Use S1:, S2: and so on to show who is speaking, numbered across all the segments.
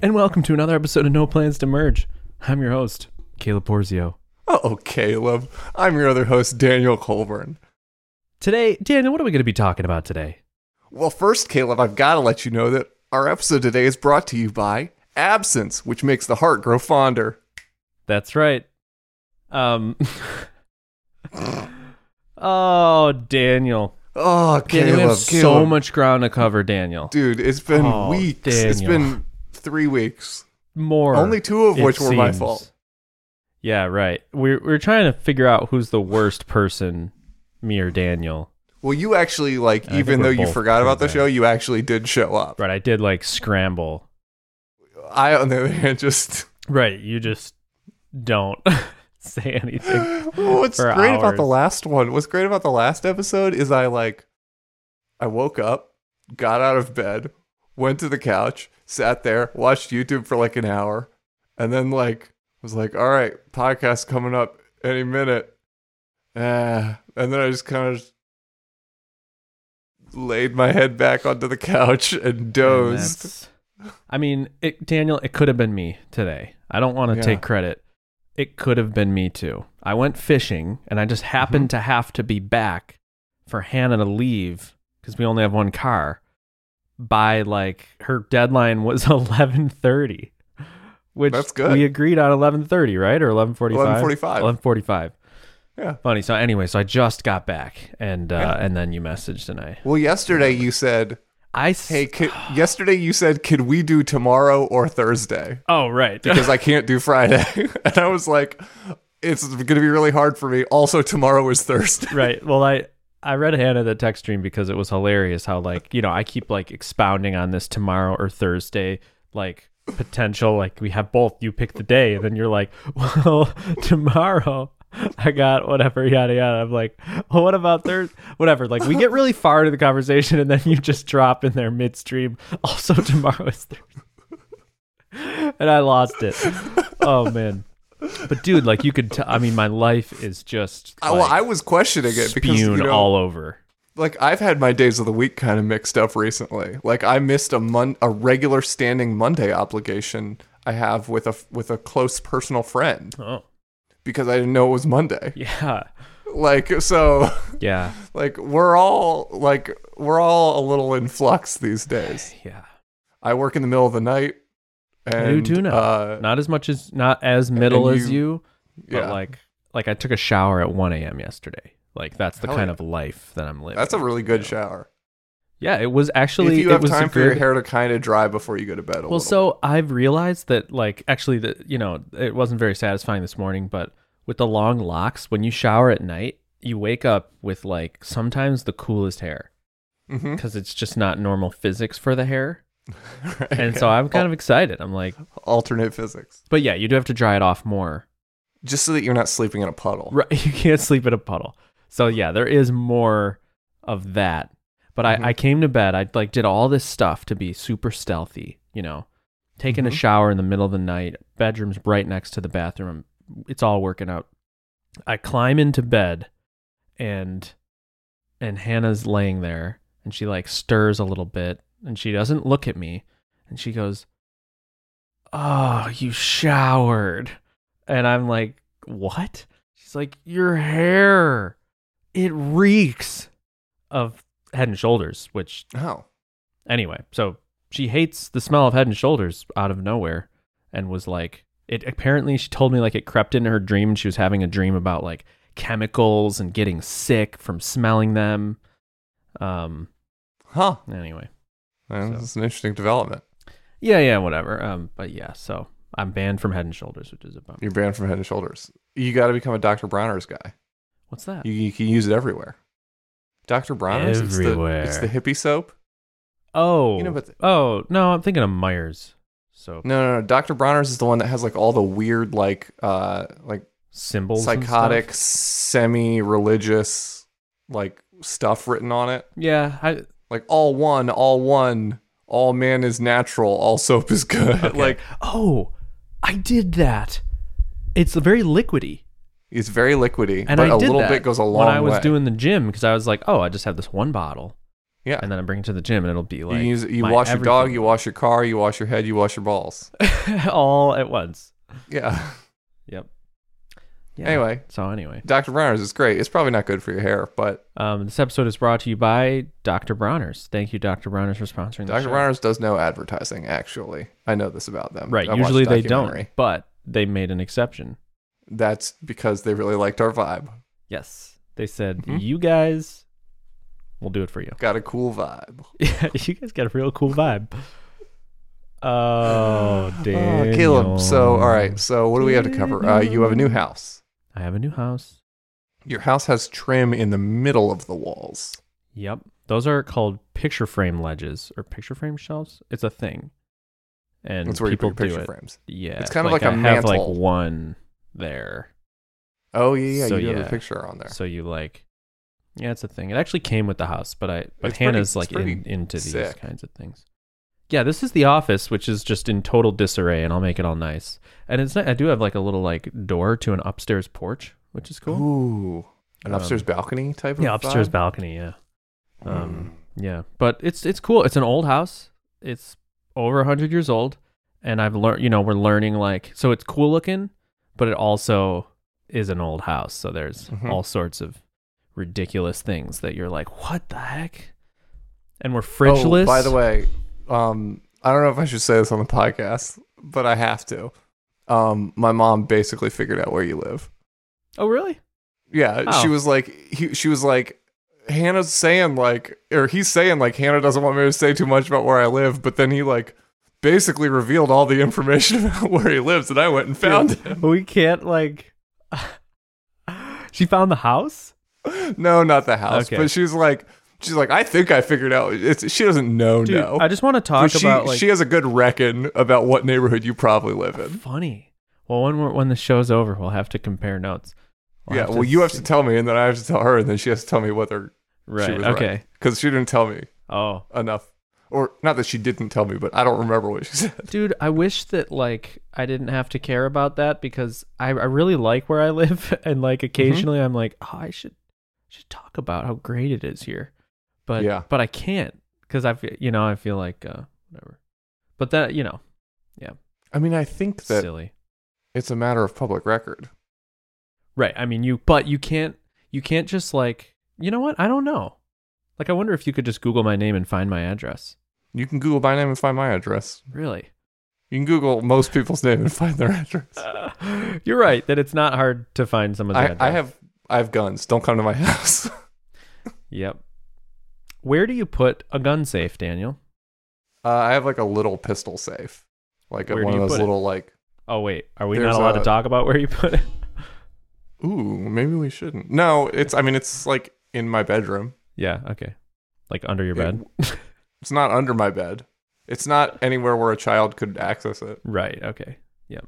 S1: and welcome to another episode of No Plans to Merge. I'm your host, Caleb Porzio.
S2: Oh, Caleb. I'm your other host, Daniel Colburn.
S1: Today, Daniel, what are we going to be talking about today?
S2: Well, first, Caleb, I've got to let you know that our episode today is brought to you by Absence, which makes the heart grow fonder.
S1: That's right. Um. oh, Daniel. Daniel,
S2: Oh, Caleb.
S1: we have so
S2: Caleb.
S1: much ground to cover, Daniel.
S2: Dude, it's been
S1: Oh,
S2: weeks. It's
S1: Daniel.
S2: been three weeks.
S1: More.
S2: Only two of
S1: it
S2: which were my
S1: seems.
S2: fault.
S1: Yeah, right. We're we're trying to figure out who's the worst person, me or Daniel.
S2: Well, you actually, like,
S1: And I
S2: even
S1: think
S2: though
S1: we're
S2: you
S1: both
S2: forgot
S1: pretty
S2: about the
S1: bad.
S2: show, you actually did show up.
S1: Right, I did like scramble.
S2: I, on the other hand, just.
S1: Right, you just don't say anything.
S2: What's
S1: for
S2: great about the
S1: hours.
S2: last one? What's great about the last episode is I like I woke up, got out of bed, went to the couch, sat there, watched YouTube for like an hour, and then like was like, "All right, podcast coming up any minute." Ah, and then I just kind of laid my head back onto the couch and
S1: And
S2: dozed.
S1: that's- I mean, it, Daniel, it could have been me today. I don't want to
S2: Yeah.
S1: take credit. It could have been me too. I went fishing and I just happened
S2: Mm-hmm.
S1: to have to be back for Hannah to leave because we only have one car by like her deadline was 11:30 which
S2: That's good.
S1: we agreed on 11:30 right or 11:45
S2: 11:45.
S1: 11:45
S2: Yeah.
S1: funny so anyway so I just got back and uh
S2: Yeah.
S1: and then you messaged and I
S2: Well, yesterday you said,
S1: I s-
S2: "Hey, could, yesterday you said, could we do tomorrow or Thursday?"
S1: oh right
S2: because I can't do Friday. and I was like, it's going to be really hard for me. Also, tomorrow is Thursday.
S1: right. Well, I I read Hannah the text stream because it was hilarious how like you know I keep like expounding on this tomorrow or Thursday like potential like we have both you pick the day and then you're like well tomorrow I got whatever yada yada I'm like well, what about Thursday whatever like we get really far into the conversation and then you just drop in there midstream also tomorrow is Thursday and I lost it oh man but dude like you could tell I mean my life is just
S2: I, well,
S1: like-
S2: I was questioning it because you
S1: spewed
S2: know,
S1: all over.
S2: like I've had my days of the week kind of mixed up recently. Like I missed a mon- a regular standing Monday obligation I have with a with a close personal friend
S1: Oh,
S2: because I didn't know it was Monday.
S1: yeah,
S2: Like so,
S1: yeah,
S2: like we're all like we're all a little in flux these days.
S1: yeah.
S2: I work in the middle of the night. And,
S1: I do too now.
S2: Uh,
S1: not as much as not as middle
S2: and
S1: as
S2: you-
S1: you, but
S2: yeah.
S1: like like I took a shower at 1 a.m. yesterday. Like that's the
S2: Hell
S1: kind
S2: yeah.
S1: of life that I'm living.
S2: That's a really good
S1: Yeah.
S2: shower.
S1: yeah. It was actually
S2: if you
S1: it
S2: have
S1: was a
S2: time for your
S1: good-
S2: hair to kind of dry before you go to bed. A
S1: Well,
S2: little
S1: so I've realized that like actually that you know it wasn't very satisfying this morning, but with the long locks, when you shower at night, you wake up with like sometimes the coolest hair
S2: bit. Mhm.
S1: because it's just not normal physics for the hair.
S2: Right,
S1: And
S2: yeah.
S1: so I'm kind of excited. I'm like,
S2: Al- alternate physics,
S1: But yeah, you do have to dry it off more.
S2: just so that you're not sleeping in a puddle.
S1: Right, you can't sleep in a puddle. So yeah, there is more of that. But I, I came to bed. I like did all this stuff to be super stealthy. You know, taking a shower in the middle of the night. Bedroom's right next to the bathroom. It's all working out. I climb into bed, and and Hannah's laying there, and she like stirs a little bit, and she doesn't look at me, and she goes, "Oh, you showered." And I'm like, what? She's like, your hair, it reeks of head and shoulders, which,
S2: Oh,
S1: anyway, so she hates the smell of head and shoulders out of nowhere and was like, it apparently, she told me like it crept into her dream and she was having a dream about like chemicals and getting sick from smelling them. Um,
S2: huh.
S1: anyway,
S2: Well,
S1: So-
S2: This is an interesting development.
S1: yeah, yeah, whatever. Um, but yeah, so I'm banned from head and shoulders, which is a bummer.
S2: You're banned from Head and Shoulders. You got to become a Dr. Bronner's guy.
S1: What's that?
S2: You, you can use it everywhere. Dr. Bronner's it's the-
S1: Everywhere.
S2: It's the, hippie soap.
S1: Oh,
S2: You know, but-
S1: oh no, I'm thinking of Myers. So
S2: No, no, no. Dr. Bronner's is the one that has like all the weird, like, uh, like
S1: symbols, and
S2: psychotic,
S1: stuff.
S2: semi-religious, like stuff written on it.
S1: Yeah, I,
S2: like all one, all one, all man is natural, all soap is good.
S1: okay.
S2: like
S1: oh, I did that. It's very liquidy,
S2: it's very liquidy,
S1: and
S2: but
S1: I
S2: a
S1: did
S2: little
S1: that
S2: bit goes a long
S1: when I was
S2: way.
S1: doing the gym because I was like, oh, I just have this one bottle,
S2: Yeah.
S1: and then I bring it to the gym, and it'll be
S2: You
S1: like
S2: use you
S1: my
S2: wash your dog,
S1: everything.
S2: you wash your car, you wash your head, you wash your balls.
S1: all at once.
S2: Yeah.
S1: Yep. Yeah.
S2: Anyway,
S1: So anyway,
S2: Dr. Bronner's is great. It's probably not good for your hair, but
S1: um, this episode is brought to you by Dr. Bronner's. Thank you, Dr. Bronner's, for sponsoring the
S2: Dr.
S1: show.
S2: Bronner's does no advertising. Actually, I know this about them.
S1: Right.
S2: um, I watched
S1: Usually
S2: a
S1: they
S2: documentary.
S1: don't, but they made an exception.
S2: That's because they really liked our vibe.
S1: Yes. They said,
S2: Mhm.
S1: you guys, we'll do it for you.
S2: Got a cool vibe.
S1: Yeah, you guys got a real cool vibe. Oh, damn.
S2: Oh, Caleb. So, all right. So, what do we have to cover? Uh, you have a new house.
S1: I have a new house.
S2: Your house has trim in the middle of the walls.
S1: Yep. Those are called picture frame ledges or picture frame shelves. It's a thing. And
S2: That's where you
S1: people
S2: put your picture
S1: do it.
S2: frames.
S1: Yeah.
S2: It's kind of
S1: I
S2: like a
S1: have like
S2: mantle.
S1: one there.
S2: Oh yeah, yeah.
S1: So,
S2: you do have
S1: yeah.
S2: a picture on there.
S1: So you like, yeah, it's a thing. It actually came with the house, but I but
S2: It's pretty-
S1: Hannah's
S2: it's
S1: like in,
S2: pretty
S1: into these
S2: sick.
S1: kinds of things. Yeah, this is the office, which is just in total disarray, and I'll make it all nice. And it's not, I do have like a little like door to an upstairs porch, which is cool.
S2: Ooh, an
S1: Um,
S2: upstairs balcony type of
S1: yeah, upstairs
S2: vibe? Hmm.
S1: balcony. Yeah, um, yeah, but it's it's cool. It's an old house. It's over hundred years old, and I've learned. You know, we're learning like so. It's cool looking, but it also is an old house. So there's
S2: Mhm.
S1: all sorts of ridiculous things that you're like, what the heck? And we're fridgeless.
S2: Oh, by the way, um, I don't know if I should say this on the podcast, but I have to. Um, my mom basically figured out where you live.
S1: Oh, really?
S2: Yeah,
S1: Oh.
S2: she was like, he, she was like, Hannah's saying like, or he's saying like, Hannah doesn't want me to say too much about where I live, but then he like basically revealed all the information about where he lives, and I went and found him.
S1: we can't like. she found the house.
S2: No, not the house,
S1: Okay.
S2: but she's like, she's like, I think I figured out. It's she doesn't know
S1: Dude,
S2: Oh, no.
S1: I just want to
S2: But
S1: talk
S2: she,
S1: about like
S2: she has a good reckon about what neighborhood you probably live in.
S1: funny. Well, when we're, when the show's over, we'll have to compare notes.
S2: yeah, well, you have
S1: see-
S2: to tell me, and then I have to tell her, and then she has to tell me whether
S1: Right.
S2: was right.
S1: okay.
S2: because she didn't tell me
S1: Oh,
S2: enough, or not that she didn't tell me, but I don't remember what she said.
S1: dude, I wish that like I didn't have to care about that because I, I really like where I live and
S2: Mm-hmm.
S1: like occasionally I'm like, oh, I should should talk about how great it is here, but
S2: Yeah.
S1: but I can't because I feel you know I feel like uh, whatever, but that you know
S2: I mean, I think that
S1: silly,
S2: it's a matter of public record.
S1: right? I mean you, but you can't you can't just like you know what I don't know, like I wonder if you could just Google my name and find my address.
S2: You can Google my name and find my address.
S1: Really,
S2: You can Google most people's name and find their address.
S1: you're right that it's not hard to find someone's
S2: I,
S1: address.
S2: I have I have guns. Don't come to my house.
S1: Yep. Where do you put a gun safe, Daniel?
S2: Uh, I have like a little pistol safe, like a
S1: Where do
S2: one
S1: you
S2: of those
S1: put it?
S2: little like.
S1: Oh wait, are we
S2: There's
S1: not allowed
S2: a-
S1: to talk about where you put it?
S2: Ooh, maybe we shouldn't. No, it's. I mean, it's like in my bedroom.
S1: yeah, okay. Like under your bed.
S2: It's not under my bed. It's not anywhere where a child could access it,
S1: right, okay.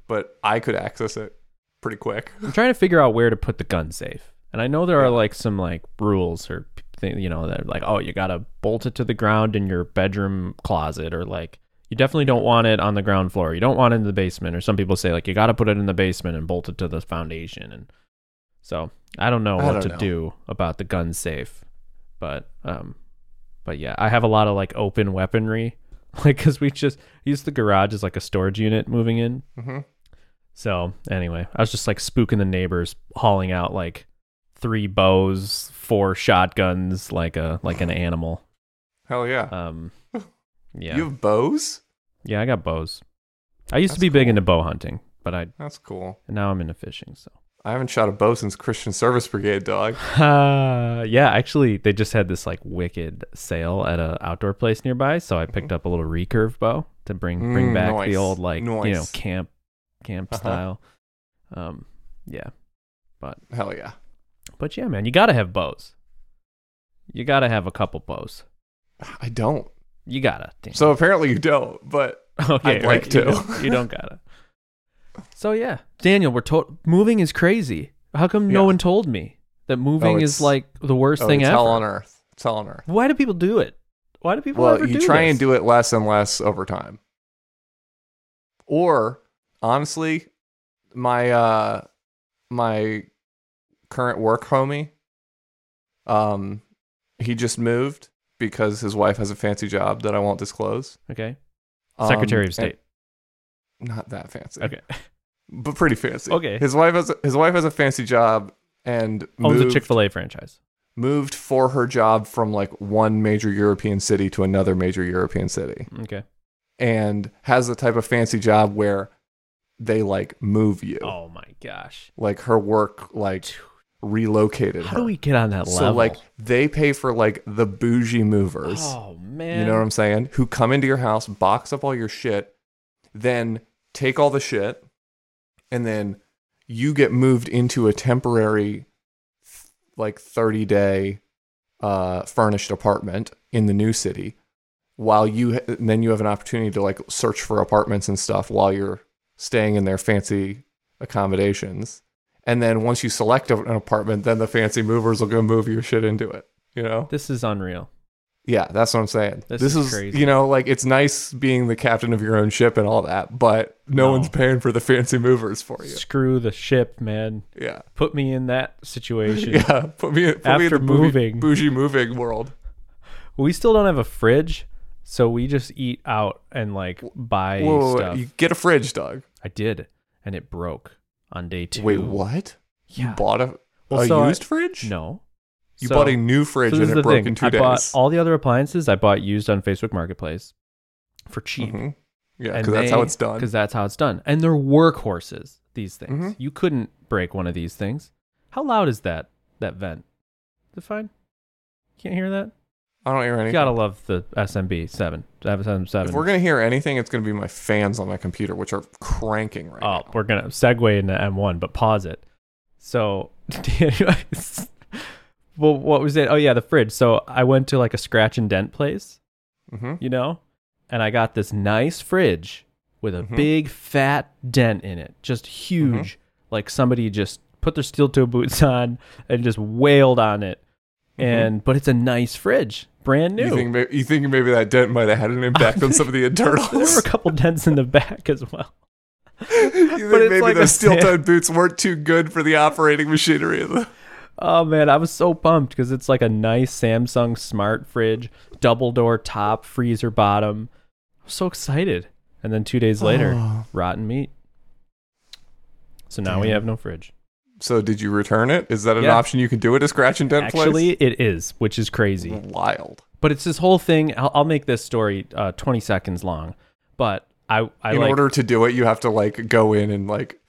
S2: but I could access it pretty quick.
S1: I'm trying to figure out where to put the gun safe. And I know there are like some like rules or p- thing, you know, that are like oh, you got to bolt it to the ground in your bedroom closet or like you definitely don't want it on the ground floor. You don't want it in the basement or some people say like you got to put it in the basement and bolt it to the foundation and so I don't know
S2: I
S1: what
S2: don't
S1: to
S2: know.
S1: do about the gun safe. But um but yeah, I have a lot of like open weaponry like cuz we just use the garage as like a storage unit moving in
S2: Mm-hmm.
S1: so anyway, I was just like spooking the neighbors, hauling out like three bows, four shotguns, like a like an animal.
S2: Hell yeah.
S1: Um, yeah,
S2: You have bows?
S1: yeah, I got bows. I used to
S2: That's
S1: be big
S2: cool.
S1: into bow hunting, but I
S2: That's cool.
S1: now I'm into fishing. So
S2: I haven't shot a bow since Christian Service Brigade, dog.
S1: yeah, actually, they just had this like wicked sale at a outdoor place nearby, so I picked up a little recurve bow to bring bring
S2: Mm-hmm. Mm,
S1: back
S2: nice,
S1: the old like you know
S2: nice.
S1: camp camp
S2: Uh-huh.
S1: style. Um, yeah.
S2: Hell yeah.
S1: But yeah, man, you gotta have bows. You gotta have a couple bows.
S2: I don't.
S1: You gotta. Dan.
S2: So apparently you don't, but
S1: okay,
S2: I'd like
S1: You
S2: to.
S1: don't, you don't gotta. So yeah, Daniel, we're told moving is crazy. How come no
S2: Yeah. Oh,
S1: one told me that moving
S2: it's-
S1: is like the worst
S2: oh,
S1: thing
S2: it's
S1: ever?
S2: hell on earth. It's hell on earth.
S1: Why do people do it? Why do people
S2: Well,
S1: ever
S2: you
S1: do
S2: try
S1: this?
S2: and do it less and less over time. Or honestly, my uh my current work homie um he just moved because his wife has a fancy job that I won't disclose.
S1: Okay.
S2: Um,
S1: Secretary of
S2: and-
S1: State.
S2: Not that fancy.
S1: Okay.
S2: But pretty fancy.
S1: Okay.
S2: His wife has his wife has a fancy job and
S1: Owns a
S2: moved,
S1: Chick fil A franchise.
S2: moved for her job from like one major European city to another major European city
S1: Okay.
S2: and has the type of fancy job where they like move you.
S1: Oh my gosh.
S2: Like her work like relocated
S1: How
S2: her.
S1: do we get on that level?
S2: so like they pay for like the bougie movers.
S1: oh man.
S2: You know what I'm saying? Who come into your house, box up all your shit, then take all the shit, and then you get moved into a temporary, th- like 30 day uh, furnished apartment in the new city. While you, and then you have an opportunity to like search for apartments and stuff while you're staying in their fancy accommodations. And then once you select a- an apartment, then the fancy movers will go move your shit into it. You know?
S1: This is unreal.
S2: Yeah, that's what I'm saying.
S1: This
S2: This,
S1: is
S2: is,
S1: crazy.
S2: you know, like it's nice being the captain of your own ship and all that, but no,
S1: No.
S2: one's paying for the fancy movers for you.
S1: Screw the ship, man.
S2: Yeah,
S1: Put me in that situation.
S2: yeah. Put me, put me in
S1: After
S2: the bougie-
S1: moving.
S2: bougie moving world.
S1: We still don't have a fridge, so we just eat out and like buy
S2: Whoa, whoa, whoa,
S1: stuff.
S2: you get a fridge, dog.
S1: I did, and it broke on day two.
S2: Wait, what?
S1: Yeah.
S2: You bought a,
S1: Well,
S2: a
S1: so I-
S2: used fridge?
S1: No.
S2: you
S1: So-
S2: bought a new fridge
S1: so this is
S2: and it
S1: the
S2: broke
S1: thing.
S2: in two
S1: I
S2: days.
S1: bought all the other appliances I bought used on Facebook Marketplace for cheap.
S2: Mhm. Yeah, because that's how it's done.
S1: Because that's how it's done. And they're workhorses. These things
S2: Mhm.
S1: you couldn't break one of these things. How loud is that that vent? Is it fine? Can't hear that.
S2: I don't hear
S1: You
S2: anything.
S1: gotta love the SMB seven. SMB
S2: if
S1: seven.
S2: we're gonna hear anything, it's gonna be my fans on my computer, which are cranking right
S1: oh,
S2: now.
S1: we're gonna segue into M1, but pause it. So, anyways, well, what was it? Oh yeah, the fridge. So I went to like a scratch and dent place,
S2: Mm-hmm.
S1: you know, and I got this nice fridge with a
S2: Mhm.
S1: big fat dent in it,
S2: Mm-hmm.
S1: just huge, like somebody just put their steel toe boots on and just wailed on it. And but it's a nice fridge, brand new.
S2: Mm-hmm. You think, may- you think maybe that dent might have had an impact on some of the internals?
S1: there were a couple dents in the back as well.
S2: you think
S1: it's
S2: maybe
S1: like a
S2: those
S1: sand-
S2: steel-toed boots weren't too good for the operating machinery of the.
S1: Oh man, I was so pumped because it's like a nice Samsung smart fridge, double door top, freezer bottom. I was so excited. And then two days later,
S2: Oh.
S1: rotten meat. So now we
S2: Damn.
S1: have no fridge.
S2: So did you return it? Is that an
S1: Yeah.
S2: option you can do at a scratch and dent
S1: Actually, it is, which is crazy.
S2: place? Wild.
S1: But it's this whole thing. I'll, I'll make this story uh, 20 seconds long. But I, I
S2: in
S1: like,
S2: order to do it, you have to like go in and like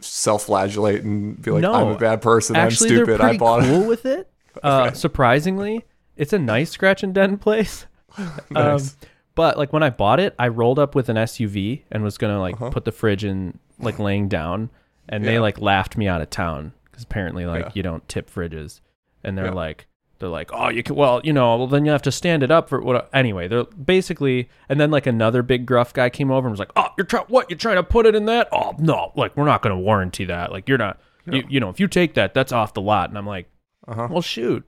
S2: self-flagellate and be like,
S1: No.
S2: "I'm a bad person. I'm
S1: actually, they're
S2: stupid.
S1: pretty
S2: I bought it."
S1: cool with it. Uh, surprisingly, it's a nice scratch and dent place.
S2: Nice.
S1: Um, but like when I bought it, I rolled up with an SUV and was gonna like
S2: Uh-huh.
S1: put the fridge in like laying down, and they
S2: Yeah.
S1: like laughed me out of town because apparently like
S2: Yeah.
S1: you don't tip fridges, and they're
S2: Yeah.
S1: like they're like oh you can well you know well then you have to stand it up for what anyway they're basically and then like another big gruff guy came over and was like oh you're trying what you're trying to put it in that oh no like we're not gonna warranty that like you're not you, you know if you take that that's off the lot and I'm like
S2: Uh-huh.
S1: well, shoot.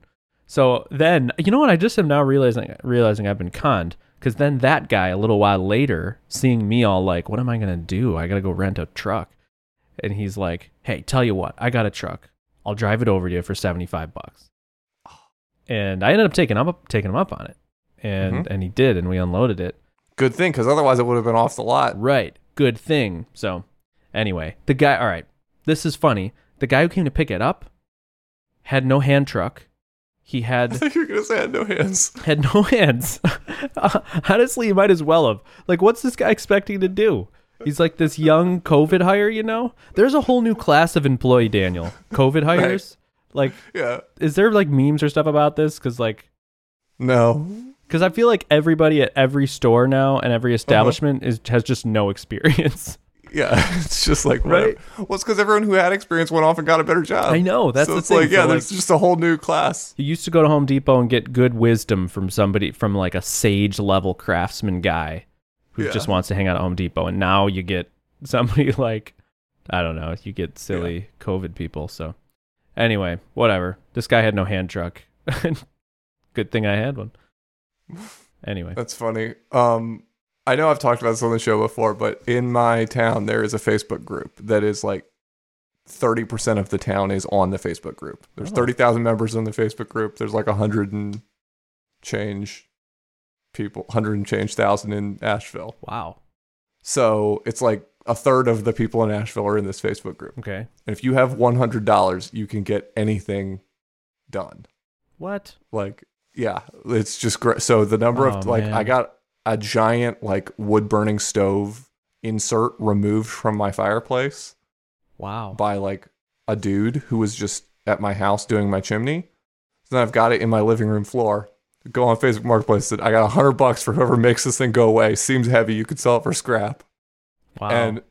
S1: So then, you know what? I just am now realizing realizing I've been conned because then that guy a little while later, seeing me all like, "What am I gonna do? I gotta go rent a truck," and he's like, "Hey, tell you what, I got a truck. I'll drive it over to you for seventy five bucks." And I ended up taking up taking him up on it, and and he did, and we unloaded it.
S2: Good thing, because otherwise it would have been off the lot.
S1: Right. Good thing. So, anyway, the guy, all right, this is funny. The guy who came to pick it up had no hand truck. He
S2: I
S1: had
S2: thought you were gonna say I had no hands.
S1: had no hands. Honestly, he might as well have. Like, what's this guy expecting to do? He's like this young COVID hire, you know? There's a whole new class of employee, Daniel. COVID hires. Like,
S2: Yeah.
S1: is there like memes or stuff about this? Because, like,
S2: No.
S1: because I feel like everybody at every store now and
S2: Uh-huh.
S1: every establishment is has just no experience.
S2: Yeah, it's just like what-
S1: Right?
S2: Well, it's because everyone who had experience went off and got a better job.
S1: I know, that's
S2: Uh, so
S1: the
S2: it's
S1: thing,
S2: like yeah,
S1: so,
S2: there's just a whole new class.
S1: You used to go to Home Depot and get good wisdom from somebody from like a sage level craftsman guy who
S2: Yeah.
S1: just wants to hang out at Home Depot and now you get somebody like I don't know, you get silly COVID people, so anyway, whatever. This guy had no hand truck. good thing I had one. Anyway.
S2: That's funny. Um, I know I've talked about this on the show before, but in my town there is a Facebook group that is like thirty percent of the town is on the Facebook group. There's
S1: Oh.
S2: thirty thousand members in the Facebook group. There's like a hundred and change people, hundred and change thousand in Asheville.
S1: Wow.
S2: So it's like a third of the people in Asheville are in this Facebook group.
S1: Okay.
S2: And if you have one hundred dollars, you can get anything done.
S1: What?
S2: Like, yeah, it's just great. So the number of
S1: Oh,
S2: like,
S1: man.
S2: I got a giant like wood burning stove insert removed from my fireplace
S1: Wow.
S2: by like a dude who was just at my house doing my chimney. So then I've got it in my living room floor. Go on Facebook Marketplace. Said I got a hundred bucks for whoever makes this thing go away. Seems heavy. You could sell it for scrap.
S1: Wow.
S2: And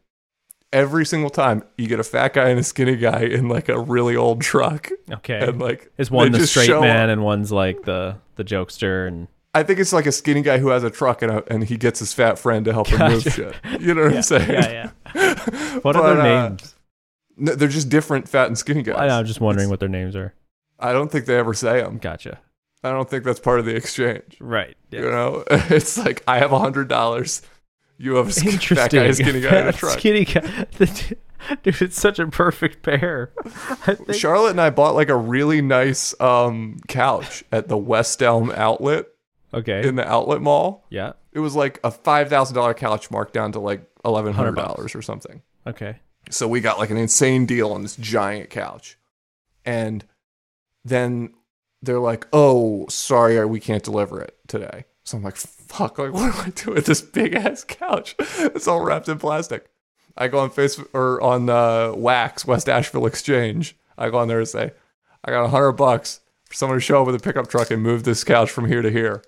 S2: every single time you get a fat guy and a skinny guy in like a really old truck,
S1: okay.
S2: and like
S1: Is one the
S2: they just
S1: straight
S2: show
S1: man
S2: up.
S1: and one's like the the jokester and
S2: I think it's like a skinny guy who has a truck and a, and he gets his fat friend to help him move
S1: Gotcha.
S2: shit. You know what I'm saying?
S1: yeah. What
S2: But,
S1: are their
S2: uh,
S1: names?
S2: no, they're just different fat and skinny guys.
S1: I know, I'm just wondering what their names are.
S2: I don't think they ever say them.
S1: Gotcha.
S2: I don't think that's part of the exchange.
S1: Right. Yeah.
S2: You know, it's like I have a hundred dollars. You have a skin, fat guy, a skinny guy in a
S1: Fat
S2: truck.
S1: Skinny guy. The dude- Dude, it's such a perfect pair. I think-
S2: Charlotte and I bought like a really nice um, couch at the West Elm Outlet
S1: okay.
S2: in the Outlet Mall.
S1: yeah.
S2: It was like a five thousand dollar couch marked down to like eleven hundred
S1: bucks.
S2: dollars or something.
S1: Okay.
S2: So we got like an insane deal on this giant couch, and then they're like, "Oh, sorry, we can't deliver it today." So I'm like, "Fuck! Like, what do I do with this big ass couch? It's all wrapped in plastic." I go on Facebook or on uh, Wax West Asheville Exchange. I go on there and say, "I got a hundred bucks for someone to show up with a pickup truck and move this couch from here to here."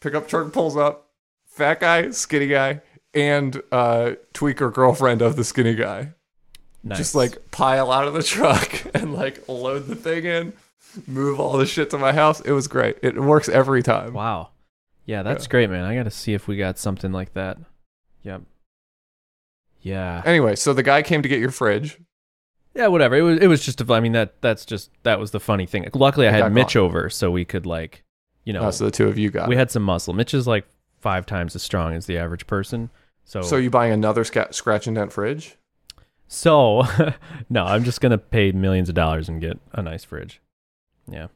S2: Pickup truck pulls up. Fat guy, skinny guy, and uh, tweaker girlfriend of the skinny guy
S1: Nice.
S2: just like pile out of the truck and like load the thing in, move all the shit to my house. It was great. It works every time.
S1: Wow. Yeah, that's great, man. I got to see if we got something like that. Yep. Yeah.
S2: Anyway, so the guy came to get your fridge.
S1: Yeah, whatever. It was it was just a, I mean that that's just that was the funny thing. Luckily I
S2: It
S1: had
S2: got
S1: Mitch over so we could like, you know,
S2: Uh, so the two of you got.
S1: we
S2: it.
S1: had some muscle. Mitch is like 5 times as strong as the average person. So
S2: so
S1: so,
S2: you buying another sca- scratch and dent fridge?
S1: no, I'm just going to pay millions of dollars and get a nice fridge. Yeah.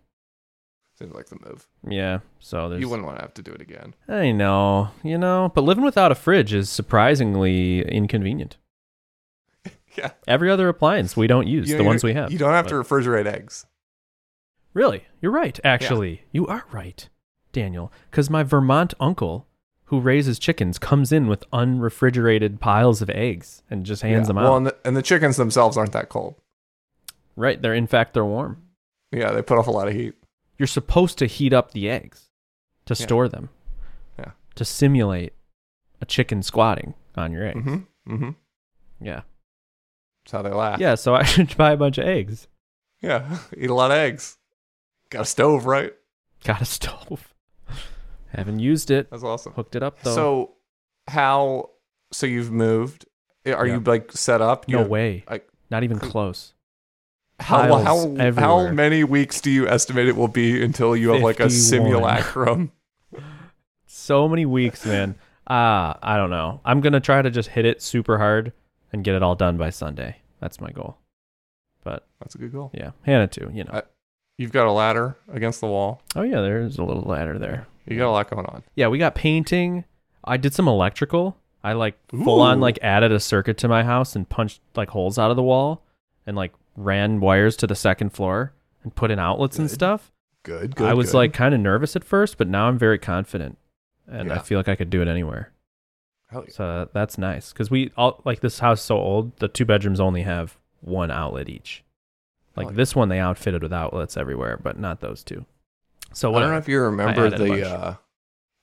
S2: Seems like the move.
S1: Yeah. So there's
S2: You wouldn't want to have to do it again.
S1: I know, you know, but living without a fridge is surprisingly inconvenient.
S2: Yeah.
S1: Every other appliance we don't use,
S2: You-
S1: the
S2: you-
S1: ones we have.
S2: You don't have to
S1: but-
S2: refrigerate eggs.
S1: Really? You're right, actually. You are right, Daniel, cuz my Vermont uncle who raises chickens comes in with unrefrigerated piles of eggs and just hands
S2: Yeah.
S1: them out.
S2: Well, and the, and the chickens themselves aren't that cold.
S1: right, they're in fact they're warm.
S2: Yeah, they put off a lot of heat.
S1: You're supposed to heat up the eggs to
S2: Yeah.
S1: store them.
S2: Yeah.
S1: To simulate a chicken squatting on your egg.
S2: Mm-hmm. Mm-hmm. Ah.
S1: Yeah.
S2: That's how they last.
S1: Yeah, so I should buy a bunch of eggs.
S2: Yeah. Eat a lot of eggs. Got a stove, right?
S1: Got a stove. Haven't used it.
S2: That's awesome.
S1: Hooked it up though.
S2: So, how? So you've moved? Are you
S1: Yeah.
S2: like set up? You
S1: no
S2: have-
S1: way.
S2: I-
S1: Not even close.
S2: How how,
S1: Tiles
S2: how
S1: everywhere.
S2: many weeks do you estimate it will be until you have like a
S1: 51.
S2: simulacrum?
S1: So many weeks, man. Ah, I don't know. I'm gonna try to just hit it super hard and get it all done by Sunday. That's my goal. But
S2: That's a good goal.
S1: yeah, Hannah too. You know.
S2: I- You've got a ladder against the wall.
S1: oh yeah, there's a little ladder there.
S2: You got a lot going on.
S1: Yeah, we got painting. I did some electrical. I like full on
S2: Ooh.
S1: like added a circuit to my house and punched like holes out of the wall and like ran wires to the second floor and put in outlets and
S2: Good.
S1: stuff.
S2: Good.
S1: I was like kind of nervous at first, but now I'm very confident, and I
S2: Yeah.
S1: feel like I could do it anywhere.
S2: Hell yeah.
S1: So that's nice because we all like this house is so old. The two bedrooms only have one outlet each. Like
S2: Oh, yeah.
S1: this one, they outfitted with outlets everywhere, but not those two. So
S2: I don't know
S1: whatever.
S2: if you remember
S1: added a bunch.
S2: the. Uh,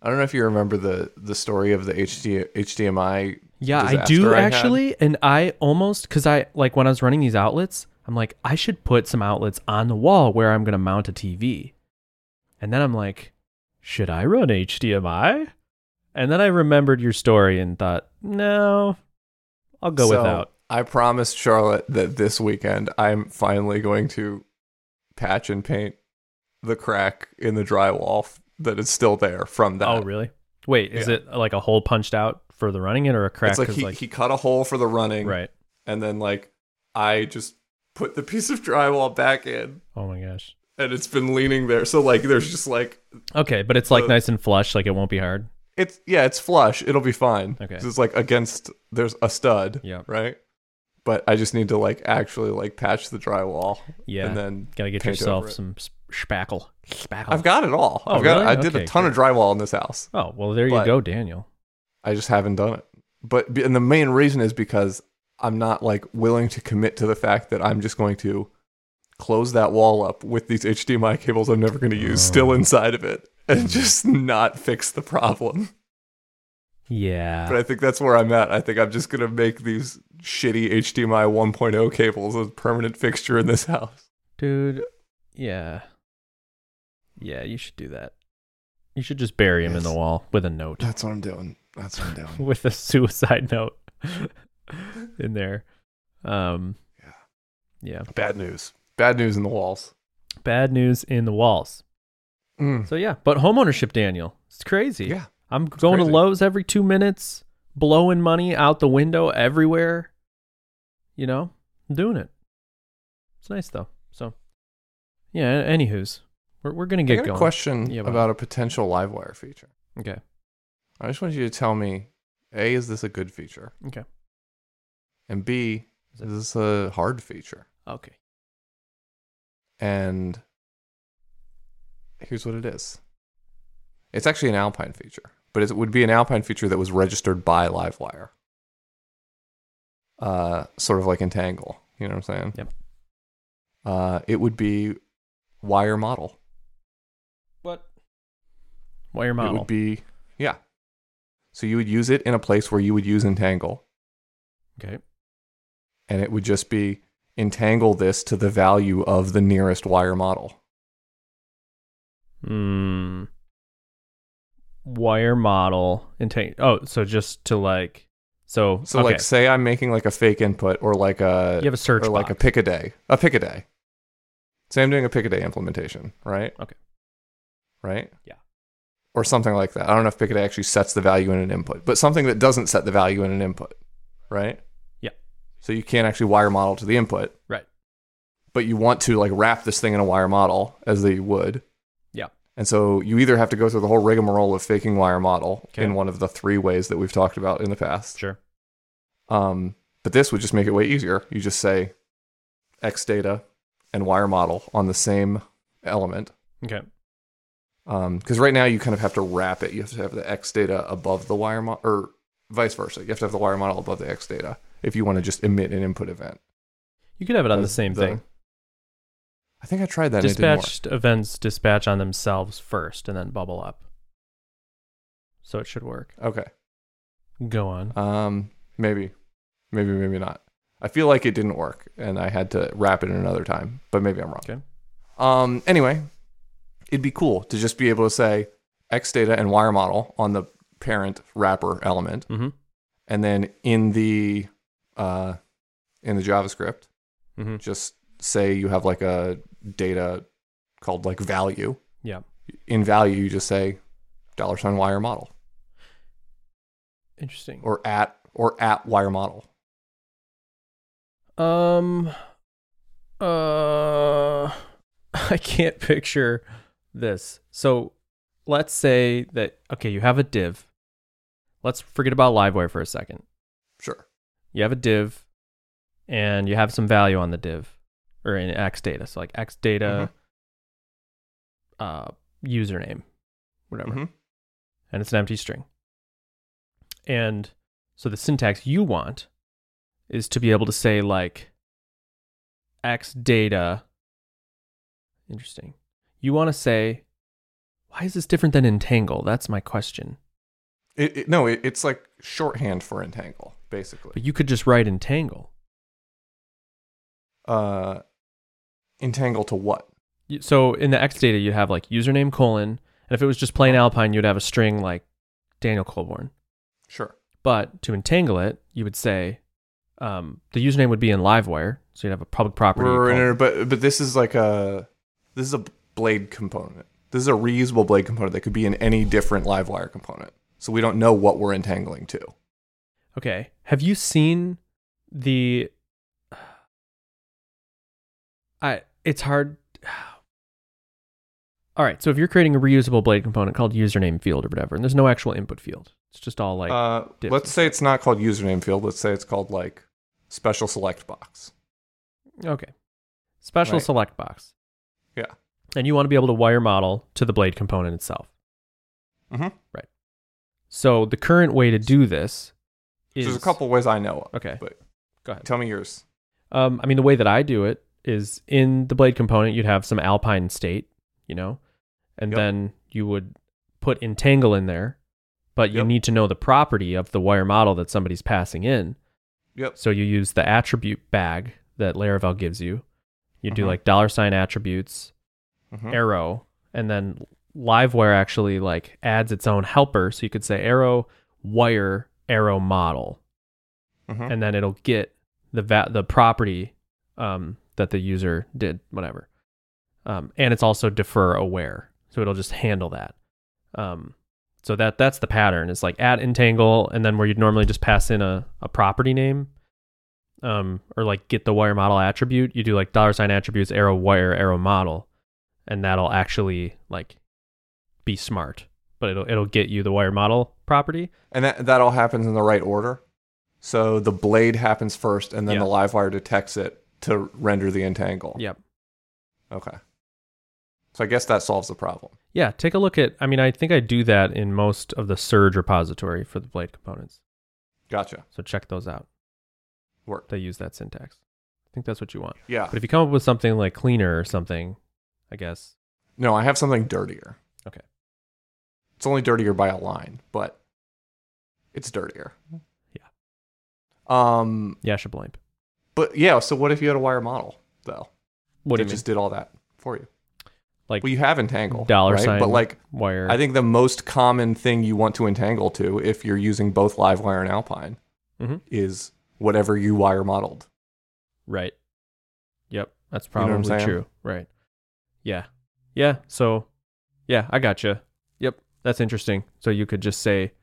S2: I don't know if you remember the the story of the HD, HDMI.
S1: Yeah, I
S2: disaster
S1: do
S2: I had.
S1: actually, and I almost because I like when I was running these outlets, I'm like I should put some outlets on the wall where I'm gonna mount a TV, and then I'm like, should I run HDMI? And then I remembered your story and thought, no, I'll go
S2: So,
S1: without.
S2: I promised Charlotte that this weekend I'm finally going to patch and paint the crack in the drywall f- that is still there from that.
S1: Oh, really? Wait, is
S2: Yeah.
S1: it like a hole punched out for the running it or a crack?
S2: It's like
S1: 'Cause,
S2: he, he cut a hole for the running,
S1: right.
S2: and then like I just put the piece of drywall back in,
S1: Oh my gosh.
S2: and it's been leaning there. So like there's just like
S1: Okay, but it's like
S2: Uh,
S1: nice and flush, like it won't be hard.
S2: it's yeah, it's flush. It'll be fine.
S1: Okay.
S2: 'Cause it's like against there's a stud.
S1: Yep.
S2: Right. But I just need to like actually like patch the drywall.
S1: Yeah.
S2: And then
S1: Gotta get
S2: paint over
S1: yourself
S2: it.
S1: some s- spackle. Spackle.
S2: I've got it all.
S1: Oh,
S2: I've got
S1: really?
S2: I did
S1: Okay,
S2: a ton of drywall in this house.
S1: oh well, there you
S2: But-
S1: go, Daniel.
S2: I just haven't done it. But and the main reason is because I'm not like willing to commit to the fact that I'm just going to close that wall up with these HDMI cables I'm never going to use still
S1: Oh.
S2: inside of it and just not fix the problem.
S1: Yeah.
S2: But I think that's where I'm at. I think I'm just going to make these shitty HDMI 1.0 cables a permanent fixture in this house.
S1: Dude, yeah. Yeah, you should do that. You should just bury him in the
S2: Yes.
S1: wall with a note,
S2: That's what I'm doing. That's what I'm doing.
S1: with a suicide note in there. Um,
S2: Yeah.
S1: yeah.
S2: Bad news. Bad news in the walls.
S1: Bad news in the walls.
S2: Mm.
S1: So yeah, but homeownership, Daniel, it's crazy.
S2: Yeah.
S1: I'm going to
S2: crazy.
S1: Lowe's every two minutes, blowing money out the window everywhere. You know, I'm doing it. It's nice though. So, yeah. Anywho's, we're we're gonna
S2: I
S1: get
S2: got a
S1: going.
S2: question
S1: Yeah, but-
S2: about a potential live wire feature.
S1: Okay.
S2: I just want you to tell me A, is this a good feature?
S1: Okay.
S2: And B,
S1: Is it-
S2: is this a hard feature?
S1: Okay.
S2: And here's what it is it's actually an Alpine feature, but it would be an Alpine feature that was registered by Livewire. Uh, sort of like Entangle. You know what I'm saying?
S1: Yep.
S2: Uh, it would be wire model.
S1: What? Wire
S2: It
S1: model.
S2: would be, yeah. So you would use it in a place where you would use Entangle.
S1: okay.
S2: and it would just be entangle this to the value of the nearest wire model.
S1: Hmm. Wire model intent. Oh, so just to like, so
S2: So
S1: okay.
S2: like say I'm making like a fake input or like a
S1: you have a search
S2: or like a
S1: box.
S2: pick a day. A pick a day. Say I'm doing a pick a day implementation, right?
S1: Okay.
S2: Right?
S1: Yeah.
S2: Or something like that. I don't know if pick a day actually sets the value in an input, but something that doesn't set the value in an input, right?
S1: Yeah.
S2: So you can't actually wire model to the input.
S1: Right.
S2: But you want to like wrap this thing in a wire model as they would.
S1: Yeah.
S2: And so you either have to go through the whole rigmarole of faking wire model
S1: Okay.
S2: in one of the three ways that we've talked about in the past.
S1: Sure.
S2: Um, but this would just make it way easier. You just say X data and wire model on the same element.
S1: Okay.
S2: Because right now you kind of have to wrap it. You have to have the X data above the wire model, or vice versa. You have to have the wire model above the X data if you want to just emit an input event.
S1: You could have it on the
S2: As
S1: same thing.
S2: I think I tried that. and it didn't work.
S1: Dispatched events dispatch on themselves first and then bubble up. So it should work.
S2: Okay.
S1: Go on.
S2: Um, maybe, maybe, maybe not. I feel like it didn't work, and I had to wrap it in another time. But maybe I'm wrong.
S1: Okay.
S2: Um. Anyway, it'd be cool to just be able to say X data and wire model on the parent wrapper element,
S1: Mm-hmm.
S2: and then in the uh, in the JavaScript,
S1: Mm-hmm.
S2: just say you have like a data called like value.
S1: Yeah.
S2: In value, you just say dollar sign wire model
S1: Interesting.
S2: or at or at wire model.
S1: Um uh I can't picture this. So let's say that okay, you have a div. Let's forget about Liveware for a second.
S2: Sure.
S1: You have a div and you have some value on the div or in X data. So like X
S2: Mm-hmm.
S1: data uh username, whatever.
S2: Mhm.
S1: And it's an empty string. And so the syntax you want is to be able to say like x data. Interesting. You want to say, why is this different than entangle? That's my question.
S2: It, it, no, it, it's like shorthand for entangle, basically.
S1: But you could just write entangle.
S2: Uh, entangle to what?
S1: You- So in the X data, you'd have like username colon, and if it was just plain Alpine, you'd have a string like Daniel Colborn.
S2: Sure.
S1: But to entangle it, you would say um, the username would be in Livewire, so you'd have a public property.
S2: We're in
S1: called-
S2: a- but but this is like a this is a blade component. This is a reusable blade component that could be in any different live wire component. So we don't know what we're entangling to.
S1: Okay. Have you seen the I it's hard All right. So if you're creating a reusable blade component called username field or whatever, and there's no actual input field, it's just all like
S2: uh,
S1: dips
S2: let's say it's not called username field. Let's say it's called like special select box.
S1: okay, special
S2: Right.
S1: select box.
S2: Yeah.
S1: And you want to be able to wire model to the blade component itself.
S2: Mm-hmm.
S1: So the current way to do this is
S2: There's a couple ways I know of.
S1: Okay.
S2: but-
S1: Go ahead.
S2: Tell me yours.
S1: Um, I mean, the way that I do it is in the blade component, you'd have some alpine state, you know, and
S2: Yep.
S1: then you would put entangle in there, but you
S2: Yep.
S1: need to know the property of the wire model that somebody's passing in.
S2: Yep.
S1: So you use the attribute bag that Laravel gives you. You do
S2: Mhm.
S1: like dollar sign attributes,
S2: Mhm.
S1: arrow, and then Livewire actually like adds its own helper. So you could say arrow wire arrow model
S2: Mhm.
S1: and then it'll get the va- the property um, that the user did, whatever. Um, and it's also defer aware, so it'll just handle that. Um, so that that's the pattern. It's like at entangle, and then where you'd normally just pass in a, a property name, um, or like get the wire model attribute. You do like dollar sign attributes arrow wire arrow model, and that'll actually like be smart, but it'll it'll get you the wire model property.
S2: And that, that all happens in the right order. So the blade happens first, and then
S1: Yeah.
S2: the live wire detects it to render the entangle.
S1: Yep.
S2: Okay. So I guess that solves the problem.
S1: Yeah, take a look at. I mean, I think I do that in most of the Surge repository for the blade components.
S2: Gotcha.
S1: So check those out.
S2: Work.
S1: They use that syntax. I think that's what you want.
S2: Yeah.
S1: But if you come up with something like cleaner or something, I guess.
S2: No, I have something dirtier.
S1: Okay.
S2: It's only dirtier by a line, but it's dirtier.
S1: Yeah.
S2: Um.
S1: Yeah, Shablimp.
S2: But yeah. So what if you had a wire model though?
S1: What do
S2: that
S1: you
S2: just did all that for you?
S1: Like
S2: well, you have entangle
S1: mean? Dollar
S2: right?
S1: sign.
S2: but like
S1: wire.
S2: I think the most common thing you want to entangle to if you're using both Livewire and Alpine
S1: Mhm.
S2: is whatever you wire modeled.
S1: right. Yep, that's
S2: You know what I'm
S1: probably
S2: saying?
S1: true. Right. Yeah. Yeah. So, yeah, I gotcha. Yep, that's interesting. So you could just say,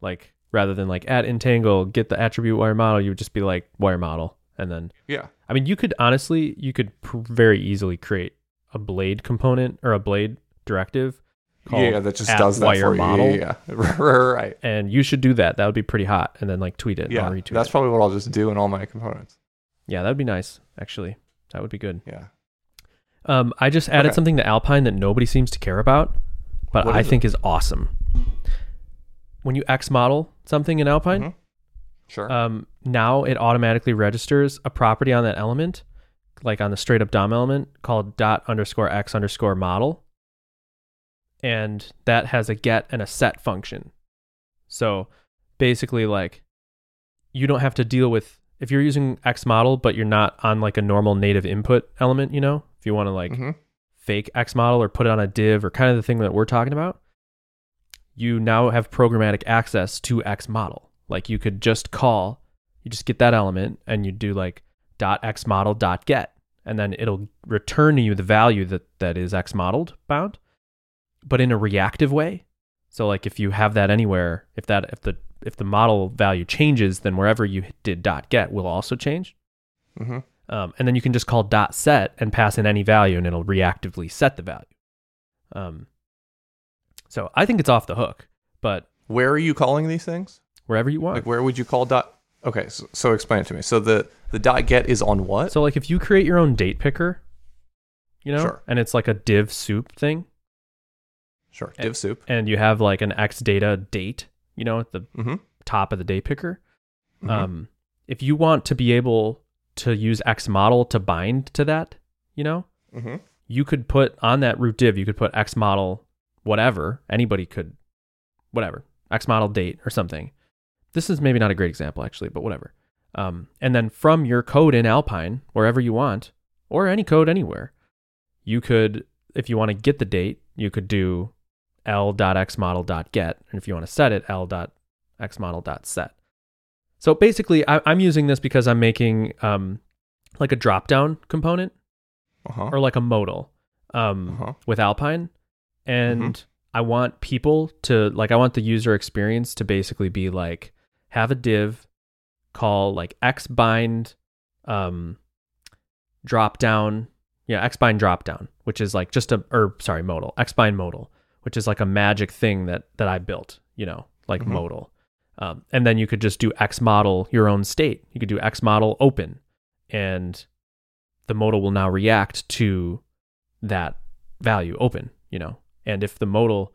S1: like, rather than like at entangle get the attribute wire model, you would just be like wire model, and then
S2: Yeah.
S1: I mean, you could honestly, you could pr- very easily create a blade component or a blade directive. called
S2: yeah, that just
S1: at
S2: does that
S1: wire
S2: for you.
S1: model,
S2: Yeah, yeah. right.
S1: And you should do that. That would be pretty hot. And then like tweet it.
S2: Yeah,
S1: Or retweet
S2: that's
S1: it.
S2: probably what I'll just do in all my components.
S1: yeah, that'd be nice. Actually, that would be good.
S2: Yeah.
S1: Um, I just added
S2: Okay.
S1: something to Alpine that nobody seems to care about, but
S2: What
S1: I
S2: is it?
S1: think is awesome. When you X model something in Alpine,
S2: Mhm. Sure.
S1: um, now it automatically registers a property on that element, like on the straight up DOM element called dot underscore x underscore model. And that has a get and a set function. So basically, like, you don't have to deal with if you're using X model, but you're not on like a normal native input element, you know, if you want to like
S2: Mhm.
S1: fake X model or put it on a div or kind of the thing that we're talking about, you now have programmatic access to X model. Like you could just call, you just get that element and you do like dot X model dot get, and then it'll return to you the value that that is X modeled bound, but in a reactive way. So like if you have that anywhere, if that if the if the model value changes, then wherever you did dot get will also change.
S2: Mhm.
S1: Um, and then you can just call dot set and pass in any value, and it'll reactively set the value. Um, so I think it's off the hook, but
S2: Where are you calling these things?
S1: wherever you want.
S2: Like, where would you call dot? Okay, so, so explain it to me. So the the dot get is on what?
S1: so like if you create your own date picker, you know,
S2: Sure.
S1: and it's like a div soup thing,
S2: sure. Div soup.
S1: and you have like an x data date, you know, at the
S2: Mm-hmm.
S1: top of the date picker.
S2: Mhm.
S1: Um, if you want to be able to use X model to bind to that, you know,
S2: Mm-hmm.
S1: you could put on that root div, you could put X model, whatever. Anybody could, whatever, X model date or something. This is maybe not a great example, actually, but whatever. Um, and then from your code in Alpine, wherever you want, or any code anywhere, you could, if you want to get the date, you could do l.xmodel.get. And if you want to set it, l.xmodel.set. So basically, I, I'm using this because I'm making um, like a drop down component
S2: Uh-huh.
S1: or like a modal um,
S2: Uh-huh. Mm-hmm.
S1: with Alpine. And I want people to like, I want the user experience to basically be like, have a div call like X bind um, drop down, Yeah, Xbind drop down, which is like just a or sorry, modal. Xbind modal, which is like a magic thing that that I built, you know, like
S2: Mhm.
S1: modal. Um, and then you could just do X model your own state. You could do X model open and the modal will now react to that value open, you know. And if the modal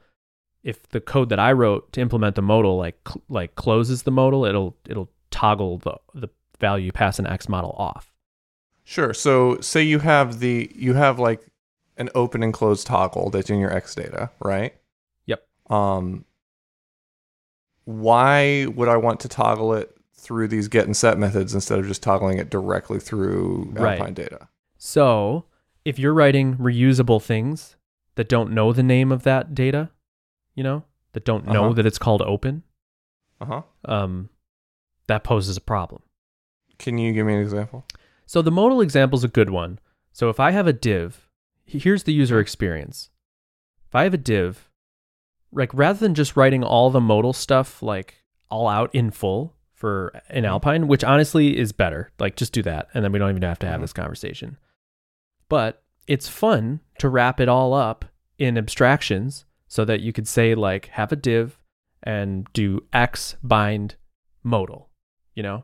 S1: if the code that I wrote to implement the modal like cl- like closes the modal, it'll it'll toggle the the value you pass an X model off.
S2: Sure. So say you have the you have like an open and closed toggle that's in your X data, right?
S1: Yep.
S2: Um why would I want to toggle it through these get and set methods instead of just toggling it directly through
S1: Right.
S2: Alpine data?
S1: So, if you're writing reusable things that don't know the name of that data, you know, that don't know
S2: Uh-huh.
S1: that it's called open,
S2: Uh-huh.
S1: um, that poses a problem.
S2: Can you give me an example?
S1: So, the modal example is a good one. So, if I have a div, he- here's the user experience. If I have a div, like rather than just writing all the modal stuff like all out in full for an Alpine, which honestly is better, like just do that, and then we don't even have to have
S2: Mhm.
S1: this conversation. but it's fun to wrap it all up in abstractions so that you could say like have a div and do x bind modal you know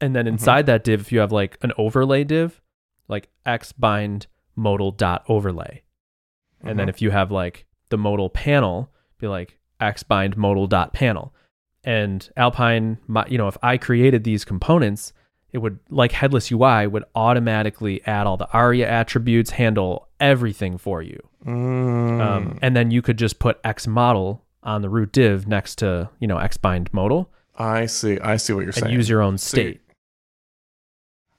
S1: and then
S2: Mhm.
S1: inside that div if you have like an overlay div like x bind modal dot overlay and then
S2: Mhm.
S1: if you have like the modal panel be like x bind modal dot panel and alpine my, you know if i created these components it would like headless ui would automatically add all the aria attributes handle everything for you
S2: Mm.
S1: um, and then you could just put x model on the root div next to you know x bind modal
S2: I see. I see what you're
S1: and
S2: saying.
S1: use your own
S2: So you-
S1: state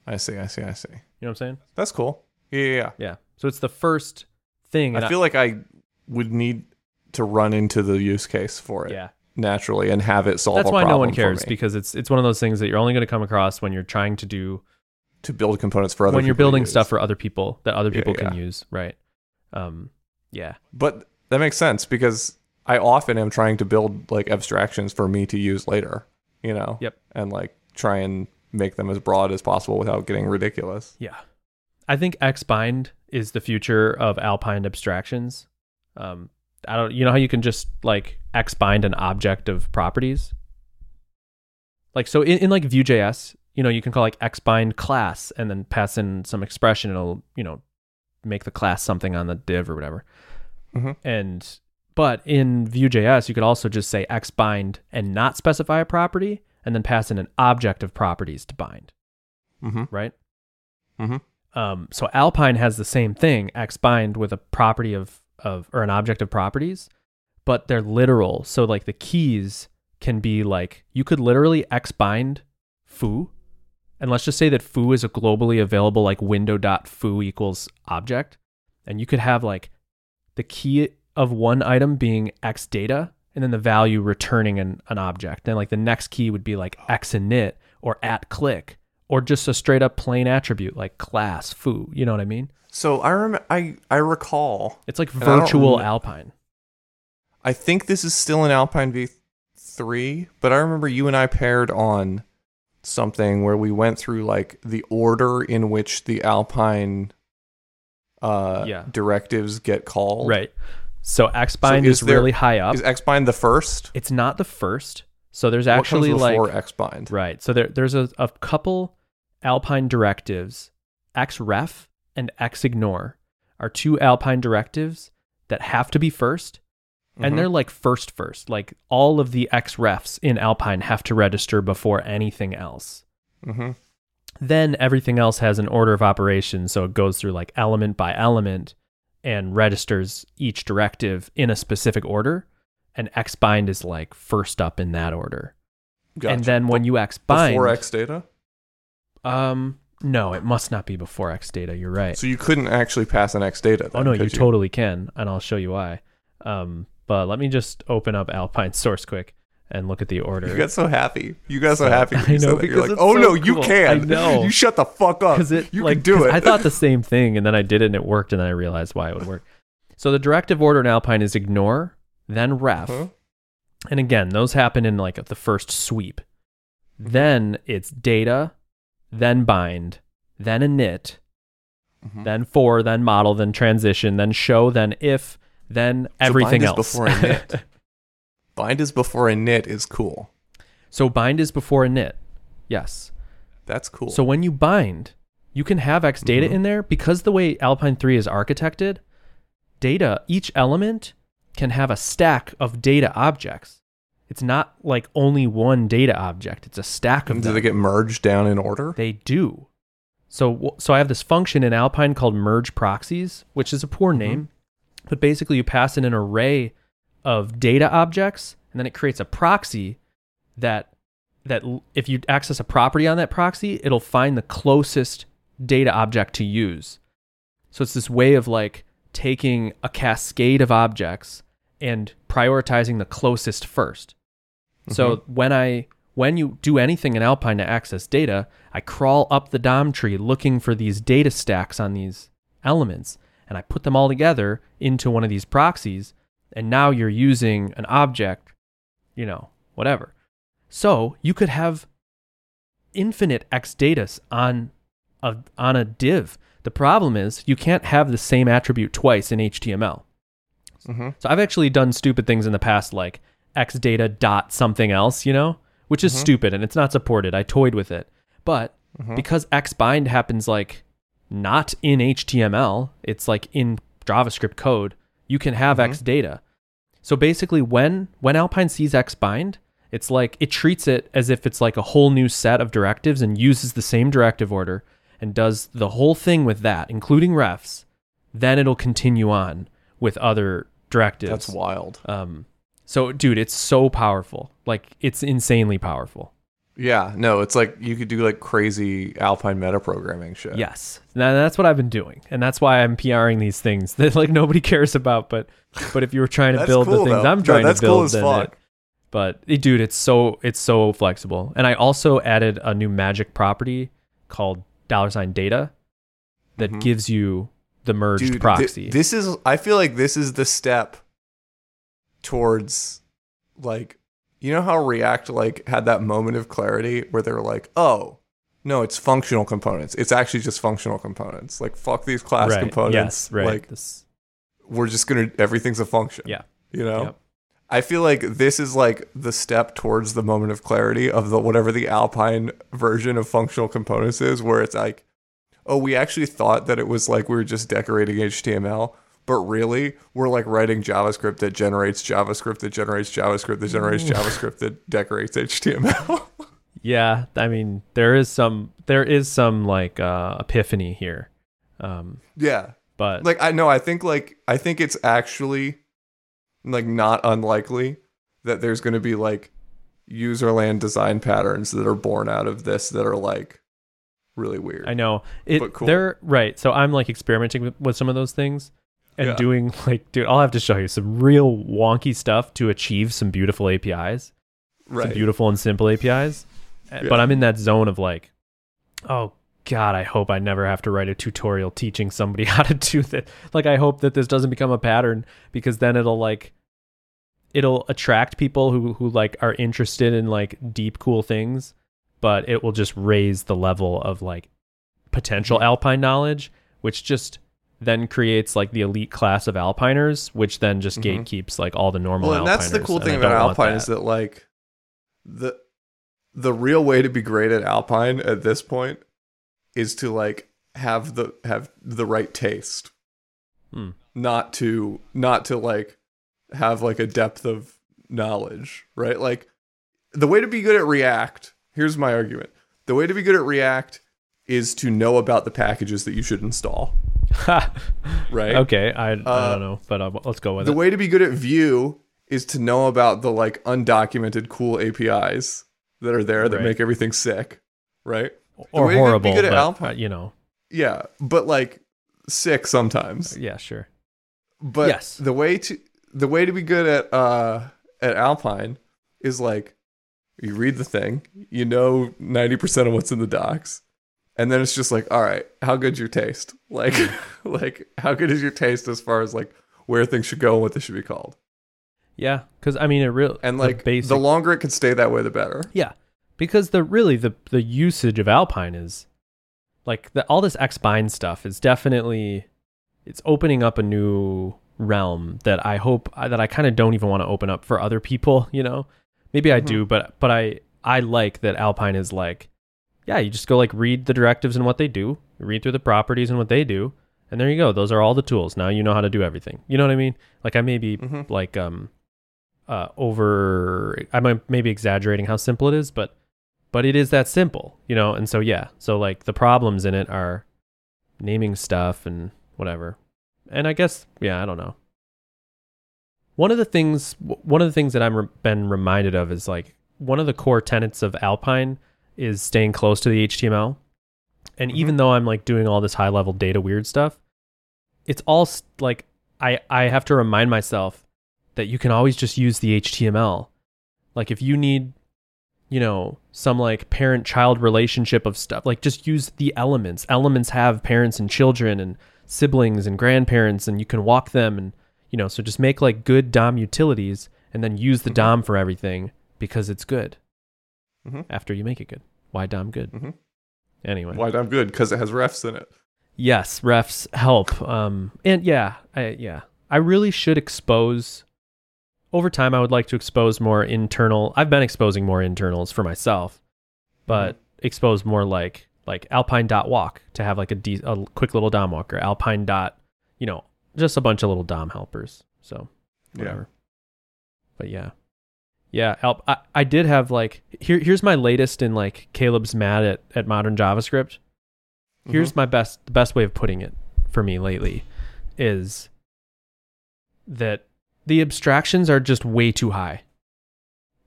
S2: I see. I see. I see.
S1: you know what i'm saying
S2: That's cool. Yeah, yeah, yeah.
S1: yeah so it's the first thing and
S2: I feel like I would need to run into the use case for it
S1: yeah
S2: naturally and have it solve.
S1: that's
S2: a
S1: why no
S2: problem
S1: one
S2: for
S1: cares
S2: me
S1: because it's it's one of those things that you're only going to come across when you're trying to do
S2: to build components for other
S1: when you're
S2: people to
S1: building
S2: use.
S1: stuff for other people that other
S2: Yeah,
S1: people can
S2: yeah.
S1: use, right? Um, yeah,
S2: But that makes sense because I often am trying to build like abstractions for me to use later. You know.
S1: Yep.
S2: And like try and make them as broad as possible without getting ridiculous.
S1: yeah. I think Xbind is the future of Alpine abstractions. Um, I don't, you know how you can just like Xbind an object of properties, like so in, in like Vue.js, you know, you can call like Xbind class and then pass in some expression. and It'll you know make the class something on the div or whatever.
S2: Mhm.
S1: Mm-hmm. And but in Vue.js, you could also just say xbind and not specify a property, and then pass in an object of properties to bind,
S2: Mm-hmm.
S1: right?
S2: Mhm.
S1: Um, so Alpine has the same thing, xbind with a property of of or an object of properties, but they're literal. So like the keys can be like you could literally xbind foo, and let's just say that foo is a globally available like window.foo equals object, and you could have like the key of one item being x data and then the value returning an, an object then like the next key would be like x init or at click or just a straight up plain attribute like class foo you know what i mean
S2: So I rem- I I recall
S1: it's like
S2: And I don't
S1: virtual
S2: rem-
S1: alpine
S2: I think this is still in Alpine V3, but I remember you and I paired on something where we went through like the order in which the Alpine uh,
S1: Yeah.
S2: directives get called.
S1: right so xbind is,
S2: is there-
S1: really high up
S2: Is Xbind the first?
S1: it's not the first so there's actually
S2: what comes
S1: like
S2: before Xbind.
S1: Right. So there, there's a, a couple Alpine directives, xref and xignore are two Alpine directives that have to be 1st
S2: Mhm.
S1: And they're like first first. Like all of the xrefs in Alpine have to register before anything else.
S2: Mm-hmm.
S1: Then everything else has an order of operations, so it goes through like element by element and registers each directive in a specific order. And xbind is like first up in that order.
S2: Gotcha.
S1: And then when you xbind
S2: before X data,
S1: Um, no, it must not be before X data. You're right.
S2: so you couldn't actually pass an X data.
S1: oh
S2: then,
S1: no,
S2: could
S1: you totally can, and I'll show you why. Um, but let me just open up Alpine source quick and look at the
S2: You
S1: order
S2: got so happy. You got so happy. when
S1: I
S2: you said
S1: know,
S2: that. You're
S1: because
S2: like,
S1: it's
S2: oh
S1: so
S2: no, you
S1: cool.
S2: can.
S1: I know.
S2: You shut the fuck up.
S1: because it
S2: you
S1: like
S2: can do
S1: 'cause
S2: it.
S1: I thought the same thing, and then I did it, and it worked, and then I realized why it would work. So the directive order in Alpine is ignore, then ref,
S2: Huh?
S1: and again those happen in like the first sweep. Then it's data, then bind, then init,
S2: Mhm.
S1: then for, then model, then transition, then show, then if, then everything
S2: bind is
S1: else.
S2: before a knit. Bind is before a knit is cool.
S1: so bind is before a knit. Yes.
S2: That's cool.
S1: So when you bind, you can have X data
S2: Mhm.
S1: in there because the way Alpine 3 is architected, data, each element can have a stack of data objects. It's not like only one data object, it's a stack of
S2: And do
S1: them.
S2: they get merged down in order?
S1: They do. So w- so I have this function in Alpine called merge proxies, which is a
S2: Mm-hmm.
S1: poor name, but basically you pass in an array of data objects and then it creates a proxy that that l- if you access a property on that proxy, it'll find the closest data object to use. So it's this way of like taking a cascade of objects and prioritizing the closest first. So when I when you do anything in Alpine to access data, I crawl up the DOM tree looking for these data stacks on these elements and I put them all together into one of these proxies and now you're using an object, you know, whatever. So you could have infinite x data on a on a div. The problem is you can't have the same attribute twice in HTML.
S2: hmm
S1: So I've actually done stupid things in the past, like X data dot something else, you know, which is
S2: Mhm.
S1: stupid and it's not supported. I toyed with it, but
S2: Mhm.
S1: because X bind happens like not in HTML, it's like in JavaScript code. You can have
S2: Mhm.
S1: X data. So basically, when when Alpine sees X bind, it's like it treats it as if it's like a whole new set of directives and uses the same directive order and does the whole thing with that, including refs. Then it'll continue on with other directives.
S2: That's wild.
S1: Um, so, dude, it's so powerful. Like, it's insanely powerful.
S2: Yeah, no, it's like you could do like crazy Alpine metaprogramming shit.
S1: Yes, now, that's what I've been doing, and that's why I'm PRing these things that like nobody cares about. But, but if you were trying to
S2: That's
S1: build
S2: cool,
S1: the things
S2: though.
S1: I'm
S2: No,
S1: trying
S2: that's
S1: to build,
S2: cool as
S1: then
S2: fuck.
S1: it- but eh, dude, it's so it's so flexible. And I also added a new magic property called dollar sign data that
S2: Mhm.
S1: gives you the merged
S2: Dude, thi-
S1: proxy.
S2: this is I feel like this is the step towards like you know how React like had that moment of clarity where they're like, "Oh, no, it's functional components. It's actually just functional components. Like fuck these class
S1: right.
S2: components.
S1: Yes, right.
S2: Like
S1: This-
S2: we're just going to everything's a function."
S1: yeah.
S2: You know?
S1: Yep.
S2: I feel like this is like the step towards the moment of clarity of the whatever the Alpine version of functional components is, where it's like, oh, we actually thought that it was like we were just decorating HTML, but really we're like writing JavaScript that generates JavaScript that generates JavaScript that generates JavaScript that decorates HTML.
S1: Yeah, I mean there is some there is some like uh, epiphany here, um,
S2: yeah.
S1: but
S2: like I know I think like I think it's actually like not unlikely that there's going to be like userland design patterns that are born out of this that are like really weird.
S1: I know it.
S2: But cool.
S1: They're right. So I'm like experimenting with, with some of those things and
S2: Yeah.
S1: doing like, dude, I'll have to show you some real wonky stuff to achieve some beautiful APIs, some
S2: right.
S1: beautiful and simple APIs. Uh,
S2: Yeah.
S1: But I'm in that zone of like, oh god, I hope I never have to write a tutorial teaching somebody how to do that. Like I hope that this doesn't become a pattern because then it'll like it'll attract people who who like are interested in like deep cool things but it will just raise the level of like potential alpine knowledge which just then creates like the elite class of alpiners which then just
S2: Mhm.
S1: gatekeeps like all the normal
S2: well, and that's the
S1: alpiners,
S2: cool
S1: and
S2: thing
S1: I
S2: about
S1: don't want
S2: Alpine
S1: that.
S2: is that like the the real way to be great at Alpine at this point is to like have the have the right taste.
S1: Hmm.
S2: not to not to like have like a depth of knowledge, right? Like the way to be good at React, here's my argument. The way to be good at React is to know about the packages that you should install, right?
S1: okay I, I
S2: Uh,
S1: don't know but uh, let's go with
S2: The
S1: it
S2: way to be good at Vue is to know about the like undocumented cool APIs that are there that
S1: Right.
S2: make everything sick, right?
S1: or
S2: way to be
S1: horrible
S2: good at
S1: but,
S2: Alpine-
S1: uh, you know
S2: Yeah, but like sick sometimes.
S1: yeah sure
S2: but
S1: Yes.
S2: the way to the way to be good at uh at alpine is like you read the thing you know 90% of what's in the docs and then it's just like all right how good's your taste like like how good is your taste as far as like where things should go and what they should be called
S1: yeah because I mean it real
S2: and
S1: the
S2: like the,
S1: basic
S2: longer it can stay that way the better
S1: Yeah, because the really the the usage of Alpine is like the, all this X bind stuff is definitely it's opening up a new realm that I hope uh, that I kind of don't even want to open up for other people. You know, maybe I do, but but I I like that Alpine is like, yeah, you just go like read the directives and what they do, read through the properties and what they do, and there you go. Those are all the tools. Now you know how to do everything. You know what I mean? Like I may be
S2: Mhm.
S1: like um uh over I might maybe exaggerating how simple it is, but but it is that simple, you know. And so yeah, so like the problems in it are naming stuff and whatever. And I guess yeah, I don't know. One of the things w- one of the things that I'm re- been reminded of is like one of the core tenets of Alpine is staying close to the HTML. And even though I'm like doing all this high level data weird stuff, it's all s- like I I have to remind myself that you can always just use the HTML. Like if you need, you know, some like parent child relationship of stuff, like just use the elements. Elements have parents and children and siblings and grandparents and you can walk them and you know, so just make like good DOM utilities and then use the
S2: Mhm.
S1: DOM for everything because it's good
S2: Mhm.
S1: after you make it good. Why DOM good?
S2: Mhm.
S1: Anyway.
S2: Why I'm good because it has refs in it.
S1: Yes, refs help. Um, and yeah, I, yeah, I really should expose. Over time, I would like to expose more internal. I've been exposing more internals for myself, but expose more like like Alpine dot walk to have like a, de- a quick little dom walker. Alpine dot, you know, just a bunch of little dom helpers. So whatever. But yeah. Yeah, Alp, I, I did have like here here's my latest in like Caleb's mad at, at modern JavaScript
S2: Yeah.
S1: here's my best the best way of putting it for me lately is that the abstractions are just way too high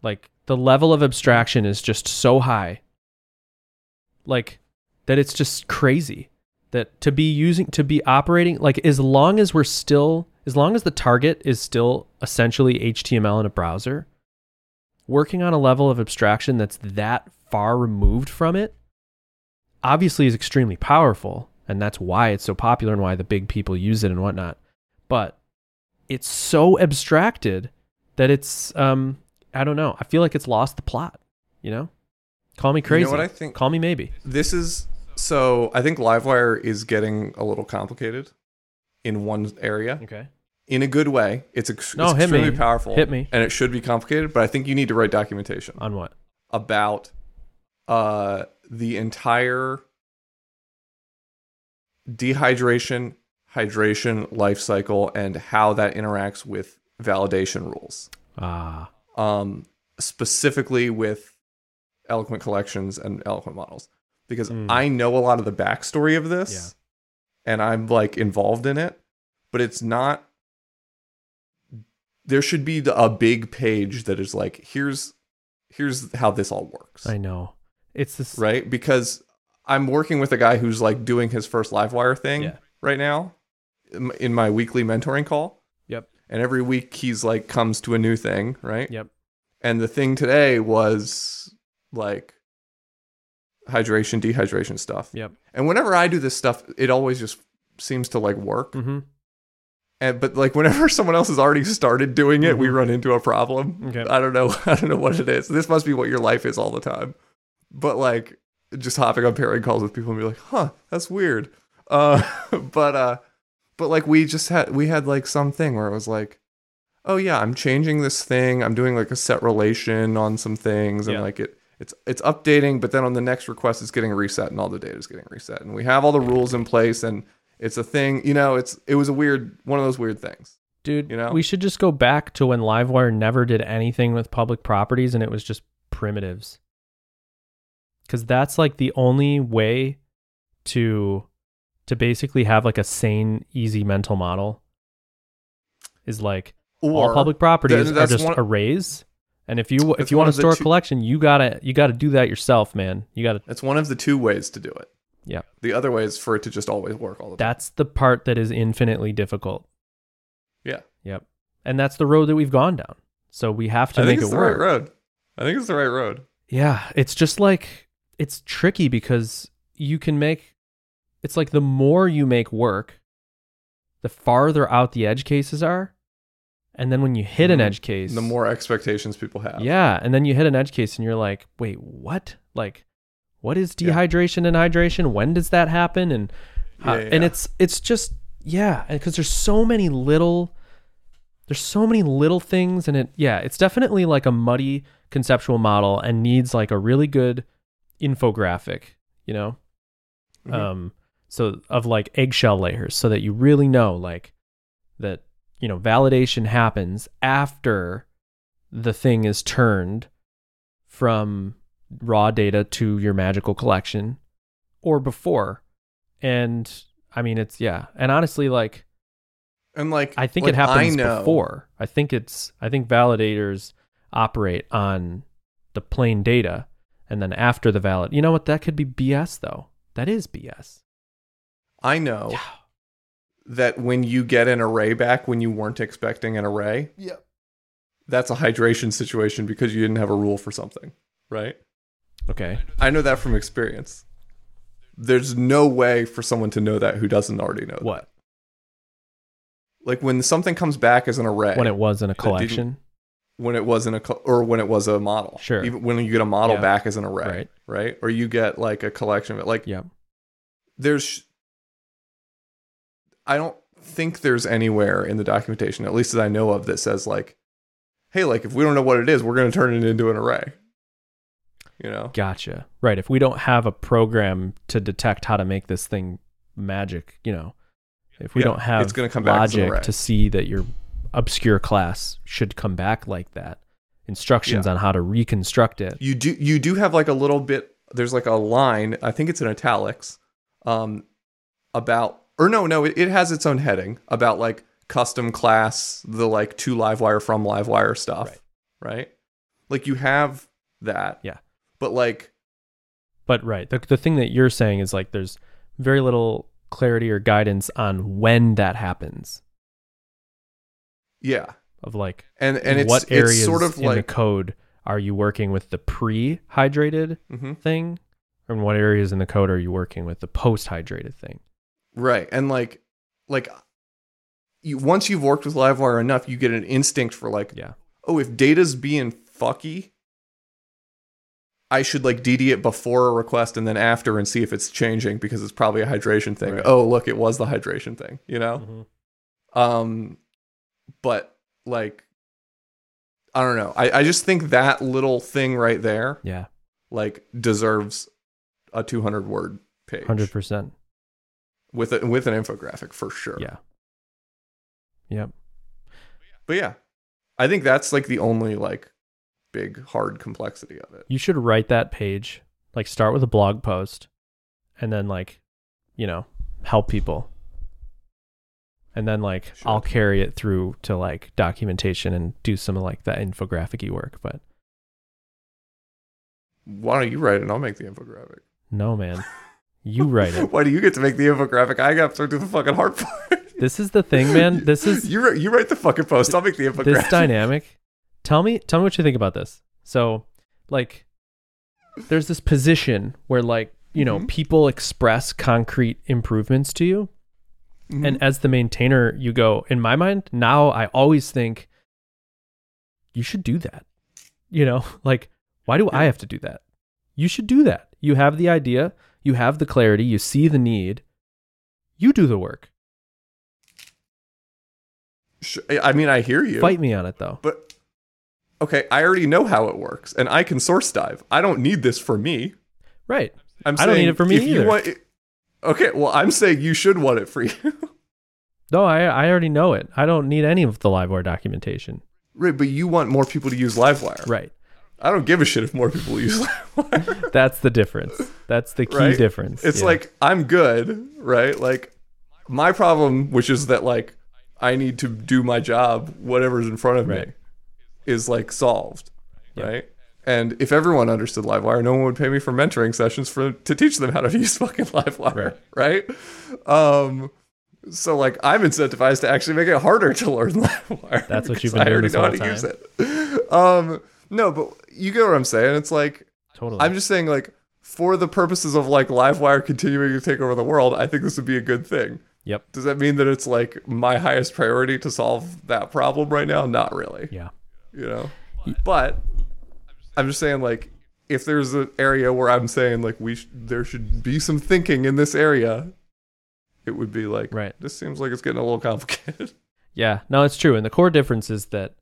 S1: like the level of abstraction is just so high like that it's just crazy that to be using to be operating like as long as we're still as long as the target is still essentially html in a browser working on a level of abstraction that's that far removed from it obviously is extremely powerful and that's why it's so popular and why the big people use it and whatnot but it's so abstracted that it's um i don't know i feel like it's lost the plot you know call me crazy
S2: what I think-
S1: call me maybe
S2: This is so I think Livewire is getting a little complicated in one area.
S1: okay
S2: In a good way. It's, ex-
S1: No,
S2: it's
S1: hit me.
S2: extremely powerful.
S1: Hit me.
S2: And it should be complicated, but I think you need to write documentation
S1: on what
S2: about uh the entire dehydration, hydration life cycle and how that interacts with validation rules.
S1: ah
S2: um, specifically with eloquent collections and eloquent models because
S1: Mm.
S2: i know a lot of the backstory of this and i'm like involved in it but it's not there should be the- a big page that is like here's here's how this all works
S1: i know it's this
S2: right because i'm working with a guy who's like doing his first livewire thing
S1: Yeah.
S2: right now in my- in my weekly mentoring call
S1: yep
S2: and every week he's like comes to a new thing right
S1: yep
S2: and the thing today was like hydration dehydration stuff
S1: yep
S2: and whenever i do this stuff it always just seems to like work
S1: hmm
S2: and but like whenever someone else has already started doing it we run into a problem
S1: Okay.
S2: i don't know i don't know what it is this must be what your life is all the time but like just hopping on pairing calls with people and be like huh that's weird uh but uh but like we just had we had like something where it was like oh yeah i'm changing this thing i'm doing like a set relation on some things and
S1: Yeah.
S2: like it it's it's updating but then on the next request it's getting reset and all the data is getting reset and we have all the rules in place and it's a thing you know it's it was a weird one of those weird things
S1: dude
S2: You know?
S1: we should just go back to when livewire never did anything with public properties and it was just primitives because that's like the only way to to basically have like a sane easy mental model is like
S2: or
S1: all public properties
S2: Th-
S1: are
S2: that's
S1: just
S2: one-
S1: arrays and if you if
S2: That's
S1: you
S2: one
S1: want to
S2: of the
S1: store a
S2: two-
S1: collection you gotta you gotta do that yourself man you gotta
S2: it's one of the two ways to do it
S1: yeah
S2: the other way is for it to just always work all the time
S1: That's the part that is infinitely difficult.
S2: yeah
S1: Yep. And that's the road that we've gone down. So we have to
S2: i
S1: make
S2: think it's
S1: it
S2: the
S1: work.
S2: right road i think it's the right road
S1: Yeah. It's just like it's tricky because you can make it's like the more you make work, the farther out the edge cases are. And then when you hit an
S2: Mhm.
S1: edge case,
S2: the more expectations people have
S1: Yeah, and then you hit an edge case and you're like, "Wait, what? Like what is
S2: Yeah.
S1: dehydration and hydration? When does that happen? And uh,
S2: Yeah, yeah,
S1: and
S2: yeah.
S1: it's it's just yeah, because there's so many little there's so many little things and it yeah, it's definitely like a muddy conceptual model and needs like a really good infographic, you know?
S2: Mhm.
S1: um so of like eggshell layers so that you really know like that you know validation happens after the thing is turned from raw data to your magical collection or before and i mean it's yeah and honestly like
S2: and like
S1: i think
S2: like,
S1: it happens
S2: I know,
S1: before i think it's i think validators operate on the plain data and then after the valid you know what that could be bs though that is bs
S2: I know
S1: Yeah.
S2: that when you get an array back when you weren't expecting an array,
S3: Yep.
S2: that's a hydration situation because you didn't have a rule for something, right?
S1: Okay.
S2: I know that from experience. There's no way for someone to know that who doesn't already know
S1: What?
S2: That. Like when something comes back as an array
S1: When it was in a
S2: didn't-
S1: collection,
S2: when it wasn't a co- or when it was a model.
S1: Sure.
S2: Even when you get a model
S1: Yeah.
S2: back as an array,
S1: Right.
S2: right. Or you get like a collection of it. Like
S1: Yeah.
S2: there's I don't think there's anywhere in the documentation, at least that I know of, that says like, hey, like if we don't know what it is, we're gonna turn it into an array. You know?
S1: gotcha. Right. If we don't have a program to detect how to make this thing magic, you know, if we
S2: Yeah,
S1: don't have
S2: it's gonna come back as an
S1: logic
S2: array.
S1: to see that your obscure class should come back like that, instructions
S2: Yeah.
S1: on how to reconstruct it.
S2: you do you do have like a little bit there's like a line i think it's in italics um about or no no it, it has its own heading about like custom class the like to livewire from livewire stuff right. like you have that
S1: Yeah.
S2: but like
S1: But right, the the thing that you're saying is like there's very little clarity or guidance on when that happens.
S2: yeah
S1: Of like,
S2: and
S1: in
S2: and it's
S1: what areas
S2: it's sort of
S1: in
S2: like
S1: the code are you working with the pre-hydrated
S2: Mhm.
S1: thing? And what areas in the code are you working with the post hydrated thing?
S2: right and like like you once you've worked with livewire enough you get an instinct for like
S1: Yeah.
S2: oh, if data's being fucky, I should like DD it before a request and then after and see if it's changing because it's probably a hydration thing.
S1: Right. Mm.
S2: Oh, look, it was the hydration thing, you know? Um, but like, I don't know. I, I just think that little thing right there,
S1: Yeah,
S2: like, deserves a 200 word page
S1: hundred percent.
S2: with a, with an infographic for sure.
S1: Yeah. Yep.
S2: But yeah, I think that's like the only like big hard complexity of it.
S1: You should write that page. Like start with a blog post, and then like, you know, help people. And then like
S2: Sure.
S1: I'll carry it through to like documentation and do some of like that infographic work. But
S2: Why don't you write it and I'll make the infographic?
S1: no, man, you write it.
S2: Why do you get to make the infographic? I got to do the fucking hard part.
S1: This is the thing, man. This is
S2: you. Write, you write the fucking post. I'll make the infographic.
S1: this dynamic. Tell me, tell me what you think about this. So, like, there's this position where, like, you know,
S2: Mhm.
S1: people express concrete improvements to you,
S2: Mhm.
S1: and as the maintainer, you go. In my mind, now I always think you should do that. You know, like, why do I have to do that? You should do that. You have the idea, you have the clarity, you see the need. You do the work.
S2: Sh- I mean, I hear you,
S1: Fight me on it, though.
S2: but okay, I already know how it works, and I can source dive. I don't need this for me.
S1: Right.
S2: I'm.
S1: I don't need
S2: saying
S1: it for me
S2: if
S1: either.
S2: You want it, okay, well, I'm saying you should want it for you,
S1: No, I I already know it. I don't need any of the LiveWire documentation.
S2: right? But you want more people to use LiveWire.
S1: Right.
S2: I don't give a shit if more people use LiveWire.
S1: That's the difference. That's the key
S2: Right?
S1: difference.
S2: It's
S1: Yeah.
S2: like I'm good, right? Like my problem, which is that like I need to do my job, whatever's in front of
S1: Right.
S2: me, is like solved,
S1: Yeah.
S2: right? And if everyone understood LiveWire, no one would pay me for mentoring sessions for to teach them how to use fucking LiveWire, right? Um, so like I'm incentivized to actually make it harder to learn LiveWire.
S1: That's what you've
S2: because
S1: been
S2: I
S1: doing
S2: already
S1: this
S2: know
S1: whole
S2: how to use it. Um, no, but you get what I'm saying. It's like
S1: totally.
S2: I'm just saying, like, for the purposes of like Livewire continuing to take over the world, I think this would be a good thing.
S1: yep.
S2: Does that mean that it's like my highest priority to solve that problem right now? Not really.
S1: Yeah.
S2: You know? But I'm just saying, like, if there's an area where I'm saying like we sh- there should be some thinking in this area, it would be like
S1: Right.
S2: This seems like it's getting a little complicated.
S1: Yeah, no, it's true. And the core difference is that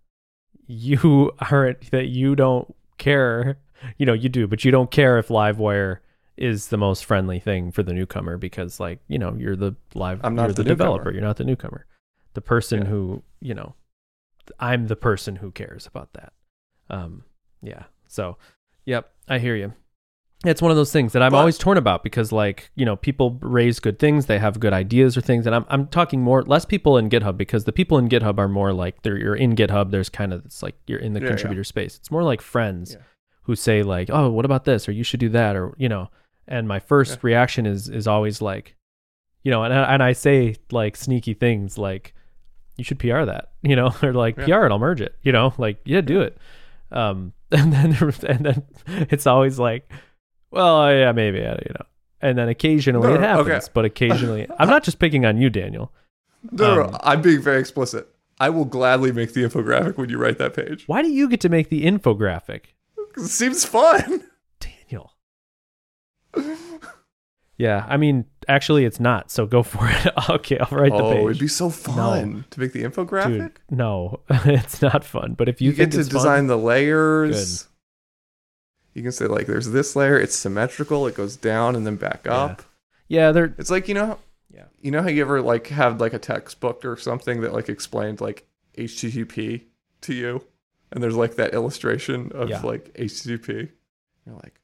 S1: you aren't that you don't care. You know, you do, but you don't care if LiveWire is the most friendly thing for the newcomer because, like, you know, you're the live.
S2: I'm not
S1: you're
S2: the
S1: the,
S2: newcomer.
S1: developer. You're not the newcomer. The person
S2: Yeah.
S1: who you know, I'm the person who cares about that. Um, yeah. So, yep, I hear you. It's one of those things that I'm
S2: But-
S1: always torn about because, like, you know, people raise good things, they have good ideas or things, and I'm I'm talking more less people in GitHub because the people in GitHub are more like they're you're in GitHub. There's kind of it's like you're in the
S2: Yeah, yeah.
S1: contributor space. It's more like friends
S2: Yeah.
S1: who say like, oh, what about this, or you should do that, or you know. And my first
S2: Yeah.
S1: reaction is is always like, you know, and I- and I say like sneaky things like, you should PR that, you know, or like
S2: Yeah.
S1: PR it, I'll merge it, you know, like yeah, do it. Um, and then and then it's always like, well, uh, yeah, maybe, you know. And then occasionally
S2: No,
S1: it
S2: no,
S1: happens,
S2: okay.
S1: but occasionally I'm not just picking on you, Daniel.
S2: No, no,
S1: Um,
S2: no, I'm being very explicit. I will gladly make the infographic when you write that page.
S1: Why do you get to make the infographic,
S2: 'Cause It seems fun.
S1: Daniel? Yeah, I mean, actually, it's not. So go for it. okay, I'll write
S2: oh,
S1: the
S2: it'd
S1: page.
S2: be so fun to make the infographic.
S1: Dude, no, it's not fun. But if you,
S2: you,
S1: think
S2: get to
S1: it's fun-
S2: design the layers. You can say like, there's this layer. It's symmetrical. It goes down and then back
S1: Yeah.
S2: up.
S1: yeah, they're
S2: It's like you know,
S1: Yeah.
S2: You know how you ever like have like a textbook or something that like explained like HTTP to you, and there's like that illustration of
S1: Yeah.
S2: like HTTP. You're like,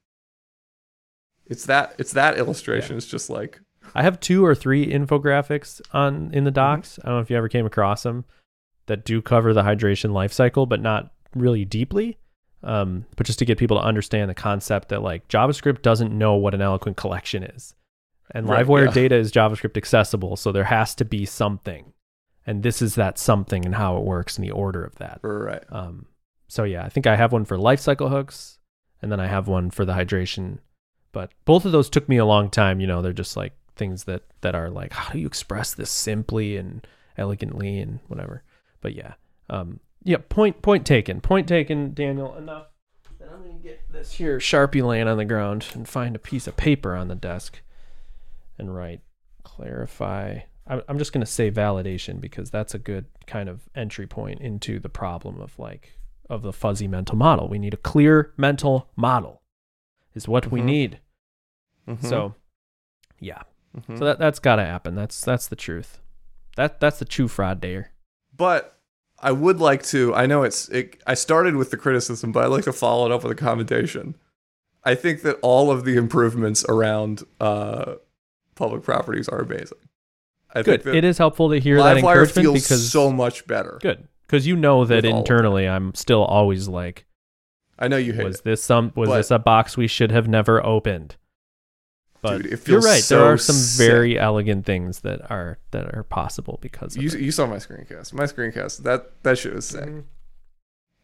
S2: it's that it's that illustration. It's just like
S1: I have two or three infographics on
S2: Mm-hmm.
S1: in the docs. I don't know if you ever came across them that do cover the hydration life cycle, but not really deeply. Um, but just to get people to understand the concept that like JavaScript doesn't know what an eloquent collection is, and
S2: Right,
S1: LiveWire
S2: yeah.
S1: data is JavaScript accessible, so there has to be something, and this is that something and how it works and the order of that.
S2: right.
S1: Um, so yeah, I think I have one for life cycle hooks, and then I have one for the hydration. But both of those took me a long time. You know, they're just like things that that are like, how do you express this simply and elegantly and whatever. But yeah, um, yeah. Point point taken. Point taken, Daniel. Enough. Then I'm gonna get this here sharpie laying on the ground and find a piece of paper on the desk, and write clarify. I'm I'm just going to say validation because that's a good kind of entry point into the problem of like of the fuzzy mental model. We need a clear mental model is what we
S2: Mhm.
S1: need.
S2: Mm-hmm.
S1: So yeah.
S2: Mhm.
S1: So that that's got to happen. That's that's the truth. That that's the true fraud dayer.
S2: But I would like to. I know it's. It, I started with the criticism, but I'd like to follow it up with a commendation. I think that all of the improvements around uh, public properties are amazing. I
S1: Good.
S2: Think that
S1: It is helpful to hear that
S2: Livewire
S1: encouragement
S2: feels
S1: because
S2: so much better.
S1: good because you know that
S2: With all of
S1: internally I'm still always like
S2: I know you hate
S1: was
S2: it,
S1: this some was
S2: But-
S1: this a box we should have never opened but
S2: Dude, it
S1: you're
S2: feels
S1: right
S2: so
S1: there are some
S2: sick.
S1: very elegant things that are that are possible because of
S2: You,
S1: it.
S2: you saw my screencast. My screencast. That that shit is sick.
S1: Mm-hmm.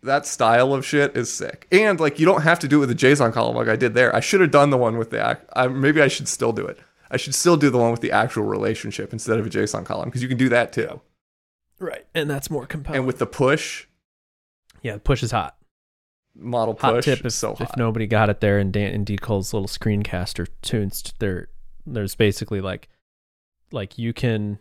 S2: That style of shit is sick. And like you don't have to do it with the JSON column like I did there. I should have done the one with the. ac- I, maybe I should still do it. I should still do the one with the actual relationship instead of a JSON column because you can do that too.
S1: right and that's more compelling
S2: and with the push
S1: yeah push is hot
S2: model
S1: hot
S2: push,
S1: tip
S2: is
S1: if,
S2: so hot.
S1: if nobody got it there in Dan in D Cole's little screencaster tunes there there's basically like like you can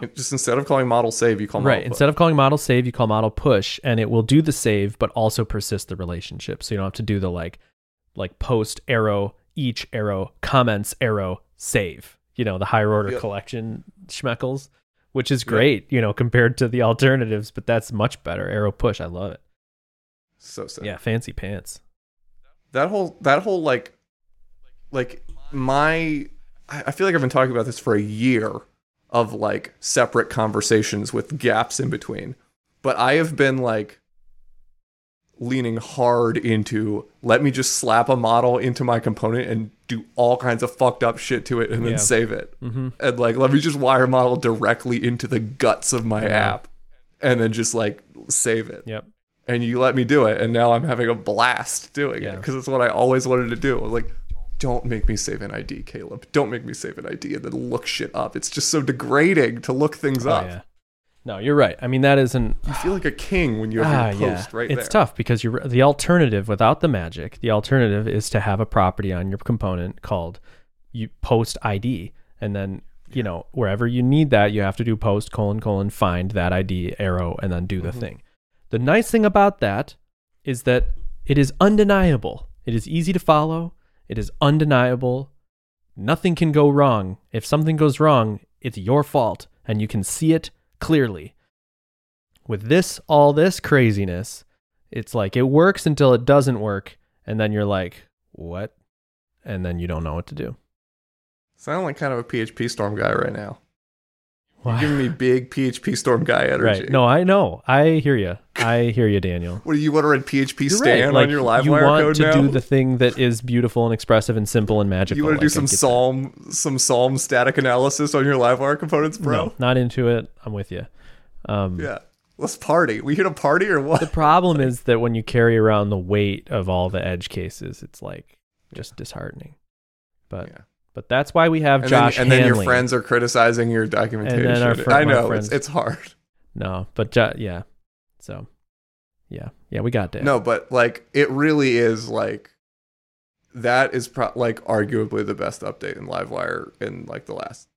S2: It- Just instead of calling model save, you call model
S1: right instead of calling model save you call model push and it will do the save but also persist the relationship so you don't have to do the like like post arrow each arrow comments arrow save you know the higher order
S2: Yep.
S1: collection schmeckles which is
S2: Yep.
S1: great you know compared to the alternatives but that's much better arrow push i love it
S2: so sick.
S1: yeah fancy pants
S2: that whole that whole like like my I I feel like I've been talking about this for a year of like separate conversations with gaps in between. But I have been like leaning hard into let me just slap a model into my component and do all kinds of fucked up shit to it and then
S1: Yeah.
S2: save it.
S1: mm-hmm.
S2: and like let me just wire model directly into the guts of my
S1: Yeah.
S2: app and then just like save it
S1: yep
S2: and you let me do it and now i'm having a blast doing it
S1: Yeah.
S2: because it's what i always wanted to do I was like don't make me save an id caleb don't make me save an id and then look shit up it's just so degrading to look things
S1: oh
S2: up
S1: yeah No, you're right. I mean, that is an Ah,
S2: You feel like a king when you have your post right
S1: it's
S2: there.
S1: tough because you're the alternative without the magic. The alternative is to have a property on your component called you post ID, and then you know wherever you need that, you have to do post colon colon find that ID arrow and then do the
S2: Mhm.
S1: thing. The nice thing about that is that it is undeniable. It is easy to follow. It is undeniable. Nothing can go wrong. If something goes wrong, it's your fault and you can see it clearly. With this, all this craziness, it's like it works until it doesn't work. And then you're like, what? And then you don't know what to do.
S2: Sound like kind of a PHP storm guy right now.
S1: Why?
S2: You're giving me big PHP storm guy energy.
S1: right. No, I know. I hear you. I hear you, Daniel.
S2: What do you want to run PHP
S1: You're
S2: stand
S1: right. Like,
S2: on your live
S1: you
S2: wire
S1: want
S2: code
S1: to
S2: now?
S1: do the thing that is beautiful and expressive and simple and magical.
S2: you want to
S1: Like,
S2: do
S1: I
S2: some
S1: get that.
S2: Psalm, some Psalm static analysis on your live wire components, bro?
S1: No, not into it. I'm with you. Um,
S2: Yeah. Let's party. We here to party or what?
S1: The problem is that when you carry around the weight of all the edge cases, it's like just disheartening. But
S2: Yeah.
S1: but that's why we have
S2: and
S1: Josh
S2: then, and then your
S1: Hanley.
S2: friends are criticizing your documentation.
S1: our fr-
S2: I
S1: my
S2: know
S1: friends-
S2: it's, it's hard.
S1: No, but jo- yeah. So yeah, yeah, we got that.
S2: No, but like it really is like that is pro- like arguably the best update in LiveWire in like the last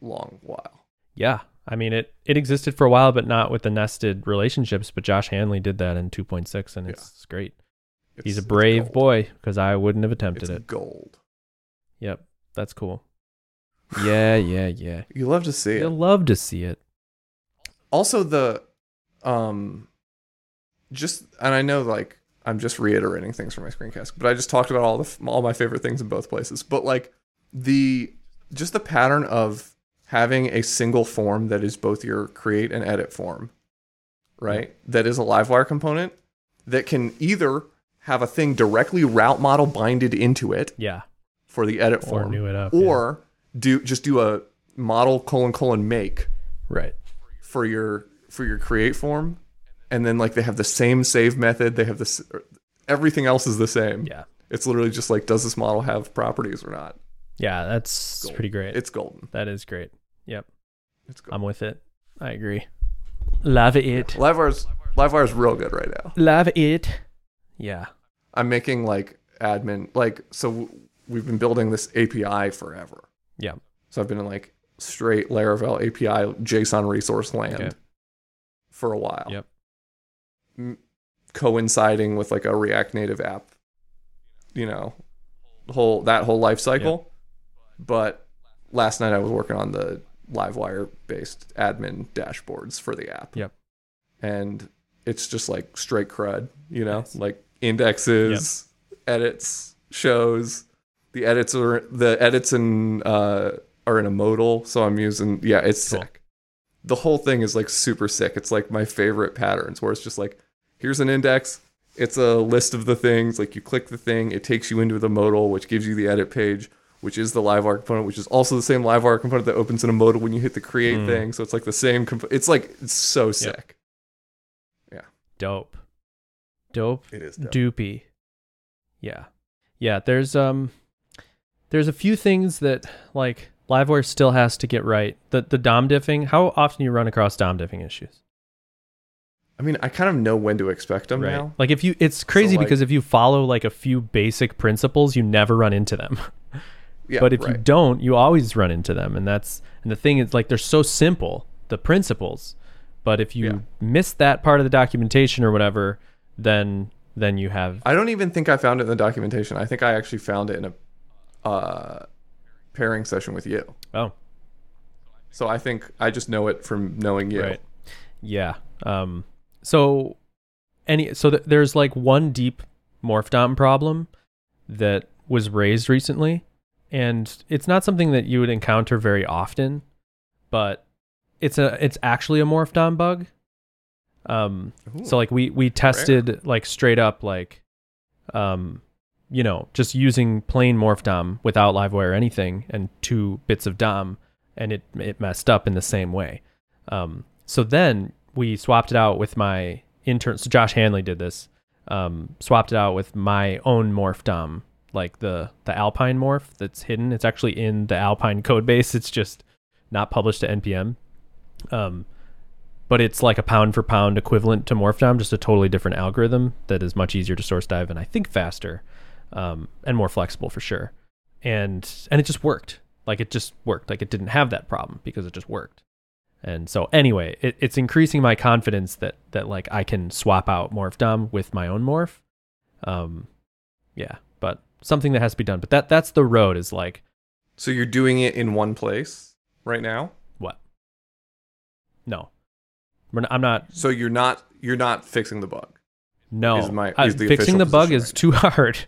S2: long while.
S1: Yeah, I mean it. It existed for a while, but not with the nested relationships. But Josh Hanley did that in 2.6, and
S2: Yeah.
S1: it's great.
S2: It's,
S1: He's a
S2: it's
S1: brave
S2: gold.
S1: boy because I wouldn't have attempted
S2: It's
S1: it.
S2: gold.
S1: Yep, that's cool. Yeah, yeah, yeah.
S2: You love to see it.
S1: You'll love to see it.
S2: also the um just and i know like i'm just reiterating things from my screencast but i just talked about all the f- all my favorite things in both places but like the just the pattern of having a single form that is both your create and edit form right
S1: Mm-hmm.
S2: that is a livewire component that can either have a thing directly route model binded into it
S1: Yeah,
S2: for the edit
S1: or
S2: form
S1: knew it up. yeah.
S2: or do just do a model colon colon make
S1: right.
S2: for your for your create form and then like they have the same save method they have this everything else is the same
S1: Yeah,
S2: it's literally just like does this model have properties or not
S1: yeah. That's
S2: Gold.
S1: pretty great.
S2: it's golden
S1: that is great. Yep,
S2: it's golden
S1: I'm with it. I agree. Love it.
S2: livewire's livewire's real good right now
S1: Love it. Yeah.
S2: i'm making like admin like so w- we've been building this api forever
S1: Yeah.
S2: so i've been in like straight laravel api json resource land
S1: Okay.
S2: for a while
S1: Yep.
S2: m- coinciding with like a React Native app, you know, whole that whole life cycle. But last night I was working on the Livewire based admin dashboards for the app.
S1: Yep.
S2: And it's just like straight crud, you know,
S1: Nice.
S2: like indexes, edits, shows. The edits are the edits and uh, are in a modal, so I'm using yeah, it's
S1: Cool.
S2: sick. The whole thing is like super sick. It's like my favorite patterns where it's just like here's an index. It's a list of the things. Like you click the thing, it takes you into the modal, which gives you the edit page, which is the LiveWire component, which is also the same LiveWire component that opens in a modal when you hit the create
S1: Mm.
S2: thing. So it's like the same. Comp- it's like it's so sick.
S1: Dope. Dope.
S2: It is.
S1: Doopy. Yeah. Yeah, there's um there's a few things that like Livewire still has to get right. The the dom diffing, how often you run across dom diffing issues?
S2: I mean, I kind of know when to expect them now.
S1: Like if you it's crazy
S2: like-
S1: because if you follow like a few basic principles, you never run into them.
S2: Yeah,
S1: but if
S2: right.
S1: you don't, you always run into them and that's and the thing is like they're so simple, the principles. But if you
S2: Yeah.
S1: miss that part of the documentation or whatever, then then you have
S2: I don't even think I found it in the documentation. I think I actually found it in a uh, pairing session with you.
S1: oh
S2: So I think I just know it from knowing you.
S1: Right. Yeah. Um. So, any so th- there's like one deep morph dom problem that was raised recently, and it's not something that you would encounter very often, but it's a it's actually a morph dom bug. Um. So like we we tested like straight up like, um, you know, just using plain morph dom without livewire or anything and two bits of dom, and it it messed up in the same way. Um, so then we swapped it out with my intern. So Josh Hanley did this. Um, swapped it out with my own morph dom, like the the Alpine morph that's hidden. It's actually in the Alpine code base. It's just not published to npm. Um, but it's like a pound for pound equivalent to Morphdom, just a totally different algorithm that is much easier to source dive and I think faster um, and more flexible for sure. And and it just worked. Like it just worked. Like it didn't have that problem because it just worked. And so anyway, it, it's increasing my confidence that that like I can swap out Morphdom with my own morph. Um, yeah, but something that has to be done. But that that's the road is like
S2: So you're doing it in one place right now.
S1: what? No, We're not, I'm not
S2: So you're not you're not fixing the bug.
S1: No,
S2: is my-
S1: I-
S2: is the
S1: fixing
S2: official
S1: the bug
S2: position
S1: is
S2: right
S1: too hard.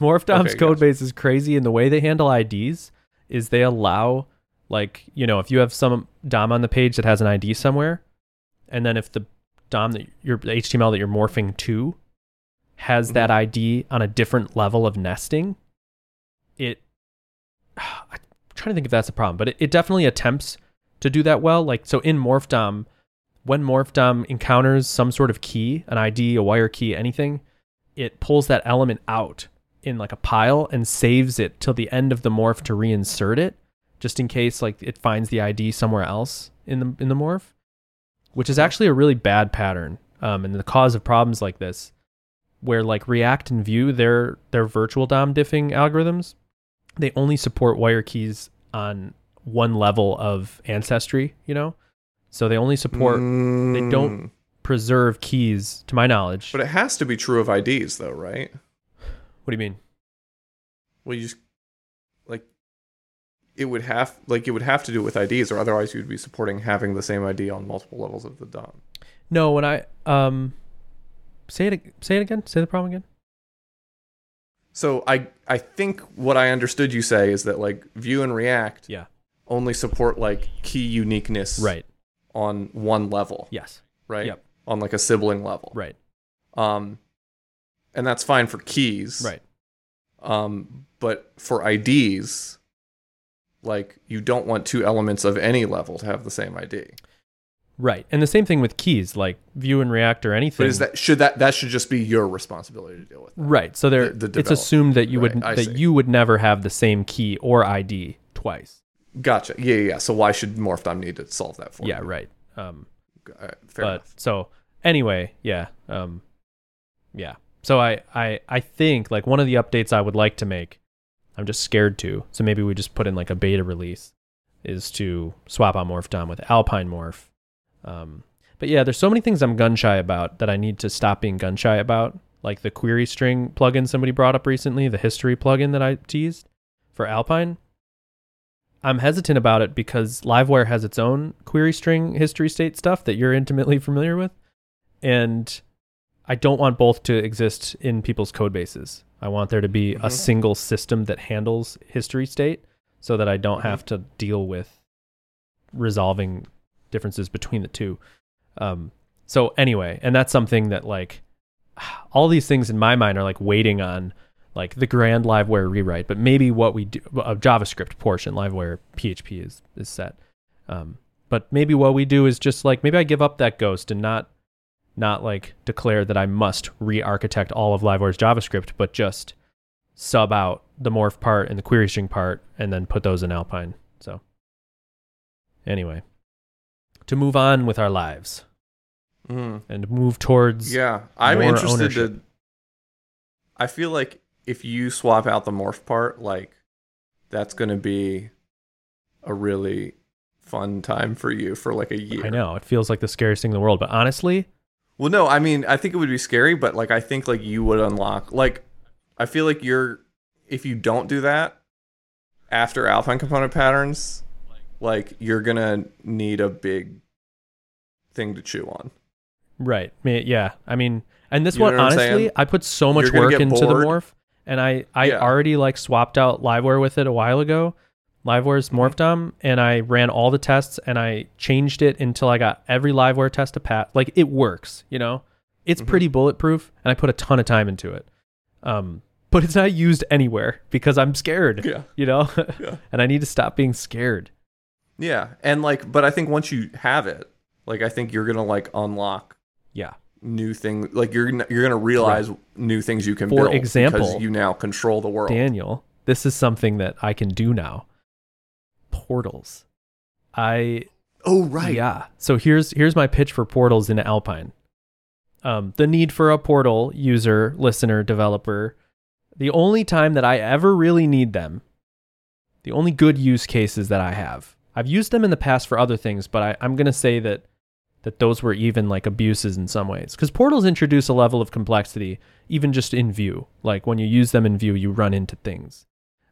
S1: Morphdom's
S2: Okay,
S1: code
S2: gotcha.
S1: base is crazy, and the way they handle IDs is they allow, like, you know, if you have some DOM on the page that has an ID somewhere, and then if the DOM that your the HTML that you're morphing to has that ID on a different level of nesting, it. I'm trying to think if that's a problem, but it, it definitely attempts to do that well. Like, so in Morphdom, when Morphdom encounters some sort of key, an ID, a wire key, anything, it pulls that element out in like a pile and saves it till the end of the morph to reinsert it, just in case like it finds the ID somewhere else in the in the morph, which is actually a really bad pattern um, and the cause of problems like this, where like React and Vue their their virtual DOM diffing algorithms, they only support wire keys on one level of ancestry, you know, so they only support
S2: Mm-hmm.
S1: they don't-
S2: Mm,
S1: preserve keys to my knowledge.
S2: But it has to be true of IDs though, right?
S1: what do you mean?
S2: Well, you just like it would have like it would have to do with IDs, or otherwise you'd be supporting having the same ID on multiple levels of the DOM.
S1: No, when I um say it say it again. Say the problem again.
S2: So I I think what I understood you say is that like Vue and React
S1: Yeah.
S2: only support like key uniqueness
S1: Right.
S2: on one level,
S1: Yes.
S2: right?
S1: Yep.
S2: On like a sibling level,
S1: Right.
S2: Um, and that's fine for keys,
S1: Right.
S2: Um, but for IDs, like you don't want two elements of any level to have the same ID.
S1: Right. And the same thing with keys, like Vue and React or anything.
S2: But is that should that that should just be your responsibility to deal with?
S1: right? So there,
S2: the- the
S1: it's
S2: developer.
S1: assumed that you would
S2: Right, I
S1: that
S2: see.
S1: you would never have the same key or ID twice.
S2: Gotcha. Yeah, yeah. yeah. So why should Morphdom need to solve that for
S1: Yeah.
S2: you?
S1: Right. Um.
S2: All right, fair
S1: but
S2: enough.
S1: so anyway, yeah. Um. Yeah. So I I I think like one of the updates I would like to make, I'm just scared to. So maybe we just put in like a beta release, is to swap out morph down with Alpine morph. Um, but yeah, there's so many things I'm gun shy about that I need to stop being gun shy about. Like the query string plugin somebody brought up recently, the history plugin that I teased for Alpine. I'm hesitant about it because Livewire has its own query string history state stuff that you're intimately familiar with. And I don't want both to exist in people's code bases. I want there to be a
S2: Mhm.
S1: single system that handles history state so that I don't
S2: Mhm.
S1: have to deal with resolving differences between the two. Um, so anyway, and that's something that like all these things in my mind are like waiting on like the grand liveware rewrite, but maybe what we do a JavaScript portion liveware PHP is is set. Um, but maybe what we do is just like maybe I give up that ghost and not not like declare that I must re-architect all of liveware's JavaScript, but just sub out the morph part and the query string part and then put those in Alpine. So anyway, to move on with our lives
S2: Mm.
S1: and move towards
S2: Yeah, I'm
S1: more
S2: interested
S1: ownership.
S2: to. I feel like if you swap out the morph part, like that's going to be a really fun time for you for like a year.
S1: I know it feels like the scariest thing in the world, but honestly,
S2: Well, no, I mean, I think it would be scary, but like I think like you would unlock like I feel like you're if you don't do that after alpine component patterns, like you're going to need a big thing to chew on.
S1: right? Me- Yeah, I mean, and this
S2: You know
S1: one
S2: what I'm saying?
S1: honestly, I put so much
S2: You're gonna
S1: work
S2: get
S1: into
S2: bored.
S1: the morph, and I I
S2: Yeah.
S1: already like swapped out Liveware with it a while ago. Liveware's
S2: Mm-hmm.
S1: morphdom, and I ran all the tests, and I changed it until I got every Liveware test to pass. Like it works, you know. It's
S2: Mhm.
S1: pretty bulletproof, and I put a ton of time into it. Um, but it's not used anywhere because I'm scared,
S2: Yeah.
S1: you know,
S2: Yeah.
S1: and I need to stop being scared.
S2: Yeah, and like, but I think once you have it, like, I think you're gonna like unlock
S1: Yeah.
S2: new things. Like, you're gonna- you're gonna realize new things you can
S1: For
S2: build
S1: example,
S2: because you now control the world.
S1: Daniel, this is something that I can do now. Portals. I
S2: Oh right.
S1: Yeah. So here's here's my pitch for portals in Alpine. Um, the need for a portal user, listener, developer. The only time that I ever really need them, the only good use cases that I have. I've used them in the past for other things, but I, I'm gonna say that that those were even like abuses in some ways. Because portals introduce a level of complexity, even just in view. Like when you use them in view, you run into things.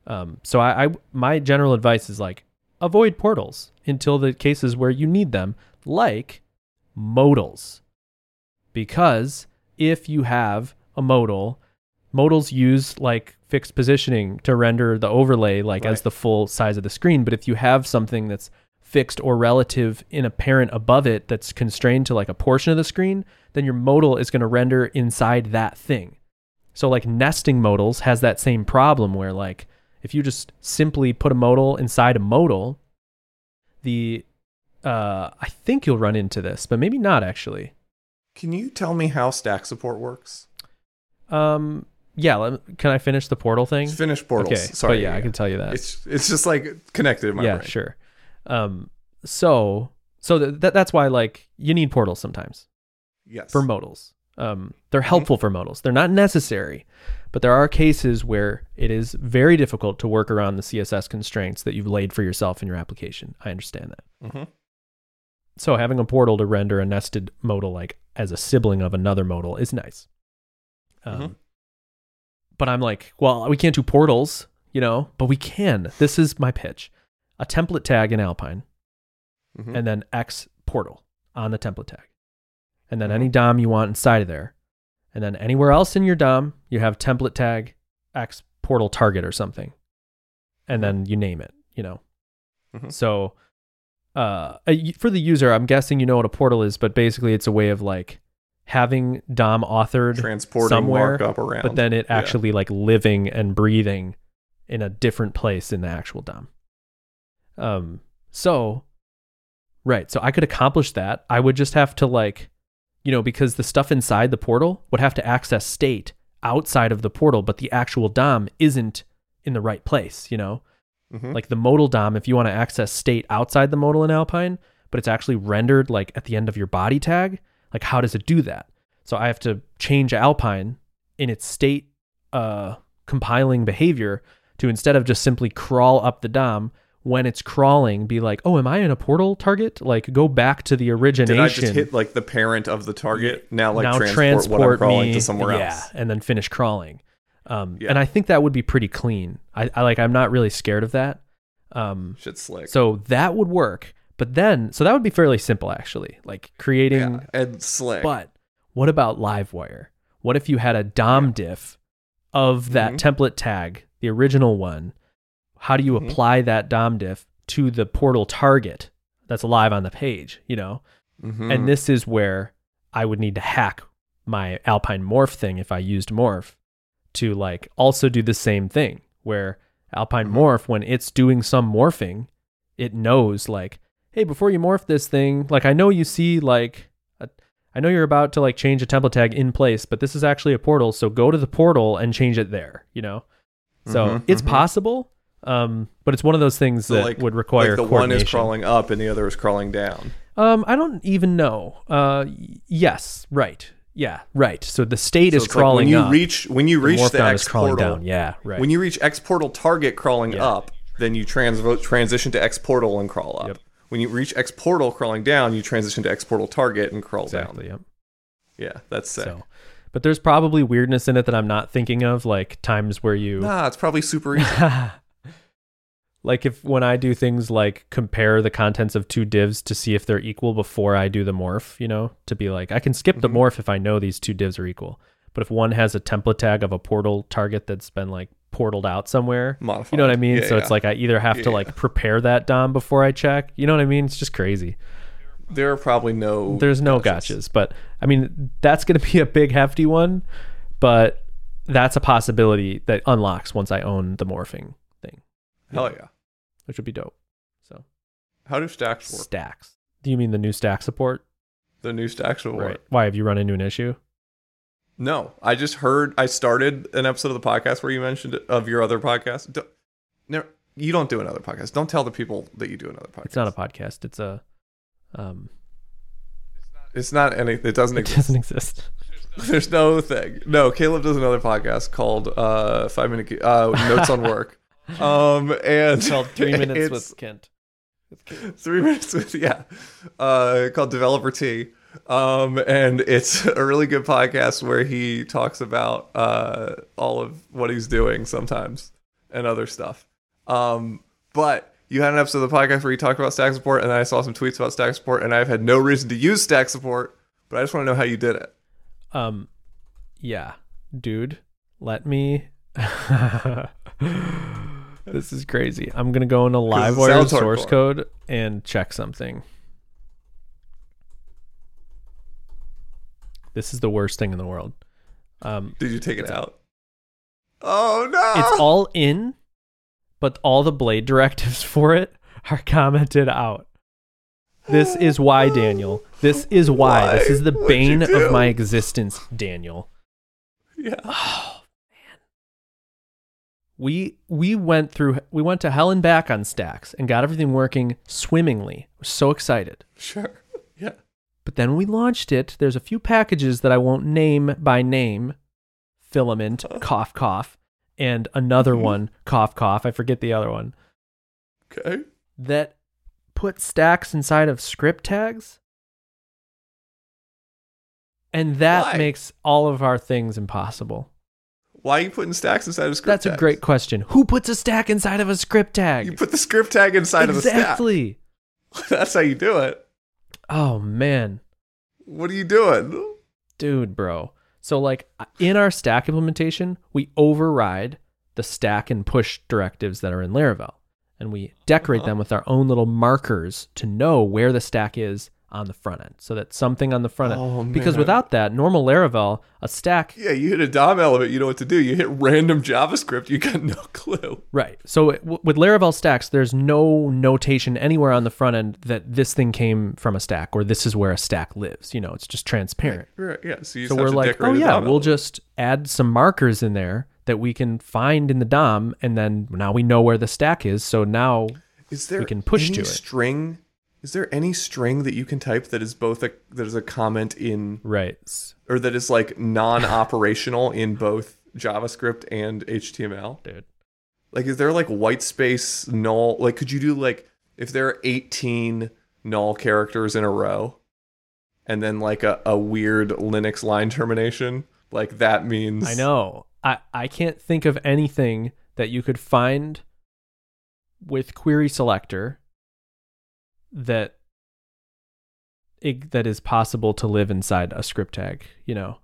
S1: Um, so I, I my general advice is like avoid portals until the cases where you need them, like modals. Because if you have a modal, modals use like fixed positioning to render the overlay like as
S2: Right.
S1: the full size of the screen. But if you have something that's fixed or relative in a parent above it that's constrained to like a portion of the screen, then your modal is going to render inside that thing. So like nesting modals has that same problem where like if you just simply put a modal inside a modal, the uh, I think you'll run into this, but maybe not actually.
S2: Can you tell me how stack support works?
S1: Um, yeah, let, can I finish the portal thing?
S2: It's finished portals.
S1: Okay,
S2: Sorry.
S1: but yeah, I can tell you that.
S2: It's it's just like connected in my
S1: yeah,
S2: brain.
S1: sure. Um, so so th- th- that's why like you need portals sometimes.
S2: Yes.
S1: for modals. Um, they're helpful for modals. They're not necessary, but there are cases where it is very difficult to work around the CSS constraints that you've laid for yourself in your application. I understand that.
S2: Mhm.
S1: So having a portal to render a nested modal like as a sibling of another modal is nice. Um,
S2: Mhm.
S1: But I'm like, well, we can't do portals, you know, but we can. This is my pitch: a template tag in Alpine
S2: Mhm.
S1: and then X portal on the template tag. And
S2: Mm-hmm.
S1: then any DOM you want inside of there. And then anywhere else in your DOM, you have template tag X portal target or something. And then you name it, you know.
S2: Mhm.
S1: So uh a- for the user, I'm guessing you know what a portal is, but basically it's a way of like having DOM authored
S2: transporting
S1: somewhere,
S2: markup around.
S1: but then it
S2: Yeah.
S1: actually like living and breathing in a different place in the actual DOM. Um, so right, so I could accomplish that. I would just have to like, you know, because the stuff inside the portal would have to access state outside of the portal, but the actual DOM isn't in the right place, you know?
S2: Mhm.
S1: Like the modal DOM, if you want to access state outside the modal in Alpine, but it's actually rendered like at the end of your body tag, like how does it do that? So I have to change Alpine in its state uh, compiling behavior to instead of just simply crawl up the DOM, when it's crawling, be like, oh, am I in a portal target? Like go back to the origination.
S2: Did I just hit like the parent of the target? Now like
S1: now
S2: transport,
S1: transport,
S2: what I'm crawling
S1: me,
S2: to somewhere
S1: yeah,
S2: else.
S1: and then finish crawling. Um,
S2: Yeah.
S1: And I think that would be pretty clean. I, I like. I'm not really scared of that. Um,
S2: Shit's slick.
S1: so that would work. But then, so that would be fairly simple actually, like creating.
S2: yeah. and slick.
S1: But what about LiveWire? What if you had a DOM diff of that
S2: Mhm.
S1: template tag, the original one? How do you
S2: Mhm.
S1: apply that DOM diff to the portal target that's live on the page? You know,
S2: Mhm.
S1: and this is where I would need to hack my Alpine Morph thing if I used Morph to like also do the same thing where Alpine
S2: Mm-hmm.
S1: Morph, when it's doing some morphing, it knows like, hey, before you morph this thing, like I know you see like, a, I know you're about to like change a template tag in place, but this is actually a portal. So go to the portal and change it there, you know? So
S2: Mhm,
S1: it's
S2: mhm.
S1: possible. Um, but it's one of those things
S2: So,
S1: that
S2: like-
S1: would require
S2: like the one
S1: coordination.
S2: is crawling up and the other is crawling down.
S1: Um, I don't even know. Uh, y- yes, right. Yeah, right. So the state
S2: So
S1: is
S2: it's like
S1: crawling
S2: when you
S1: up.
S2: reach when you
S1: the
S2: reach
S1: morph
S2: the
S1: down
S2: X
S1: is crawling
S2: portal.
S1: down. Yeah, right.
S2: When you reach X portal target crawling
S1: Yeah.
S2: up, then you trans- transition to X portal and crawl up.
S1: Yep.
S2: When you reach X portal crawling down, you transition to X portal target and crawl
S1: exactly.
S2: down.
S1: Yep.
S2: Yeah, that's sick.
S1: So, but there's probably weirdness in it that I'm not thinking of, like times where you.
S2: Nah, it's probably super easy.
S1: like if when I do things like compare the contents of two divs to see if they're equal before I do the morph, you know, to be like I can skip the
S2: Mhm.
S1: morph if I know these two divs are equal. But if one has a template tag of a portal target that's been like portaled out somewhere,
S2: Modified.
S1: You know what I mean?
S2: Yeah,
S1: so
S2: yeah.
S1: it's like I either have to
S2: Yeah.
S1: like prepare that DOM before I check. You know what I mean? It's just crazy.
S2: there are probably no
S1: There's no gotchas, but I mean that's going to be a big hefty one, but that's a possibility that unlocks once I own the morphing thing,
S2: Hell yeah.
S1: which would be dope. So
S2: How do stacks work?
S1: stacks. Do you mean the new stack support?
S2: The new stacks will work.
S1: Right. Why have you run into an issue?
S2: No, I just heard. I started an episode of the podcast where you mentioned it- of your other podcast. Don't, never, you don't do another podcast. Don't tell the people that you do another podcast.
S1: It's not a podcast. It's a Um,
S2: It's not any. It doesn't
S1: it
S2: exist.
S1: doesn't exist.
S2: There's no thing. No, Caleb does another podcast called uh, Five Minute Ge- uh, Notes on Work. Um, and
S1: It's called Three Minutes
S2: it's-
S1: with Kent.
S2: three minutes with yeah uh called developer t um and it's a really good podcast where he talks about uh all of what he's doing sometimes and other stuff um but you had an episode of the podcast where you talked about stack support and i saw some tweets about stack support and i've had no reason to use stack support but i just want to know how you did it
S1: Um, yeah, dude, let me. this is crazy. I'm gonna go into
S2: it
S1: LiveWire
S2: sounds
S1: source
S2: hardcore.
S1: code and check something. This is the worst thing in the world. Um,
S2: did you take it out oh no
S1: it's all in, but all the blade directives for it are commented out. This is why, Daniel. This is why. This
S2: Why?
S1: is the
S2: What'd
S1: bane
S2: you do?
S1: of my existence, Daniel.
S2: yeah
S1: we we went through we went to hell and back on stacks and got everything working swimmingly We're so excited
S2: sure yeah
S1: but then we launched it there's a few packages that i won't name by name filament cough cough and
S2: Hmm.
S1: another one cough cough i forget the other one
S2: okay
S1: that put stacks inside of script tags and that
S2: Why?
S1: makes all of our things impossible
S2: why are you putting stacks inside of script
S1: that's a
S2: tags?
S1: great question who puts a stack inside of a script tag
S2: you put the script tag inside of the stack
S1: exactly
S2: That's how you do it.
S1: Oh man,
S2: What are you doing?
S1: dude, bro. So like in our stack implementation, we override the stack and push directives that are in Laravel, and we decorate them with our own little markers to know where the stack is on the front end, so that something on the front end.
S2: Oh,
S1: because
S2: man.
S1: without that, normal Laravel, a stack
S2: Yeah, you hit a DOM element, you know what to do. You hit random JavaScript, you got no clue.
S1: Right. So it, w- with Laravel stacks, there's no notation anywhere on the front end that this thing came from a stack or this is where a stack lives. You know, it's just transparent.
S2: Right, Yeah, so you
S1: so
S2: just have
S1: we're
S2: to
S1: like,
S2: decorate
S1: oh
S2: a
S1: yeah,
S2: DOM
S1: we'll
S2: element.
S1: just add some markers in there that we can find in the DOM, and then now we know where the stack is. So now,
S2: is there
S1: we can push
S2: any
S1: to it.
S2: string? Is there any string that you can type that is both a that is a comment in
S1: right,
S2: or that is like non-operational in both JavaScript and HTML?
S1: dude,
S2: Like, is there like white space null? Like, could you do like if there are 18 null characters in a row and then like a, a weird Linux line termination? Like, that means.
S1: I know. I I can't think of anything that you could find with query selector that it, that is possible to live inside a script tag. You know,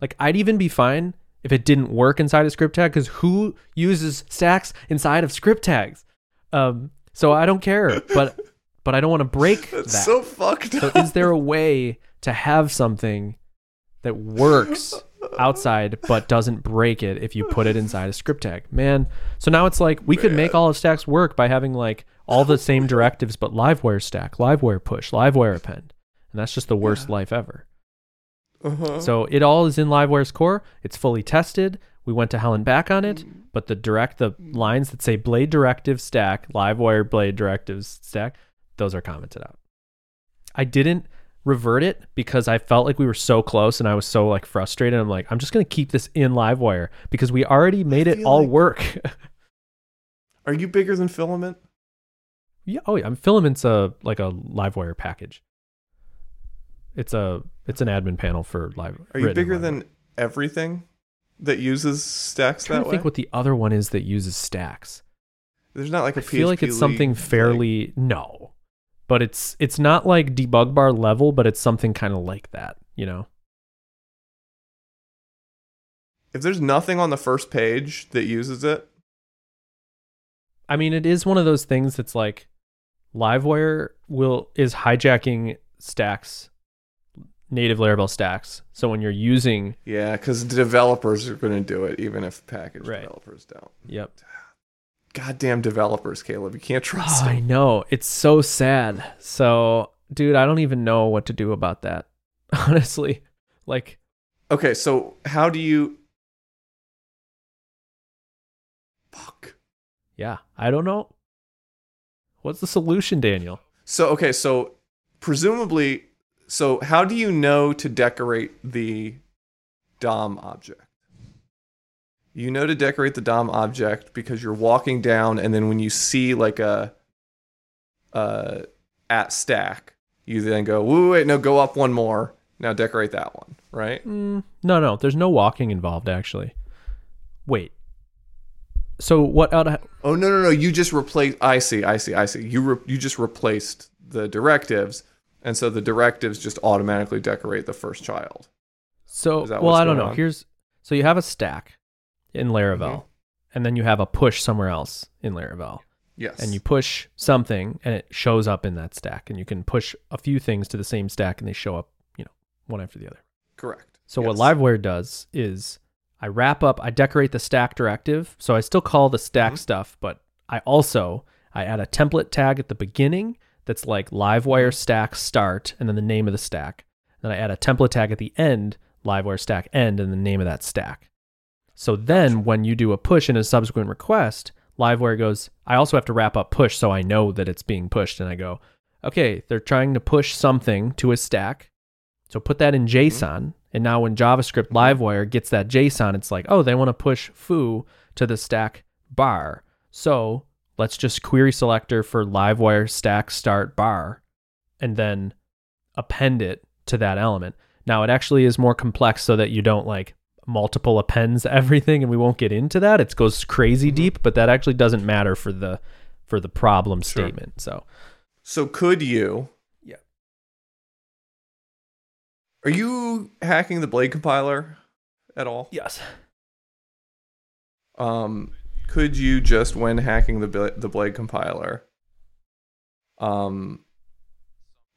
S1: like I'd even be fine if it didn't work inside a script tag because who uses stacks inside of script tags? Um, so I don't care, but but I don't want to break that.
S2: That's so fucked
S1: So
S2: up.
S1: is there a way to have something that works outside but doesn't break it if you put it inside a script tag? Man, so now it's like we could make all of stacks work by having like all the same directives but livewire stack, livewire push, livewire append. And that's just the worst life ever.
S2: Uh-huh.
S1: So it all is in livewire's core. It's fully tested. We went to hell and back on it,
S2: Mm.
S1: but the direct the lines that say blade directive stack, livewire blade directives stack, those are commented out. I didn't revert it because I felt like we were so close and I was so like frustrated. I'm like, I'm just gonna keep this in Livewire because we already made it
S2: feel
S1: all
S2: like-
S1: work.
S2: Are you bigger than Filament?
S1: yeah, oh yeah, I'm filament's a like a Livewire package. It's a it's an admin panel for live.
S2: Are you
S1: written in
S2: bigger
S1: Livewire.
S2: than everything that uses stacks
S1: trying
S2: that
S1: to
S2: way?
S1: think what the other one is that uses stacks.
S2: There's not like a
S1: I feel like
S2: PHP
S1: it's something
S2: league,
S1: fairly no, but it's it's not like debug bar level, but it's something kind of like that. You know,
S2: If there's nothing on the first page that uses it,
S1: I mean, it is one of those things that's like Livewire will is hijacking stacks, native Laravel stacks. So when you're using,
S2: yeah, because developers are going to do it, even if package
S1: Right.
S2: developers don't.
S1: yep,
S2: goddamn developers, Caleb. You can't trust
S1: Oh, I
S2: them.
S1: know. It's so sad. So, dude, I don't even know what to do about that. Honestly, like
S2: Okay, so how do you? Fuck.
S1: Yeah, I don't know. What's the solution, Daniel?
S2: So okay, so presumably so how do you know to decorate the dom object you know to decorate the dom object because you're walking down and then when you see like a uh at stack you then go wait, wait, wait no go up one more now decorate that one right
S1: Mm, no, no, there's no walking involved actually. Wait. So what out
S2: oh no no no you just replace i see i see i see you re- you just replaced the directives and so the directives just automatically decorate the first child
S1: so
S2: Is that
S1: well
S2: what's
S1: I don't
S2: going
S1: know.
S2: on? Mm-hmm.
S1: Here's so you have a stack in Laravel and then you have a push somewhere else in Laravel
S2: yes
S1: and you push something and it shows up in that stack and you can push a few things to the same stack and they show up, you know, one after the other.
S2: correct
S1: So what
S2: Yes.
S1: Liveware does is I wrap up, I decorate the stack directive. So I still call the stack stuff, but I also I add a template tag at the beginning that's like Livewire stack start and then the name of the stack. Then I add a template tag at the end, Livewire stack end and the name of that stack. So then when you do a push and a subsequent request, Livewire goes, I also have to wrap up push so I know that it's being pushed and I go, okay, they're trying to push something to a stack. So put that in JSON. And now when JavaScript Livewire gets that JSON, it's like, oh, they want to push foo to the stack bar. So let's just query selector for Livewire stack start bar and then append it to that element. Now it actually is more complex so that you don't like multiple appends everything and we won't get into that. It goes crazy deep, but that actually doesn't matter for the for the problem
S2: Sure.
S1: statement. So
S2: so could you
S1: Yeah.
S2: are you hacking the blade compiler at all
S1: yes.
S2: um could you just when hacking the Bla- the blade compiler um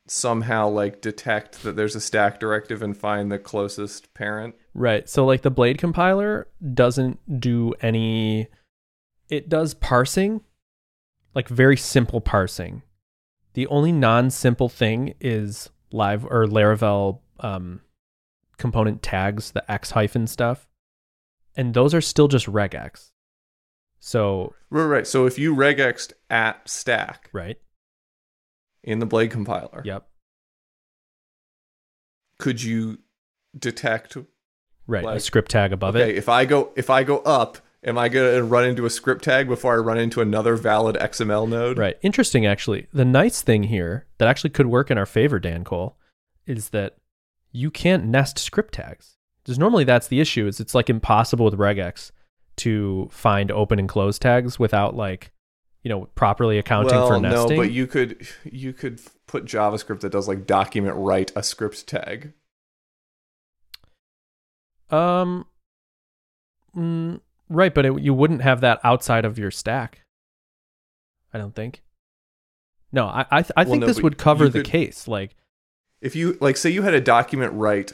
S2: somehow like detect that there's a stack directive and find the closest parent
S1: Right. So like the Blade compiler doesn't do any it does parsing, like very simple parsing. The only non-simple thing is live or Laravel um, component tags, the x hyphen stuff, and those are still just regex. So
S2: right right so if you regexed at stack
S1: right,
S2: in the blade compiler
S1: yep,
S2: could you detect
S1: right, a
S2: Like-
S1: script tag above
S2: okay
S1: it.
S2: if i go if i go up am i going to run into a script tag before i run into another valid xml node
S1: Right. Interesting, actually. The nice thing here that actually could work in our favor, Dan Cole, is that you can't nest script tags. Because normally that's the issue, is it's like impossible with regex to find open and close tags without like, you know, properly accounting
S2: well,
S1: for nesting.
S2: no but you could you could put javascript that does like document write a script tag
S1: um mm, right, but it, you wouldn't have that outside of your stack. I don't think. No, I I, th- I
S2: Well,
S1: think
S2: no,
S1: this
S2: but
S1: would cover
S2: you
S1: the
S2: could-
S1: case. Like
S2: if you like say you had a document write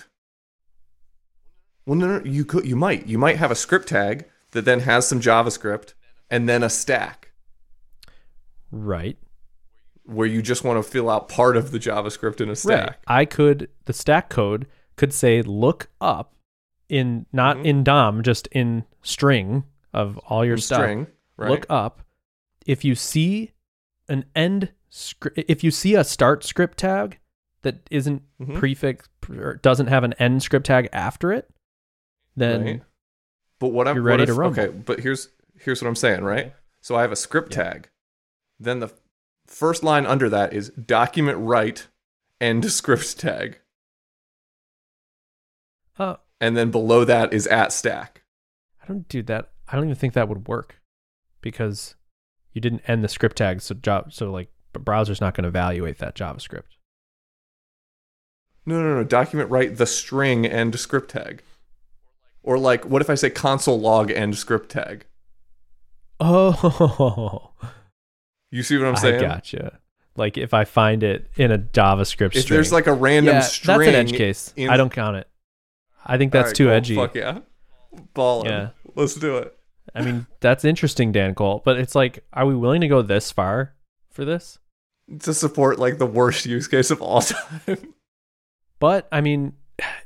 S2: well no, no you could you might you might have a script tag that then has some javascript and then a stack
S1: right.
S2: where you just want to fill out part of the javascript in a stack
S1: Right. I could the stack code could say look up in not
S2: Mhm.
S1: in DOM, just in string of all your
S2: In
S1: stuff.
S2: string right
S1: Look up if you see an end script if you see a start script tag that isn't
S2: Mhm.
S1: prefix or doesn't have an end script tag after it, then
S2: Right. But what I'm
S1: you're ready
S2: what
S1: to
S2: if-
S1: rumble.
S2: Okay, but here's here's what I'm saying, right? So I have a script tag. Then the first line under that is document write end script tag,
S1: uh,
S2: and then below that is at stack.
S1: I don't do that. I don't even think that would work because you didn't end the script tag, so job so like the browser's not going to evaluate that JavaScript.
S2: No, no, no. Document write the string end script tag. Or like, what if I say console log end script tag?
S1: Oh,
S2: You see what I'm
S1: I
S2: saying?
S1: gotcha. Like if I find it in a JavaScript
S2: If
S1: string,
S2: there's like a random
S1: Yeah,
S2: string,
S1: that's an edge case.
S2: in-
S1: I don't count it. I think
S2: All
S1: that's
S2: right,
S1: too
S2: cool.
S1: edgy.
S2: Fuck yeah, ballin'.
S1: Yeah.
S2: Let's do it.
S1: I mean, that's interesting, Dan Cole. But it's like, are we willing to go this far for this?
S2: To support like the worst use case of all time.
S1: But I mean,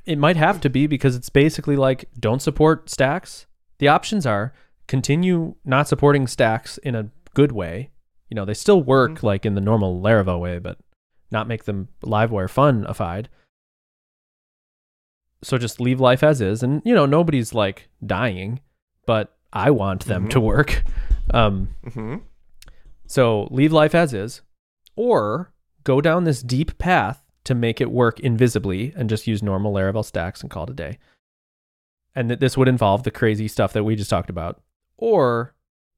S1: it might have to be because it's basically like don't support stacks. The options are continue not supporting stacks in a good way. You know, they still work like in the normal Laravel way, but not make them live wire funified. So just leave life as is, and you know nobody's like dying, but I want them
S2: Mhm.
S1: to work. Um,
S2: Mm-hmm.
S1: so leave life as is, or go down this deep path to make it work invisibly and just use normal Laravel stacks and call it a day. And that this would involve the crazy stuff that we just talked about, or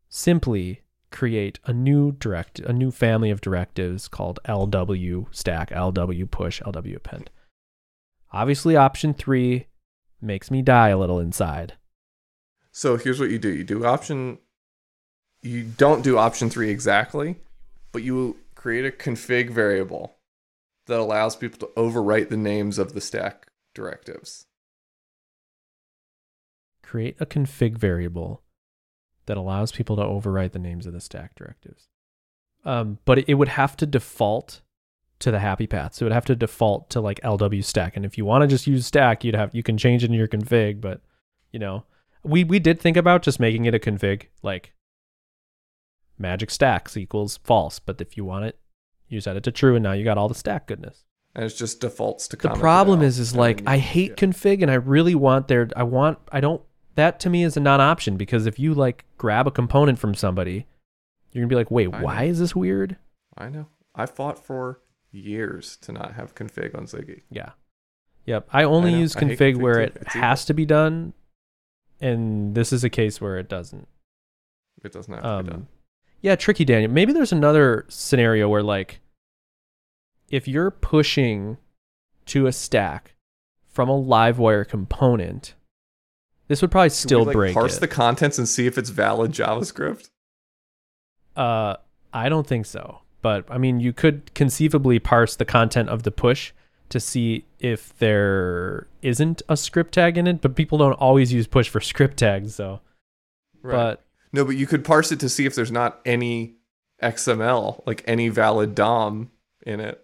S1: simply create a new direct, a new family of directives called LW stack, LW push, LW append. Obviously, option three makes me die a little inside.
S2: So here's what you do: you do option, you don't do option three exactly, but you create a config variable that allows people to overwrite the names of the stack directives.
S1: create a config variable that allows people to overwrite the names of the stack directives. Um, but it, it would have to default to the happy path. So it would have to default to like LW stack. And if you want to just use stack, you'd have you can change it in your config, but you know. We we did think about just making it a config, like magic stacks equals false, but if you want it, you set it to true and now you got all the stack goodness
S2: and it's just defaults to.
S1: the
S2: comment
S1: problem
S2: value.
S1: is is
S2: And
S1: like
S2: then
S1: i
S2: you-
S1: hate
S2: yeah.
S1: config and i really want their i want i don't that to me is a non-option because if you like grab a component from somebody you're gonna be like wait
S2: I know.
S1: why is this weird
S2: I know. I fought for years to not have config on Ziggy.
S1: yeah yep i only
S2: know.
S1: use
S2: I hate
S1: config where
S2: config
S1: it
S2: too. It's
S1: has to be done and this is a case where it doesn't
S2: It doesn't have to be done.
S1: um, yeah tricky daniel maybe there's another scenario where like if you're pushing to a stack from a livewire component this would probably
S2: Can we,
S1: still
S2: like,
S1: break
S2: Parse
S1: it.
S2: the contents and see if it's valid JavaScript.
S1: Uh, I don't think so. But I mean, you could conceivably parse the content of the push to see if there isn't a script tag in it. But people don't always use push for script tags, so. But
S2: no, but you could parse it to see if there's not any XML, like any valid DOM in it.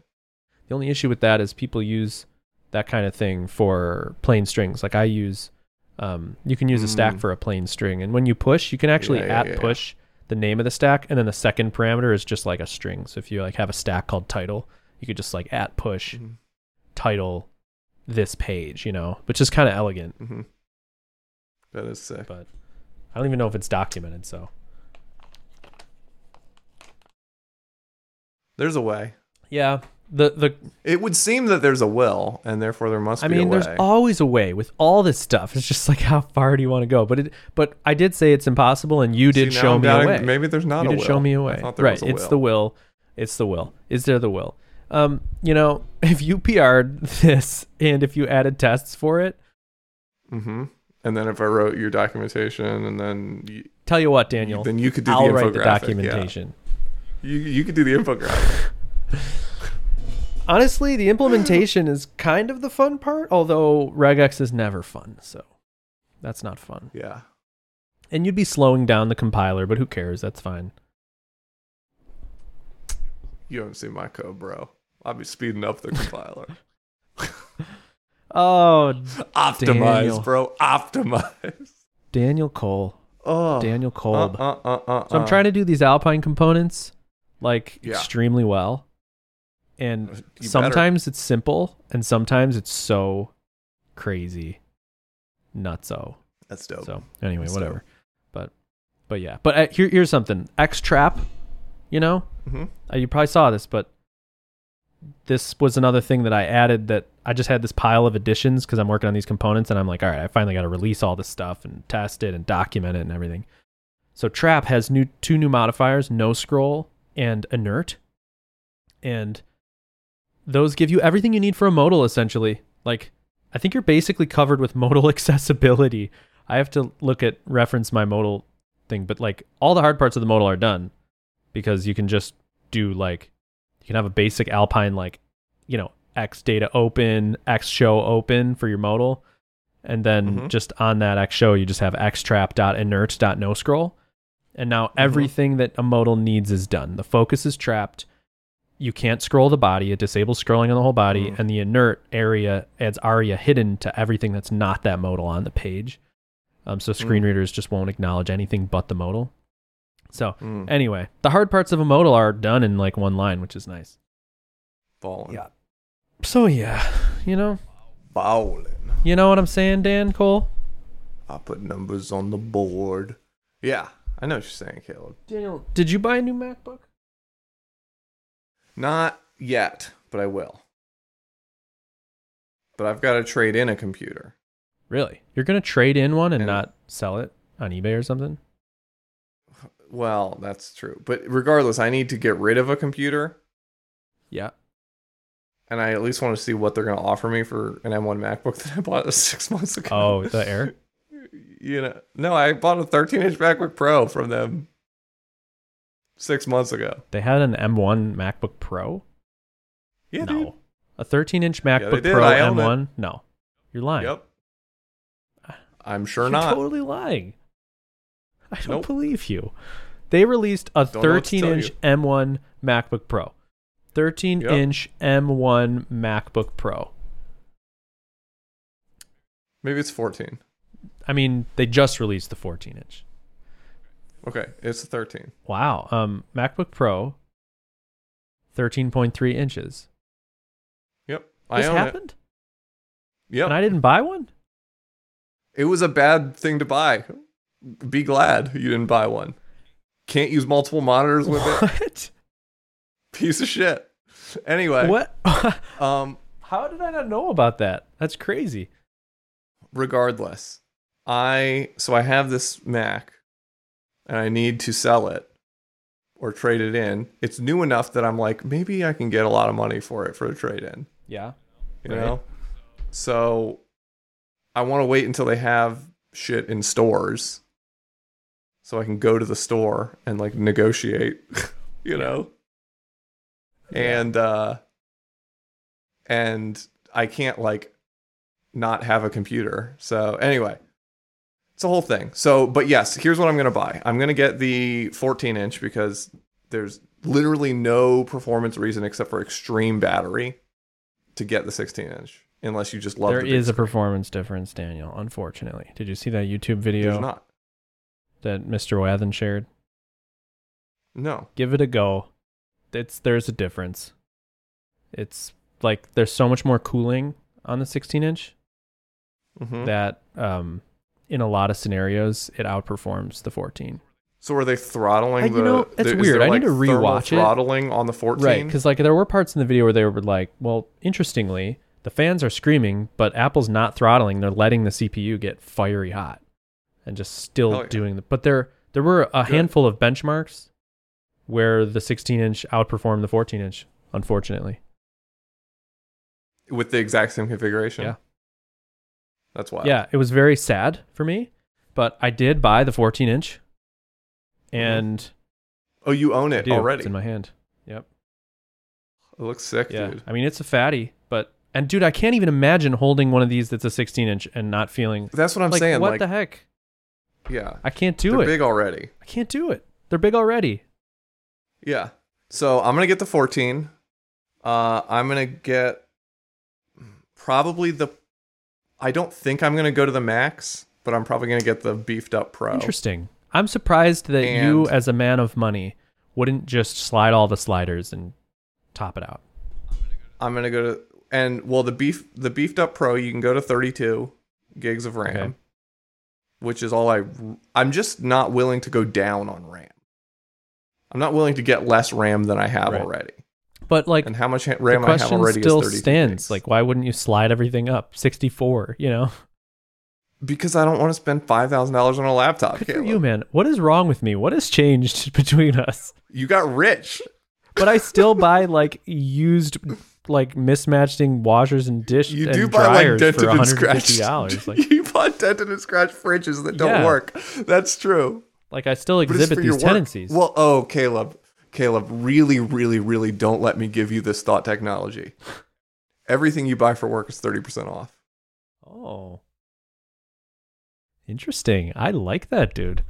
S1: the only issue with that is people use that kind of thing for plain strings. Like I use, um, you can use a stack
S2: Mm.
S1: for a plain string, and when you push, you can actually
S2: Yeah, yeah,
S1: at
S2: yeah, yeah.
S1: push the name of the stack, and then the second parameter is just like a string. So if you like have a stack called title, you could just like at push
S2: Mm-hmm.
S1: title this page, you know, which is kind of elegant,
S2: Mm-hmm. That is sick.
S1: but I don't even know if it's documented. So
S2: There's a way.
S1: yeah, the the
S2: It would seem that there's a will, and therefore there must
S1: I
S2: be
S1: mean,
S2: a way.
S1: there's always a way with all this stuff. It's just like how far do you want to go? But it but I did say it's impossible, and you
S2: See,
S1: did
S2: now
S1: show
S2: I'm
S1: me
S2: doubting-
S1: a way.
S2: Maybe there's not
S1: you
S2: a
S1: did
S2: will.
S1: show me a
S2: I
S1: way.
S2: thought there
S1: Right,
S2: was a
S1: it's
S2: will.
S1: the will. It's the will. Is there the will? Um, you know, if you PR'd this and if you added tests for it,
S2: Mm-hmm. And then if I wrote your documentation, and then you,
S1: tell you what, Daniel,
S2: then you could do
S1: I'll
S2: the infographic.
S1: write the
S2: yeah.
S1: documentation.
S2: You you could do the infographic.
S1: honestly, the implementation is kind of the fun part, although regex is never fun, so that's not fun.
S2: yeah.
S1: And you'd be slowing down the compiler, but who cares? That's fine.
S2: You haven't seen my code, bro. I'll be speeding up the compiler.
S1: Oh,
S2: Optimize,
S1: Daniel.
S2: bro. Optimize.
S1: Daniel Cole.
S2: Oh.
S1: Daniel Cole.
S2: Uh, uh, uh, uh,
S1: so I'm trying to do these Alpine components like
S2: Yeah.
S1: extremely well. And
S2: You better.
S1: sometimes it's simple and sometimes it's so crazy. Nutso.
S2: That's dope.
S1: So anyway,
S2: So-
S1: whatever. But but yeah. But uh, here here's something. X trap. You know,
S2: hmm
S1: uh, you probably saw this, but this was another thing that I added that I just had this pile of additions because I'm working on these components and I'm like, all right, I finally got to release all this stuff and test it and document it and everything. So trap has new two new modifiers, no scroll and inert, and those give you everything you need for a modal essentially. Like I think you're basically covered with modal accessibility. I have to look at reference my modal thing, but like all the hard parts of the modal are done because you can just do like you can have a basic alpine like you know x data open x show open for your modal and then
S2: Mhm.
S1: just on that x show you just have x trap dot inert dot no scroll and now
S2: Mm-hmm.
S1: everything that a modal needs is done the focus is trapped you can't scroll the body it disables scrolling on the whole body
S2: Mm.
S1: and the inert area adds aria hidden to everything that's not that modal on the page um, so screen
S2: Mm.
S1: readers just won't acknowledge anything but the modal so
S2: Mm.
S1: Anyway, the hard parts of a modal are done in like one line, which is nice.
S2: Falling.
S3: Yeah.
S1: So yeah, you know,
S2: Falling.
S1: you know what I'm saying, Dan Cole.
S2: I put numbers on the board. Yeah, I know what you're saying, Caleb.
S1: Daniel, did you buy a new MacBook?
S2: Not yet, but I will. But I've got to trade in a computer.
S1: Really? You're gonna trade in one and
S2: Yeah.
S1: not sell it on eBay or something?
S2: Well, that's true. But regardless, I need to get rid of a computer,
S1: Yeah.
S2: and I at least want to see what they're going to offer me for an M1 MacBook that I bought six months ago.
S1: Oh, the Air.
S2: you know, no, I bought a 13-inch MacBook Pro from them six months ago.
S1: They had an M1 MacBook Pro.
S2: Yeah,
S1: no. A 13-inch MacBook
S2: did.
S1: Pro
S2: I own it.
S1: M1. No, you're lying.
S2: dude. Yep. I'm sure
S1: You're
S2: not.
S1: Uh, totally lying. I don't
S2: Nope.
S1: believe you. They released a
S2: Don't know what to
S1: 13
S2: tell
S1: inch
S2: you.
S1: M1 MacBook Pro. 13
S2: Yep.
S1: inch M1 MacBook Pro.
S2: Maybe it's 14.
S1: I mean, they just released the 14 inch.
S2: Okay, it's a 13.
S1: Wow. Um, MacBook Pro, 13.3 inches.
S2: Yep.
S1: This
S2: I own
S1: happened?
S2: it. Yep.
S1: And I didn't buy one?
S2: It was a bad thing to buy. Be glad you didn't buy one. Can't use multiple monitors with it.
S1: What?
S2: Piece of shit. Anyway,
S1: What?
S2: um
S1: How did I not know about that? That's crazy.
S2: regardless, I so I have this Mac and I need to sell it or trade it in. It's new enough that I'm like maybe I can get a lot of money for it for a trade in.
S1: Yeah.
S2: you
S1: Right.
S2: know so i want to wait until they have shit in stores so i can go to the store and like negotiate you know and uh and i can't like not have a computer so anyway it's a whole thing so but yes here's what i'm gonna buy i'm gonna get the 14 inch because there's literally no performance reason except for extreme battery to get the 16 inch unless you just love
S1: there
S2: the big
S1: is a
S2: screen.
S1: performance difference, Daniel, unfortunately. Did you see that YouTube video
S2: there's not
S1: that Mr. Wathen shared?
S2: no
S1: Give it a go. It's there's a difference. It's like there's so much more cooling on the 16 inch
S2: Mhm.
S1: that um, in a lot of scenarios it outperforms the 14.
S2: so are they throttling
S1: I-
S2: the
S1: Uh, you know, that's
S2: is
S1: weird.
S2: there,
S1: I need
S2: like,
S1: to
S2: thermal
S1: rewatch it.
S2: throttling on the 14
S1: Right, because like there were parts in the video where they were like, well, interestingly, the fans are screaming, but Apple's not throttling; they're letting the CPU get fiery hot, and just still
S2: Hell yeah.
S1: doing the. But there there were a
S2: Good.
S1: handful of benchmarks where the 16 inch outperformed the 14 inch. Unfortunately,
S2: with the exact same configuration
S1: Yeah.
S2: that's why
S1: yeah, it was very sad for me, but I did buy the 14 inch, and
S2: oh you own
S1: I
S2: it
S1: do.
S2: already
S1: it's in my hand. Yep.
S2: it looks sick
S1: Yeah.
S2: dude
S1: I mean, it's a fatty, but and dude, I can't even imagine holding one of these that's a 16 inch and not feeling
S2: that's what i'm
S1: like,
S2: saying
S1: what
S2: like
S1: the heck?
S2: yeah
S1: I can't do
S2: they're
S1: it.
S2: big already
S1: I can't do it. They're big already.
S2: Yeah. So I'm gonna get the 14. Uh, I'm gonna get probably the. I don't think I'm gonna go to the max, but I'm probably gonna get the beefed up pro.
S1: Interesting. I'm surprised that you,
S2: And-
S1: as a man of money, wouldn't just slide all the sliders and top it out.
S2: I'm gonna go to and well the beef the beefed up pro you can go to 32 gigs of RAM,
S1: Okay.
S2: which is all I. I'm just not willing to go down on RAM. I'm not willing to get less RAM than I have
S1: Right.
S2: already.
S1: But like
S2: and how much ha-
S1: the
S2: RAM I have
S1: question
S2: already
S1: still
S2: is 32
S1: stands.
S2: gigs.
S1: Like, why wouldn't you slide everything up? 64. You know,
S2: because I don't want to spend five thousand dollars on a laptop.
S1: good for
S2: Caleb.
S1: you, man. What is wrong with me? What has changed between us?
S2: You got rich.
S1: But I still buy like used, like mismatching washers and dish
S2: You
S1: and
S2: do buy like
S1: dryers
S2: dented
S1: for
S2: and
S1: 150
S2: scratched.
S1: dollars. Like,
S2: you bought dented and scratched fridges that don't
S1: Yeah.
S2: work. That's true.
S1: like I still
S2: But it's
S1: exhibit
S2: for your
S1: these
S2: work.
S1: tendencies.
S2: Well, oh, Caleb, Caleb, really, really, really, don't let me give you this thought technology. Everything you buy for work is thirty percent off.
S1: Oh. Interesting. I like that, dude.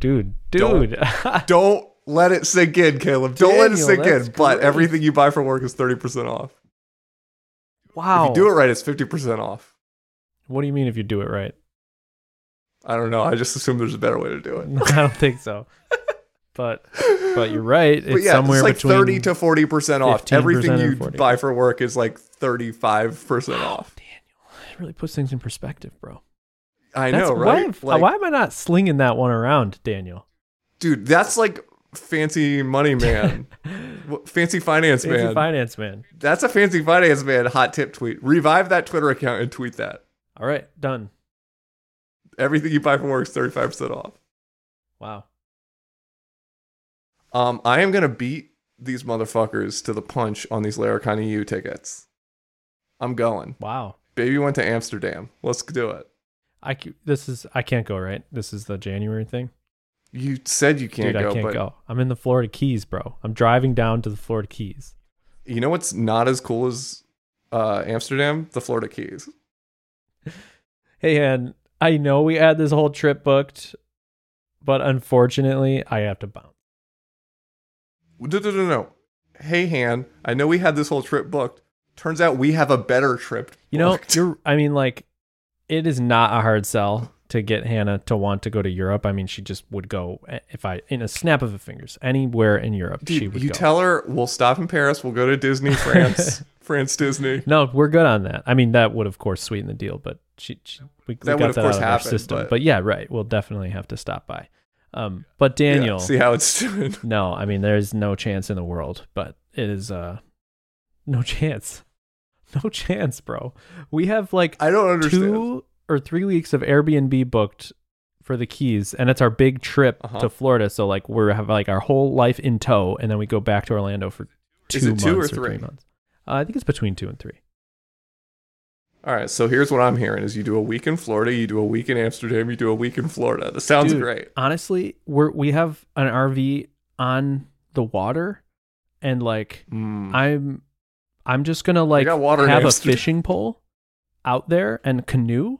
S1: Dude, dude.
S2: Don't let it sink in, Caleb. Don't let it
S1: Daniel,
S2: sink
S1: that's
S2: in. But
S1: great.
S2: everything you buy for work is thirty percent off.
S1: wow.
S2: If you do it right, it's fifty percent off.
S1: What do you mean if you do it right?
S2: I don't know. I just assume there's a better way to do it.
S1: No, I don't think so. But but you're right. It's
S2: but yeah,
S1: somewhere
S2: it's like
S1: between
S2: thirty to forty percent off.
S1: 15%
S2: Everything
S1: and
S2: you
S1: 40%.
S2: buy for work is like thirty-five percent off.
S1: Oh, It really puts things in perspective, bro.
S2: I
S1: That's-
S2: know, right?
S1: Why, why am I not slinging that one around, Daniel?
S2: dude, that's like fancy money man, Wh- fancy finance
S1: Fancy
S2: man.
S1: finance man.
S2: that's a fancy finance man hot tip tweet. Revive that Twitter account and tweet that.
S1: All right, done.
S2: Everything you buy from work is thirty-five percent off.
S1: Wow.
S2: Um, I am gonna beat these motherfuckers to the punch on these Laracon EU tickets. I'm going.
S1: Wow.
S2: Baby went to Amsterdam. Let's do it.
S1: I c- this is I can't go right. This is the January thing.
S2: You said you can't
S1: Dude,
S2: go,
S1: I can't
S2: but
S1: go. I'm in the Florida Keys, bro. I'm driving down to the Florida Keys.
S2: you know what's not as cool as uh, Amsterdam? The Florida Keys.
S1: Hey, Han, I know we had this whole trip booked, but unfortunately, I have to bounce.
S2: No, no, no, no. Hey, Han. I know we had this whole trip booked. Turns out we have a better trip.
S1: You know,
S2: booked.
S1: you're. I mean, like, it is not a hard sell to get Hannah to want to go to Europe. I mean, she just would go eh, if I, in a snap of the fingers, anywhere in Europe,
S2: Dude,
S1: she would
S2: you
S1: go.
S2: tell her we'll stop in Paris. We'll go to Disney, France, France, Disney.
S1: no, we're good on that. I mean, that would of course sweeten the deal, but she, she we, we
S2: That would,
S1: got
S2: of
S1: that
S2: course,
S1: out of
S2: happen,
S1: our system.
S2: but-
S1: But... yeah, right. We'll definitely have to stop by. Um, but
S2: Yeah,
S1: Daniel,
S2: see how it's doing.
S1: no, I mean, there's no chance in the world. But it is uh, no chance, no chance, bro. We have like
S2: I don't understand.
S1: two or three weeks of Airbnb booked for the Keys, and it's our big trip
S2: Uh-huh.
S1: to Florida. So like we're have like our whole life in tow, and then we go back to Orlando for two
S2: Is it
S1: months
S2: two or
S1: three
S2: three?
S1: months. Uh, I think it's between two and three.
S2: All right, so here's what I'm hearing: is you do a week in Florida, you do a week in Amsterdam, you do a week in Florida. That sounds
S1: Dude,
S2: great.
S1: Honestly, we're we have an RV on the water, and like
S2: Mm.
S1: I'm I'm just gonna like
S2: got water in
S1: have a
S2: Amsterdam.
S1: fishing pole out there and canoe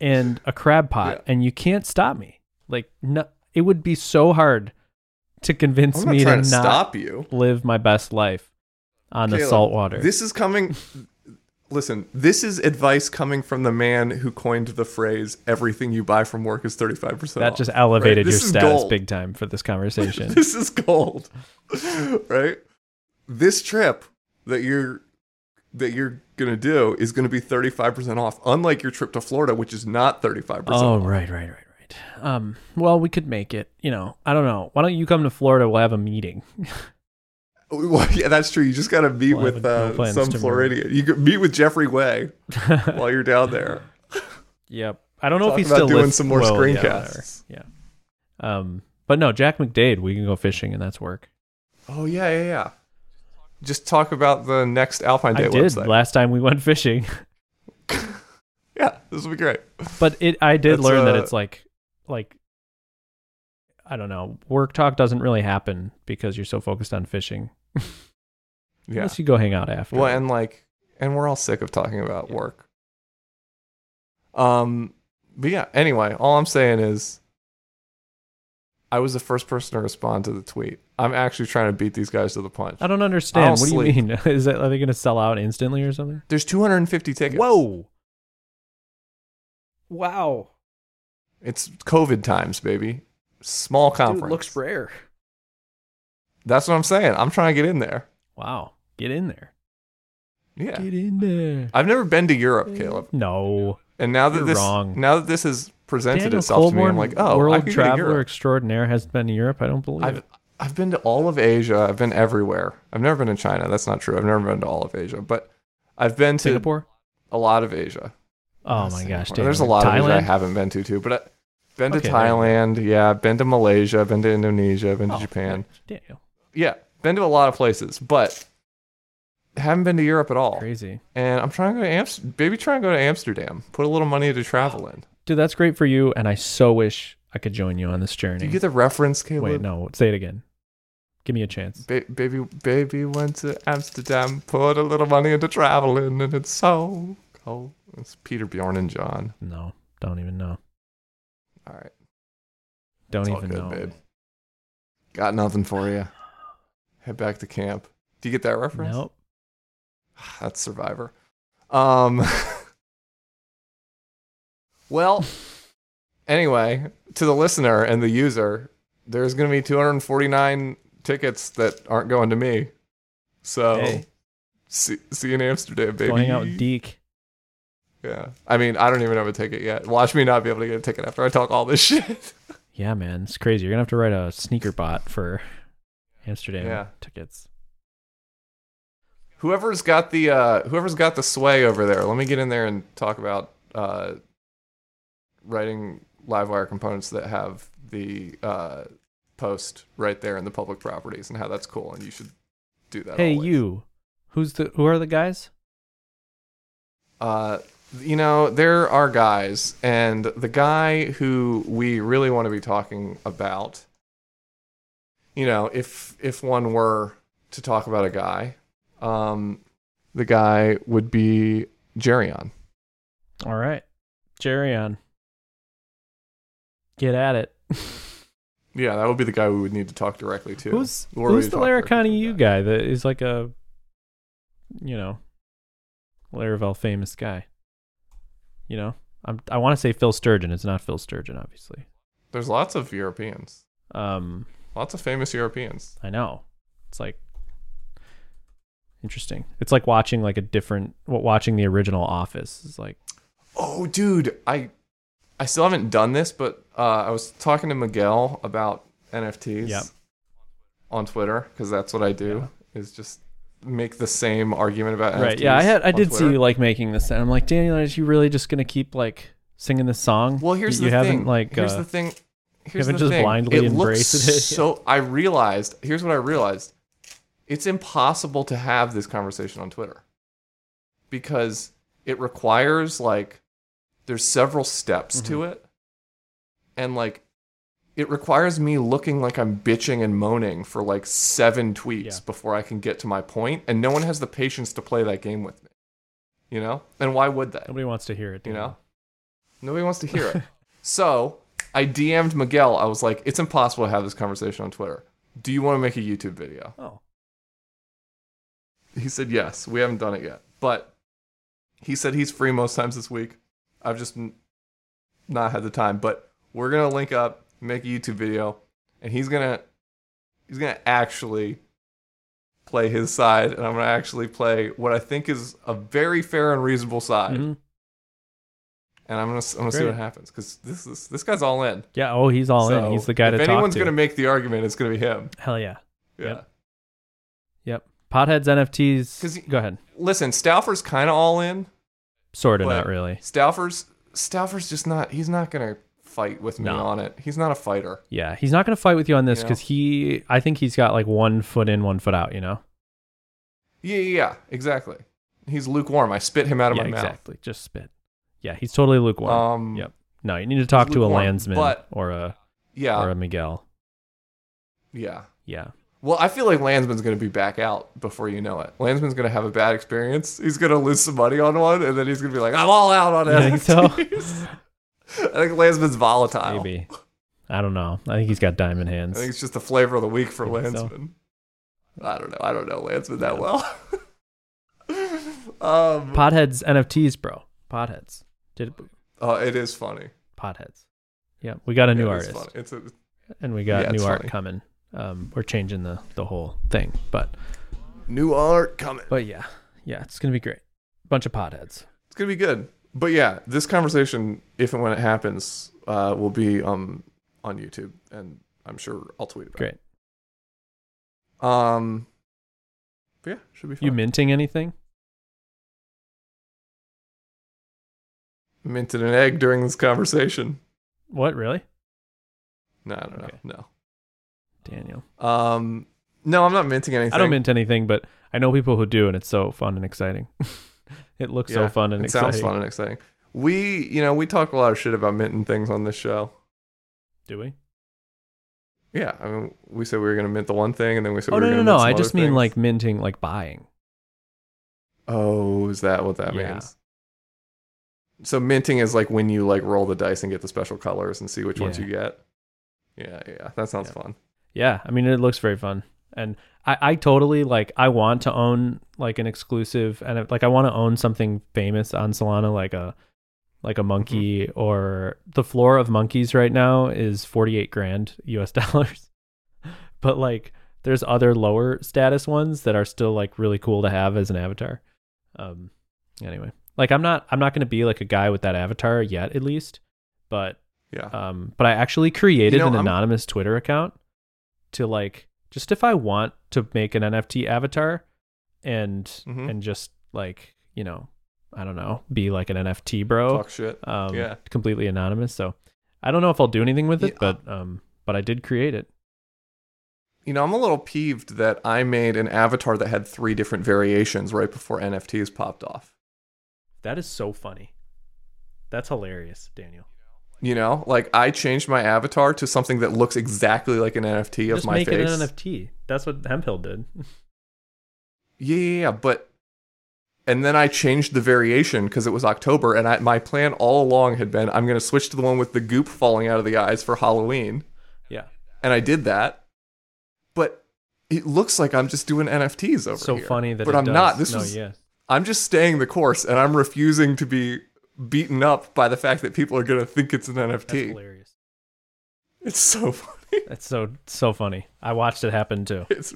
S1: and a crab pot
S2: Yeah.
S1: and you can't stop me. Like no it would be so hard to convince
S2: I'm not
S1: me
S2: trying
S1: to,
S2: to
S1: not
S2: stop you.
S1: live my best life on the
S2: Caleb,
S1: salt water.
S2: This is coming. Listen, this is advice coming from the man who coined the phrase "everything you buy from work is thirty-five percent."
S1: that just elevated your
S2: oh, This is
S1: status
S2: gold.
S1: big time for this conversation.
S2: This is gold, right? This trip that you're that you're gonna do is gonna be thirty-five percent off, unlike your trip to Florida, which is not thirty-five
S1: oh,
S2: percent.
S1: right, right, right, right. Um, well, we could make it, you know. I don't know. Why don't you come to Florida? We'll have a meeting.
S2: Well, yeah, that's true. You just gotta meet
S1: Well, I
S2: with
S1: have no
S2: uh,
S1: plans
S2: some
S1: to move.
S2: Floridian. You could meet with Jeffrey Way while you're down there.
S1: Yep. I don't know if
S2: Talk
S1: he's
S2: about
S1: still
S2: doing
S1: lis-
S2: some more
S1: well, yeah,
S2: screencasts.
S1: whatever. Yeah. Um, but no, Jack McDade, we can go fishing and that's work.
S2: Oh yeah, yeah, yeah. Just talk about the next Alpine Day
S1: I did
S2: website.
S1: last time we went fishing,
S2: yeah, this will be great.
S1: but it I did
S2: That's,
S1: learn that
S2: uh,
S1: it's like like I don't know, work talk doesn't really happen because you're so focused on fishing.
S2: Yeah.
S1: Unless you go hang out after.
S2: Well, and like, and we're all sick of talking about
S1: Yeah.
S2: work. Um, but yeah. Anyway, all I'm saying is, I was the first person to respond to the tweet. I'm actually trying to beat these guys to the punch.
S1: I don't understand.
S2: I'll
S1: what
S2: sleep.
S1: do you mean? Is that are they going to sell out instantly or something?
S2: There's 250 tickets.
S1: Whoa. Wow.
S2: It's COVID times, baby. Small conference.
S1: rare.
S2: That's what I'm saying. I'm trying to get in there.
S1: Wow. Get in there.
S2: Yeah.
S1: Get in there.
S2: I've never been to Europe, Caleb.
S1: No.
S2: And now that
S1: You're
S2: this
S1: wrong.
S2: now that this has presented
S1: Daniel
S2: itself to me, I'm like, oh, I
S1: world
S2: could go to
S1: traveler
S2: Europe.
S1: extraordinaire has been to Europe. I don't believe
S2: I've
S1: it.
S2: I've been to all of Asia. I've been everywhere. I've never been to China. That's not true. I've never been to all of Asia, but I've been to
S1: Singapore.
S2: a lot of Asia.
S1: Oh
S2: Not
S1: my gosh,
S2: Singapore.
S1: Daniel.
S2: There's a lot of Asia I
S1: Thailand.
S2: haven't been to too, but I've been to
S1: Okay, there you go.
S2: Thailand. Yeah, I've been to Malaysia. I've been to Indonesia. I've been to
S1: Oh,
S2: Japan.
S1: Daniel,
S2: Yeah, been to a lot of places, but haven't been to Europe at all.
S1: crazy
S2: And I'm trying to go to Amsterdam. Maybe try and go to Amsterdam. Put a little money to travel in.
S1: dude. That's great for you, and I so wish I could join you on this
S2: Do
S1: journey.
S2: you get the reference, Caleb?
S1: Wait, no, say it again. Give me a chance.
S2: Ba- baby, baby went to Amsterdam, put a little money into traveling, and it's so cold. It's Peter Bjorn and John.
S1: No, don't even know.
S2: All right,
S1: Don't
S2: it's all
S1: even
S2: good,
S1: know.
S2: babe. Got nothing for you. Head back to camp. Do you get that reference?
S1: Nope.
S2: That's Survivor. Um. well, anyway, to the listener and the user, there's going to be 249 tickets that aren't going to me. So
S1: Hey.
S2: see, see you in Amsterdam, baby.
S1: Going out with Deke.
S2: yeah. I mean, I don't even have a ticket yet. Watch me not be able to get a ticket after I talk all this shit.
S1: Yeah, man, it's crazy. You're gonna have to write a sneaker bot for Amsterdam
S2: Yeah.
S1: tickets.
S2: whoever's got the uh, whoever's got the sway over there, let me get in there and talk about uh, writing livewire components that have the uh, post right there in the public properties and how that's cool and you should do that.
S1: hey,
S2: always.
S1: you. Who's the? Who are the guys?
S2: Uh, you know, there are guys, and the guy who we really want to be talking about, you know, if if one were to talk about a guy, um, the guy would be Jerion.
S1: All right, Jerry on. Get at it.
S2: Yeah, that would be the guy we would need to talk directly to.
S1: Who's
S2: Or we
S1: who's
S2: would
S1: the
S2: talk directly to
S1: Laricani
S2: the
S1: you guy that is like a, you know, Laravel famous guy. You know, I'm I want to say Phil Sturgeon. It's not Phil Sturgeon, obviously.
S2: There's lots of Europeans,
S1: Um,
S2: lots of famous Europeans.
S1: I know. It's like interesting. It's like watching like a different what watching the original Office is like.
S2: Oh, dude, I I still haven't done this, but uh, I was talking to Miguel about NFTs
S1: Yep.
S2: on Twitter because that's what I do is just make the same argument about NFTs.
S1: Right. Yeah, I had I
S2: on
S1: did see
S2: Twitter.
S1: you like making this and I'm like, Daniel, is you really just gonna keep like singing this song?
S2: Well, here's
S1: you
S2: the
S1: haven't
S2: thing.
S1: like
S2: here's
S1: uh,
S2: the thing. Here's
S1: haven't
S2: the
S1: just
S2: thing.
S1: blindly
S2: it
S1: embraced
S2: looks
S1: it.
S2: So I realized. Here's what I realized. It's impossible to have this conversation on Twitter because it requires like there's several steps to
S1: Mm-hmm.
S2: it, and like it requires me looking like I'm bitching and moaning for like seven tweets
S1: Yeah.
S2: before I can get to my point, and no one has the patience to play that game with me. You know, and why would they?
S1: nobody wants to hear it.
S2: you
S1: Daniel.
S2: know nobody wants to hear it so i dm'd miguel i was like it's impossible to have this conversation on twitter do you want to make a youtube video
S1: Oh.
S2: he said yes we haven't done it yet but he said he's free most times this week i've just n- not had the time but we're gonna link up make a youtube video and he's gonna he's gonna actually play his side and i'm gonna actually play what i think is a very fair and reasonable side
S1: Mhm.
S2: and I'm gonna s- I'm gonna see
S1: Great.
S2: what happens because this is this guy's all in.
S1: Yeah, oh he's all
S2: So,
S1: in. He's the guy
S2: If
S1: to talk
S2: anyone's
S1: to.
S2: gonna make the argument, it's gonna be him.
S1: Hell yeah.
S2: Yeah.
S1: Yep. Yep. Potheads NFTs
S2: 'Cause he-
S1: go ahead.
S2: Listen, Stauffer's kind of all in.
S1: Sorta
S2: but
S1: not really.
S2: Stauffer's Stauffer's just not. He's not gonna fight with me
S1: No.
S2: on it. He's not a fighter.
S1: Yeah. He's not gonna fight with you on this
S2: You know?
S1: because he I think he's got like one foot in, one foot out, you know?
S2: Yeah, yeah, yeah, exactly. He's lukewarm. I spit him out of
S1: yeah,
S2: my
S1: exactly. Just spit. Yeah, he's totally
S2: mouth.
S1: lukewarm.
S2: Um,
S1: Yep. No, you need to talk to a
S2: lukewarm,
S1: landsman
S2: but-
S1: or a
S2: Yeah,
S1: or a Miguel.
S2: yeah.
S1: Yeah.
S2: Well, I feel like Landsman's gonna be back out before you know it. Landsman's gonna have a bad experience. He's gonna lose some money on one, and then he's gonna be like, "I'm all out on
S1: You think so?
S2: NFTs." I think Landsman's volatile.
S1: Maybe. I don't know. I think he's got diamond
S2: I
S1: hands.
S2: think it's just the flavor of the week for
S1: I think so.
S2: Landsman. I don't know. I don't know Landsman that well. um,
S1: Potheads NFTs, bro. Potheads. Did
S2: oh, it is funny.
S1: potheads. Yeah, we got a new
S2: It is
S1: artist,
S2: funny. It's a,
S1: and we got
S2: Yeah,
S1: new
S2: it's
S1: art
S2: funny.
S1: coming. Um, we're changing the the whole thing, but
S2: new art coming.
S1: but yeah, yeah, it's gonna be great. Bunch of potheads.
S2: It's gonna be good. But yeah, this conversation, if and when it happens, uh, will be um on YouTube, and I'm sure I'll tweet about
S1: Great.
S2: it. Um, but yeah, should be fun.
S1: You minting anything?
S2: minted an egg during this conversation.
S1: What really,
S2: No, I don't
S1: Okay.
S2: know.
S1: Daniel?
S2: No. Um, no, I'm not minting anything.
S1: I don't mint anything, but I know people who do, and it's so fun and exciting. it looks so
S2: Yeah,
S1: fun and
S2: it
S1: exciting.
S2: sounds fun and exciting. We, you know, we talk a lot of shit about minting things on this show.
S1: Do we?
S2: Yeah, I mean, we said we were gonna mint the one thing, and then we said
S1: oh
S2: we were
S1: no no
S2: gonna
S1: no!
S2: mint some
S1: I
S2: other
S1: just mean
S2: things.
S1: like minting, like buying.
S2: Oh, is that what that
S1: Yeah.
S2: means? So minting is like when you like roll the dice and get the special colors and see which ones
S1: Yeah.
S2: you get. Yeah, yeah, that sounds
S1: Yeah.
S2: fun.
S1: Yeah, I mean it looks very fun, and I, I totally like I want to own like an exclusive and like I want to own something famous on Solana, like a like a monkey or the floor of monkeys right now is 48 grand US dollars. but like there's other lower status ones that are still like really cool to have as an avatar. Um anyway, like I'm not I'm not going to be like a guy with that avatar yet at least, but
S2: Yeah.
S1: um but I actually created
S2: know,
S1: an
S2: I'm-
S1: anonymous Twitter account to like just if I want to make an NFT avatar and
S2: Mhm.
S1: and just like, you know, I don't know, be like an NFT bro
S2: Fuck shit.
S1: um,
S2: Yeah.
S1: completely anonymous. So I don't know if I'll do anything with it,
S2: Yeah. uh
S1: but um, but I did create it.
S2: You know, I'm a little peeved that I made an avatar that had three different variations right before NFTs popped off.
S1: That is so funny. That's hilarious, Daniel.
S2: You know, like I changed my avatar to something that looks exactly like an NFT of
S1: Just
S2: my
S1: make
S2: face.
S1: it an NFT. That's what Hemphill did.
S2: Yeah, yeah, yeah, but and then I changed the variation because it was October, and I, my plan all along had been I'm going to switch to the one with the goop falling out of the eyes for Halloween,
S1: yeah,
S2: and I did that. But it looks like I'm just doing NFTs over
S1: so
S2: here.
S1: funny that.
S2: but
S1: it
S2: I'm
S1: does.
S2: not. This
S1: no,
S2: was
S1: yeah.
S2: I'm just staying the course, and I'm refusing to be beaten up by the fact that people are going to think it's an
S1: That's
S2: NFT.
S1: hilarious.
S2: It's so funny.
S1: That's so so funny. I watched it happen too.
S2: It's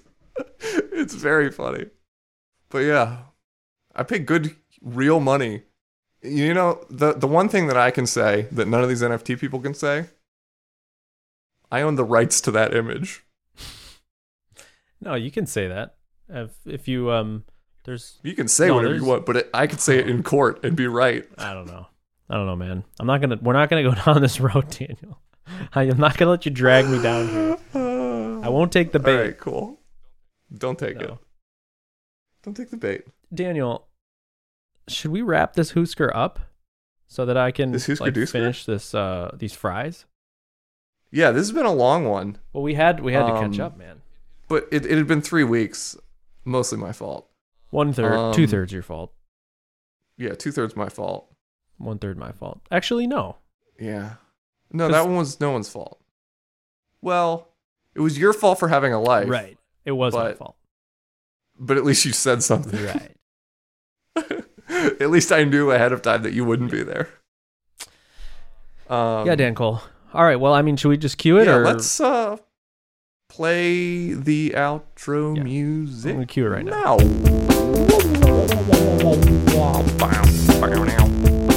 S2: it's very funny. But yeah, I pay good real money. You know, the the one thing that I can say that none of these NFT people can say, I own the rights to that image.
S1: No, you can say that if if you um, there's
S2: You can say
S1: No,
S2: whatever you
S1: there's-
S2: want, but it, I could say it in court and be right.
S1: I don't know. I don't know, man. I'm not gonna. We're not gonna go down this road, Daniel. I am not gonna let you drag me down here. I won't take the
S2: All
S1: bait.
S2: right, cool. Don't take it.
S1: No.
S2: Don't take the bait.
S1: Daniel, should we wrap this Hoosker up so that I can
S2: This Hoosker
S1: like,
S2: Doosker?
S1: finish this uh these fries?
S2: Yeah, this has been a long one.
S1: Well, we had we had to catch
S2: Um,
S1: up, man.
S2: but it, it had been three weeks, mostly my fault.
S1: One third,
S2: um,
S1: two thirds your fault,
S2: Yeah, two thirds my fault.
S1: one third my fault. Actually, no.
S2: Yeah, no,
S1: 'Cause-
S2: that one was no one's fault. Well, it was your fault for having a life,
S1: right, it was my
S2: but-
S1: fault.
S2: But at least you said something.
S1: Right.
S2: at least I knew ahead of time that you wouldn't be there. Um,
S1: yeah, Dan Cole. All right. Well, I mean, should we just cue it
S2: yeah,
S1: or
S2: let's uh, play the outro
S1: Yeah.
S2: music.
S1: I'm gonna cue it right now.
S2: now.